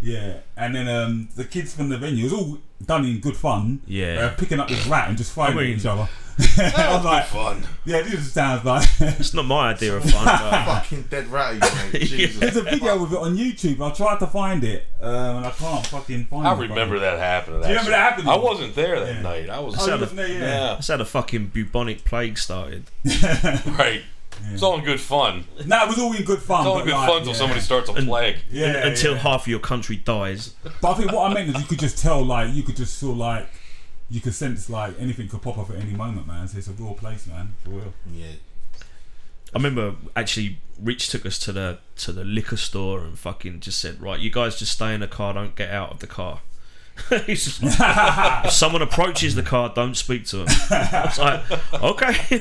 Speaker 5: Yeah, and then um, the kids from the venue it was all done in good fun.
Speaker 6: Yeah.
Speaker 5: uh, picking up this rat and just throwing it
Speaker 6: mean-
Speaker 5: at each other. I was like,
Speaker 7: Fun.
Speaker 5: yeah, this sounds like.
Speaker 6: It's not my idea of fun. But
Speaker 4: fucking dead rat, you mate. Jesus.
Speaker 5: There's a video with it on YouTube. I tried to find it, um, and I can't fucking find it.
Speaker 7: I
Speaker 5: but-
Speaker 7: remember that happening. Do
Speaker 5: you remember that happening?
Speaker 7: I wasn't there that
Speaker 5: Yeah.
Speaker 7: night. I was.
Speaker 5: Oh, you
Speaker 6: Sound of-
Speaker 5: wasn't there, yeah.
Speaker 7: yeah.
Speaker 6: that's how the fucking bubonic plague started.
Speaker 7: Right. It's all in good fun. It's
Speaker 5: No, it was all in good fun.
Speaker 7: all
Speaker 5: but
Speaker 7: in good
Speaker 5: like,
Speaker 7: fun until
Speaker 5: yeah.
Speaker 7: somebody starts a plague.
Speaker 5: Yeah,
Speaker 6: Un- until
Speaker 5: yeah.
Speaker 6: half of your country dies.
Speaker 5: But I think what I meant is you could just tell, like, you could just feel like, you could sense, like, anything could pop up at any moment, man. So it's a real place, man. For real.
Speaker 4: Yeah,
Speaker 6: I remember actually Rich took us to the to the liquor store and fucking just said, Right, you guys just stay in the car, don't get out of the car. He's just like, if someone approaches the car, don't speak to them. It's like, okay.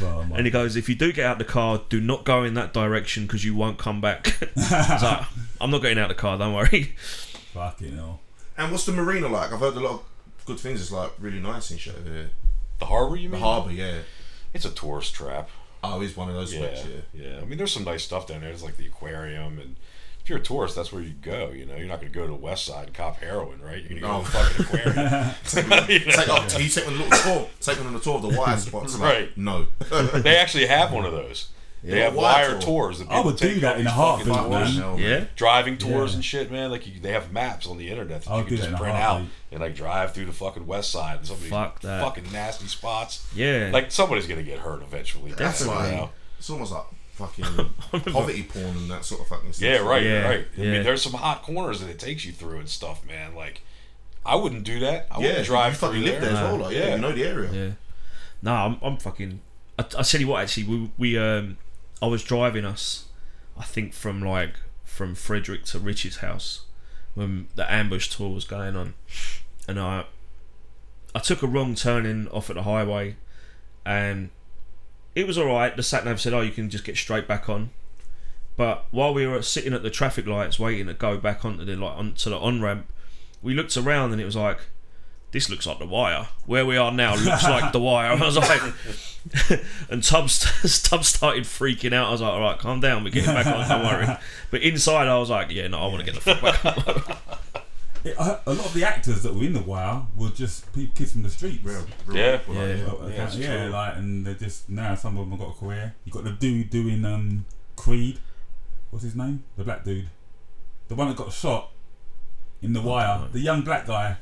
Speaker 5: Well, my-
Speaker 6: And he goes, if you do get out the car, do not go in that direction because you won't come back. It's like, I'm not getting out the car, don't worry.
Speaker 5: Fucking hell.
Speaker 4: and what's the marina like? I've heard a lot of good things. It's like really nice and shit over there.
Speaker 7: The harbor, you
Speaker 4: The
Speaker 7: mean?
Speaker 4: harbour, yeah.
Speaker 7: It's a tourist trap.
Speaker 4: Oh, he's one of those
Speaker 7: Yeah,
Speaker 4: spots, yeah.
Speaker 7: yeah. I mean, there's some nice stuff down there. It's like the aquarium, and if you're a tourist, that's where you go. You know, you're not going to go to the West Side and cop heroin, right? You're going to
Speaker 4: No.
Speaker 7: go to the fucking aquarium. You know?
Speaker 4: Take off, you take on a little tour, take on a tour of the wire spots. Like,
Speaker 7: Right.
Speaker 4: No.
Speaker 7: They actually have one of those. They
Speaker 4: Yeah,
Speaker 7: have
Speaker 4: wire
Speaker 7: wire
Speaker 4: tour.
Speaker 7: tours. That
Speaker 5: I would
Speaker 7: people
Speaker 5: do
Speaker 7: take
Speaker 5: that
Speaker 7: on
Speaker 5: in
Speaker 7: these
Speaker 5: a
Speaker 7: fucking
Speaker 5: heartbeat,
Speaker 4: Fucking
Speaker 5: man.
Speaker 4: hell,
Speaker 6: Yeah.
Speaker 7: Driving tours
Speaker 5: Yeah.
Speaker 7: and shit, man. Like you, they have maps on the internet that
Speaker 5: I'll
Speaker 7: you
Speaker 5: do
Speaker 7: can
Speaker 5: that
Speaker 7: just
Speaker 5: in a
Speaker 7: print out,
Speaker 5: heartbeat.
Speaker 7: and like drive through the fucking West Side and some of these
Speaker 6: Fuck that.
Speaker 7: fucking nasty spots.
Speaker 6: Yeah.
Speaker 7: like somebody's going to get hurt eventually. man,
Speaker 4: That's
Speaker 7: you
Speaker 4: like
Speaker 7: know?
Speaker 4: it's almost like fucking poverty porn and that sort of fucking stuff.
Speaker 7: Yeah, right,
Speaker 6: Yeah,
Speaker 7: right. I
Speaker 6: yeah.
Speaker 7: mean, there's some hot corners that it takes you through and stuff, man. Like, I wouldn't do that. I
Speaker 4: Yeah,
Speaker 7: wouldn't drive
Speaker 4: you
Speaker 7: through
Speaker 4: fucking
Speaker 7: there.
Speaker 4: live there as well. Like, yeah,
Speaker 7: Yeah.
Speaker 4: you know the area.
Speaker 6: Yeah. No, I'm, I'm fucking. I, I tell you what, actually, we, we um, I was driving us, I think from like from Frederick to Rich's house when the ambush tour was going on, and I, I took a wrong turning off at the highway, and it was all right. The sat nav said, "Oh, you can just get straight back on." But while we were sitting at the traffic lights waiting to go back onto the like onto the on ramp, we looked around and it was like, this looks like the wire. Where we are now looks like the wire. I was like, and Tubbs, Tubbs started freaking out. I was like, all right, calm down. We're getting back on. Don't worry. But inside, I was like, yeah, no, I want to get the fuck back on.
Speaker 5: It, a a lot of the actors that were in the wire were just people, kids from the streets.
Speaker 4: Real, real
Speaker 7: Yeah.
Speaker 4: people like
Speaker 6: Yeah.
Speaker 4: that.
Speaker 5: Uh,
Speaker 7: Yeah, it's
Speaker 5: yeah,
Speaker 7: true.
Speaker 5: like, and they're just now some of them have got a career. You got the dude doing um Creed, what's his name? The black dude, the one that got shot in the wire, the young black guy.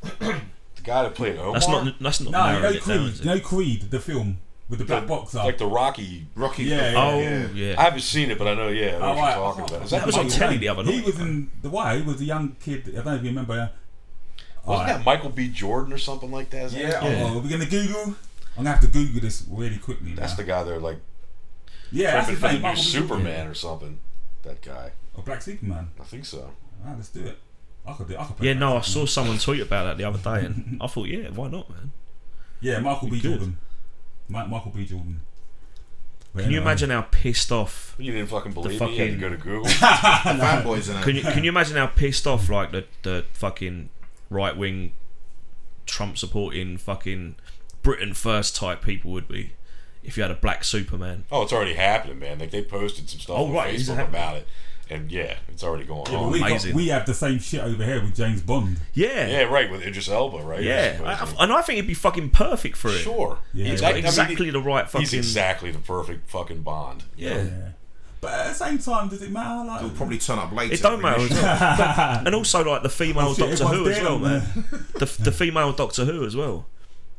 Speaker 7: The guy that played Omar.
Speaker 6: That's not. That's not.
Speaker 5: No, you
Speaker 6: narrowing it
Speaker 5: know
Speaker 6: down,
Speaker 5: Creed,
Speaker 6: is
Speaker 5: you
Speaker 6: it?
Speaker 5: know Creed, the film with the black boxer.
Speaker 7: like the Rocky.
Speaker 4: Rocky.
Speaker 5: Yeah,
Speaker 4: Oh,
Speaker 6: Oh
Speaker 4: yeah.
Speaker 6: yeah.
Speaker 7: I haven't seen it, but I know. Yeah, I know
Speaker 5: Oh,
Speaker 7: what you're
Speaker 5: right.
Speaker 7: talking about. Is that,
Speaker 6: That was on
Speaker 5: Michael
Speaker 7: Michael,
Speaker 6: telly
Speaker 5: Bay?
Speaker 6: the other
Speaker 5: He
Speaker 6: night.
Speaker 5: was in the wire. He was a young kid. I don't know if you remember.
Speaker 7: wasn't
Speaker 5: Alright.
Speaker 7: that Michael B. Jordan or something like that? Is that-
Speaker 5: Yeah. Oh, we're gonna Google. I'm gonna have to Google this really quickly.
Speaker 7: that's
Speaker 5: now.
Speaker 7: the guy. They're like
Speaker 5: yeah, that's
Speaker 7: prepping
Speaker 5: his
Speaker 7: for the
Speaker 5: name.
Speaker 7: new
Speaker 5: Michael B.
Speaker 7: Superman or something. That guy.
Speaker 5: or Black Superman.
Speaker 7: I think so.
Speaker 5: Alright, let's do it. I could do. I could play
Speaker 6: Yeah,
Speaker 5: Black
Speaker 6: no, I saw
Speaker 5: Superman.
Speaker 6: someone tweet about that the other day, and I thought, yeah, why not, man?
Speaker 5: Yeah, Michael B.
Speaker 6: Good.
Speaker 5: Jordan. Mi- Michael B. Jordan. But
Speaker 6: Can you
Speaker 5: anyway.
Speaker 6: imagine how pissed off?
Speaker 7: You didn't fucking believe me. You had to
Speaker 6: fucking-
Speaker 7: go to Google.
Speaker 4: fanboys in
Speaker 6: Can
Speaker 4: it.
Speaker 6: you can you imagine how pissed off like the the fucking right wing, Trump supporting fucking Britain first type people would be if you had a black Superman?
Speaker 7: oh, it's already happening, man. Like they posted some stuff
Speaker 6: Oh,
Speaker 7: on
Speaker 6: right, it's
Speaker 7: Facebook
Speaker 6: happening.
Speaker 7: about it, and yeah, it's already going
Speaker 5: Yeah, but
Speaker 7: on.
Speaker 5: we, got,
Speaker 6: Amazing.
Speaker 5: we have the same shit over here with James Bond.
Speaker 6: Yeah,
Speaker 7: Yeah, right, with Idris Elba, right?
Speaker 6: yeah.
Speaker 7: I suppose.
Speaker 6: I- and I think he'd be fucking perfect for it.
Speaker 7: sure.
Speaker 5: Yeah.
Speaker 7: He's
Speaker 5: He's
Speaker 7: got-
Speaker 5: got
Speaker 7: I mean,
Speaker 6: exactly the right fucking.
Speaker 7: He's exactly the perfect fucking Bond.
Speaker 6: Yeah.
Speaker 5: Yeah. But at the same time, does it matter? Like,
Speaker 4: It'll probably turn up later.
Speaker 6: It don't
Speaker 4: but you
Speaker 6: matter.
Speaker 4: should-
Speaker 6: But- and also like the female
Speaker 5: Shit,
Speaker 6: Doctor Who
Speaker 5: everyone's
Speaker 6: as
Speaker 5: dead
Speaker 6: well,
Speaker 5: on
Speaker 6: man. The, the female Doctor Who as well.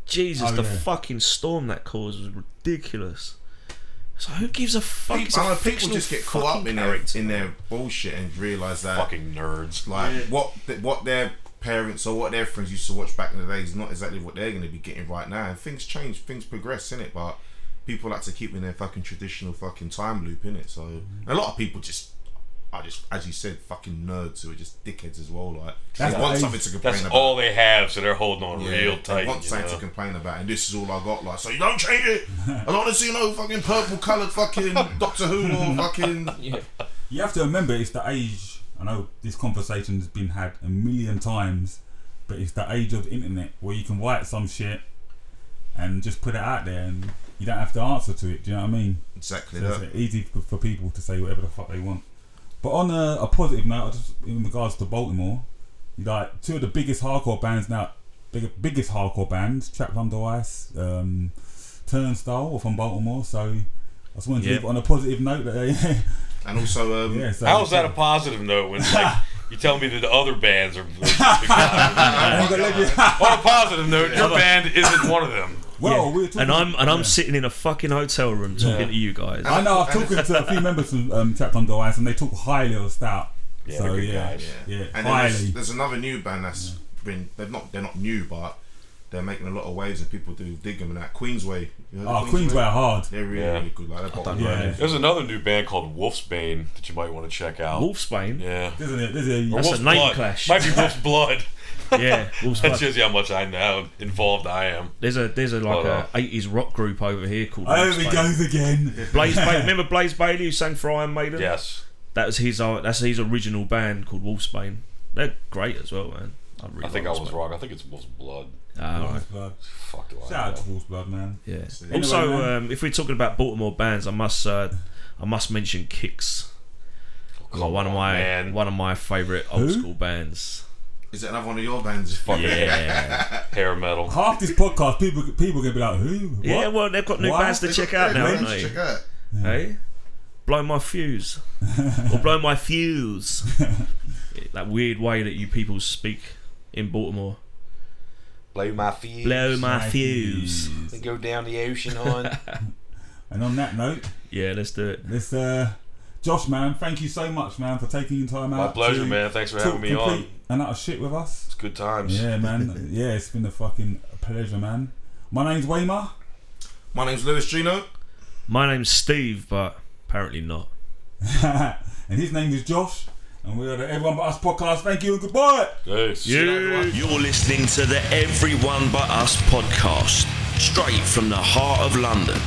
Speaker 6: Jesus,
Speaker 5: Oh,
Speaker 6: the
Speaker 5: yeah.
Speaker 6: fucking storm that caused was ridiculous. So who gives a fuck? It's a
Speaker 4: I know people
Speaker 6: fictional
Speaker 4: just get caught up
Speaker 6: fucking
Speaker 4: in their
Speaker 6: character.
Speaker 4: in their bullshit and realize that
Speaker 7: Fucking nerds.
Speaker 4: like what th- what their parents or what their friends used to watch back in the day is not exactly what they're going to be getting right now. And things change, things progress in it, but people like to keep in their fucking traditional fucking time loop in it. So and a lot of people just. are just, as you said, fucking nerds who are just dickheads as well. Like,
Speaker 5: That's
Speaker 4: they want
Speaker 5: the
Speaker 4: something
Speaker 5: age-
Speaker 4: to complain
Speaker 7: That's
Speaker 4: about.
Speaker 7: all they have, so they're holding on
Speaker 4: Yeah,
Speaker 7: real
Speaker 4: They
Speaker 7: tight.
Speaker 4: want
Speaker 7: You
Speaker 4: something
Speaker 7: know?
Speaker 4: to complain about, and this is all I got. Like, so you don't change it. I don't want to see no fucking purple coloured fucking Doctor Who or fucking.
Speaker 5: You have to remember it's the age. I know this conversation has been had a million times, but it's the age of the internet where you can write some shit and just put it out there and you don't have to answer to it. Do you know what I mean?
Speaker 4: Exactly
Speaker 5: So
Speaker 4: that.
Speaker 5: it's easy for, for people to say whatever the fuck they want. But on a, a positive note, I just in regards to Baltimore, like two of the biggest hardcore bands now, big, biggest hardcore bands, Trapped Under Ice, um, Turnstile, were from Baltimore. So I just wanted to
Speaker 6: Yeah.
Speaker 5: leave it on a positive note. That, they-
Speaker 4: And also, um,
Speaker 5: yeah, so
Speaker 7: How is that a positive note when like, you tell me that the other bands are? on
Speaker 5: I'm gonna let you-
Speaker 7: a positive note, your band isn't one of them.
Speaker 5: well,
Speaker 6: Yeah.
Speaker 5: we were talking,
Speaker 6: and I'm and I'm
Speaker 5: yeah.
Speaker 6: sitting in a fucking hotel room talking to you guys.
Speaker 5: I know I've talked to a few members of um, Trapped Under Ice, and they talk highly of Stout.
Speaker 7: Yeah,
Speaker 5: so
Speaker 7: they're good
Speaker 5: yeah,
Speaker 7: guys.
Speaker 5: yeah,
Speaker 4: And then
Speaker 5: highly.
Speaker 4: there's, there's another new band that's been they're not they're not new but they're making a lot of waves and people do dig them and that Queensway. You heard
Speaker 5: oh,
Speaker 4: of
Speaker 5: Queens were hard.
Speaker 4: They're really,
Speaker 7: Yeah.
Speaker 4: really good. Like they're popular.
Speaker 5: know.
Speaker 4: Yeah.
Speaker 7: There's another new band called Wolfsbane that you might want to check out.
Speaker 6: Wolfsbane.
Speaker 7: Yeah.
Speaker 5: Isn't it? There's a,
Speaker 6: That's a
Speaker 7: Wolf's
Speaker 6: name
Speaker 7: Blood.
Speaker 6: clash.
Speaker 7: Might be Wolf's Blood.
Speaker 6: Yeah, Wolfsbane.
Speaker 7: That shows you how much I know how involved I am.
Speaker 6: There's a there's a like
Speaker 7: Hold on.
Speaker 6: a eighties rock group over here called.
Speaker 5: oh, he
Speaker 6: Wolfsbane.
Speaker 5: goes again.
Speaker 6: Blaze ba- remember Blaze Bailey who sang for Iron Maiden?
Speaker 7: Yes.
Speaker 6: That was his uh, that's his original band called Wolfsbane. They're great as well, man. I, really
Speaker 7: I think I
Speaker 6: like
Speaker 7: was
Speaker 6: Wolfsbane.
Speaker 7: wrong. I think it's Wolf's Blood.
Speaker 6: Um,
Speaker 5: Wolves Blood.
Speaker 7: Fuck do I
Speaker 5: Shout out
Speaker 7: know.
Speaker 5: to Wolves Blood, man.
Speaker 6: Yeah.
Speaker 5: Anyway,
Speaker 6: also,
Speaker 5: man.
Speaker 6: um, if we're talking about Baltimore bands, I must uh, I must mention Kicks.
Speaker 7: Come
Speaker 6: Like one of
Speaker 7: on,
Speaker 6: my
Speaker 7: Oh, man.
Speaker 6: one of my favorite old
Speaker 5: Who?
Speaker 6: school bands.
Speaker 4: Is it another one of your bands?
Speaker 6: Yeah.
Speaker 7: hair metal.
Speaker 5: Half this podcast, people people gonna be like, who? What?
Speaker 6: yeah. Well, they've got new
Speaker 5: Why?
Speaker 6: bands to
Speaker 4: They've
Speaker 6: check
Speaker 4: got-
Speaker 6: out
Speaker 4: yeah,
Speaker 6: now,
Speaker 4: bands
Speaker 6: haven't
Speaker 4: to
Speaker 6: they?
Speaker 4: check out.
Speaker 6: Hey, blow my fuse or blow my fuse. that weird way that you people speak in Baltimore.
Speaker 7: Blow my feet.
Speaker 6: Blow my fuse.
Speaker 7: and go down the ocean on.
Speaker 5: And on that note,
Speaker 6: Yeah, let's do it.
Speaker 5: this uh, Josh, man, thank you so much, man, for taking your time out.
Speaker 7: my pleasure,
Speaker 5: to
Speaker 7: man. Thanks for
Speaker 5: talk
Speaker 7: having me on.
Speaker 5: complete And out of shit with us.
Speaker 7: It's good times.
Speaker 5: Yeah, man. yeah, it's been a fucking pleasure, man. My name's Waymar.
Speaker 4: My name's Lewis Gino.
Speaker 6: My name's Steve, but apparently not.
Speaker 5: and his name is Josh. And we are the Everyone But Us podcast. Thank you and goodbye.
Speaker 7: Thanks.
Speaker 3: You're listening to the Everyone But Us podcast, straight from the heart of London.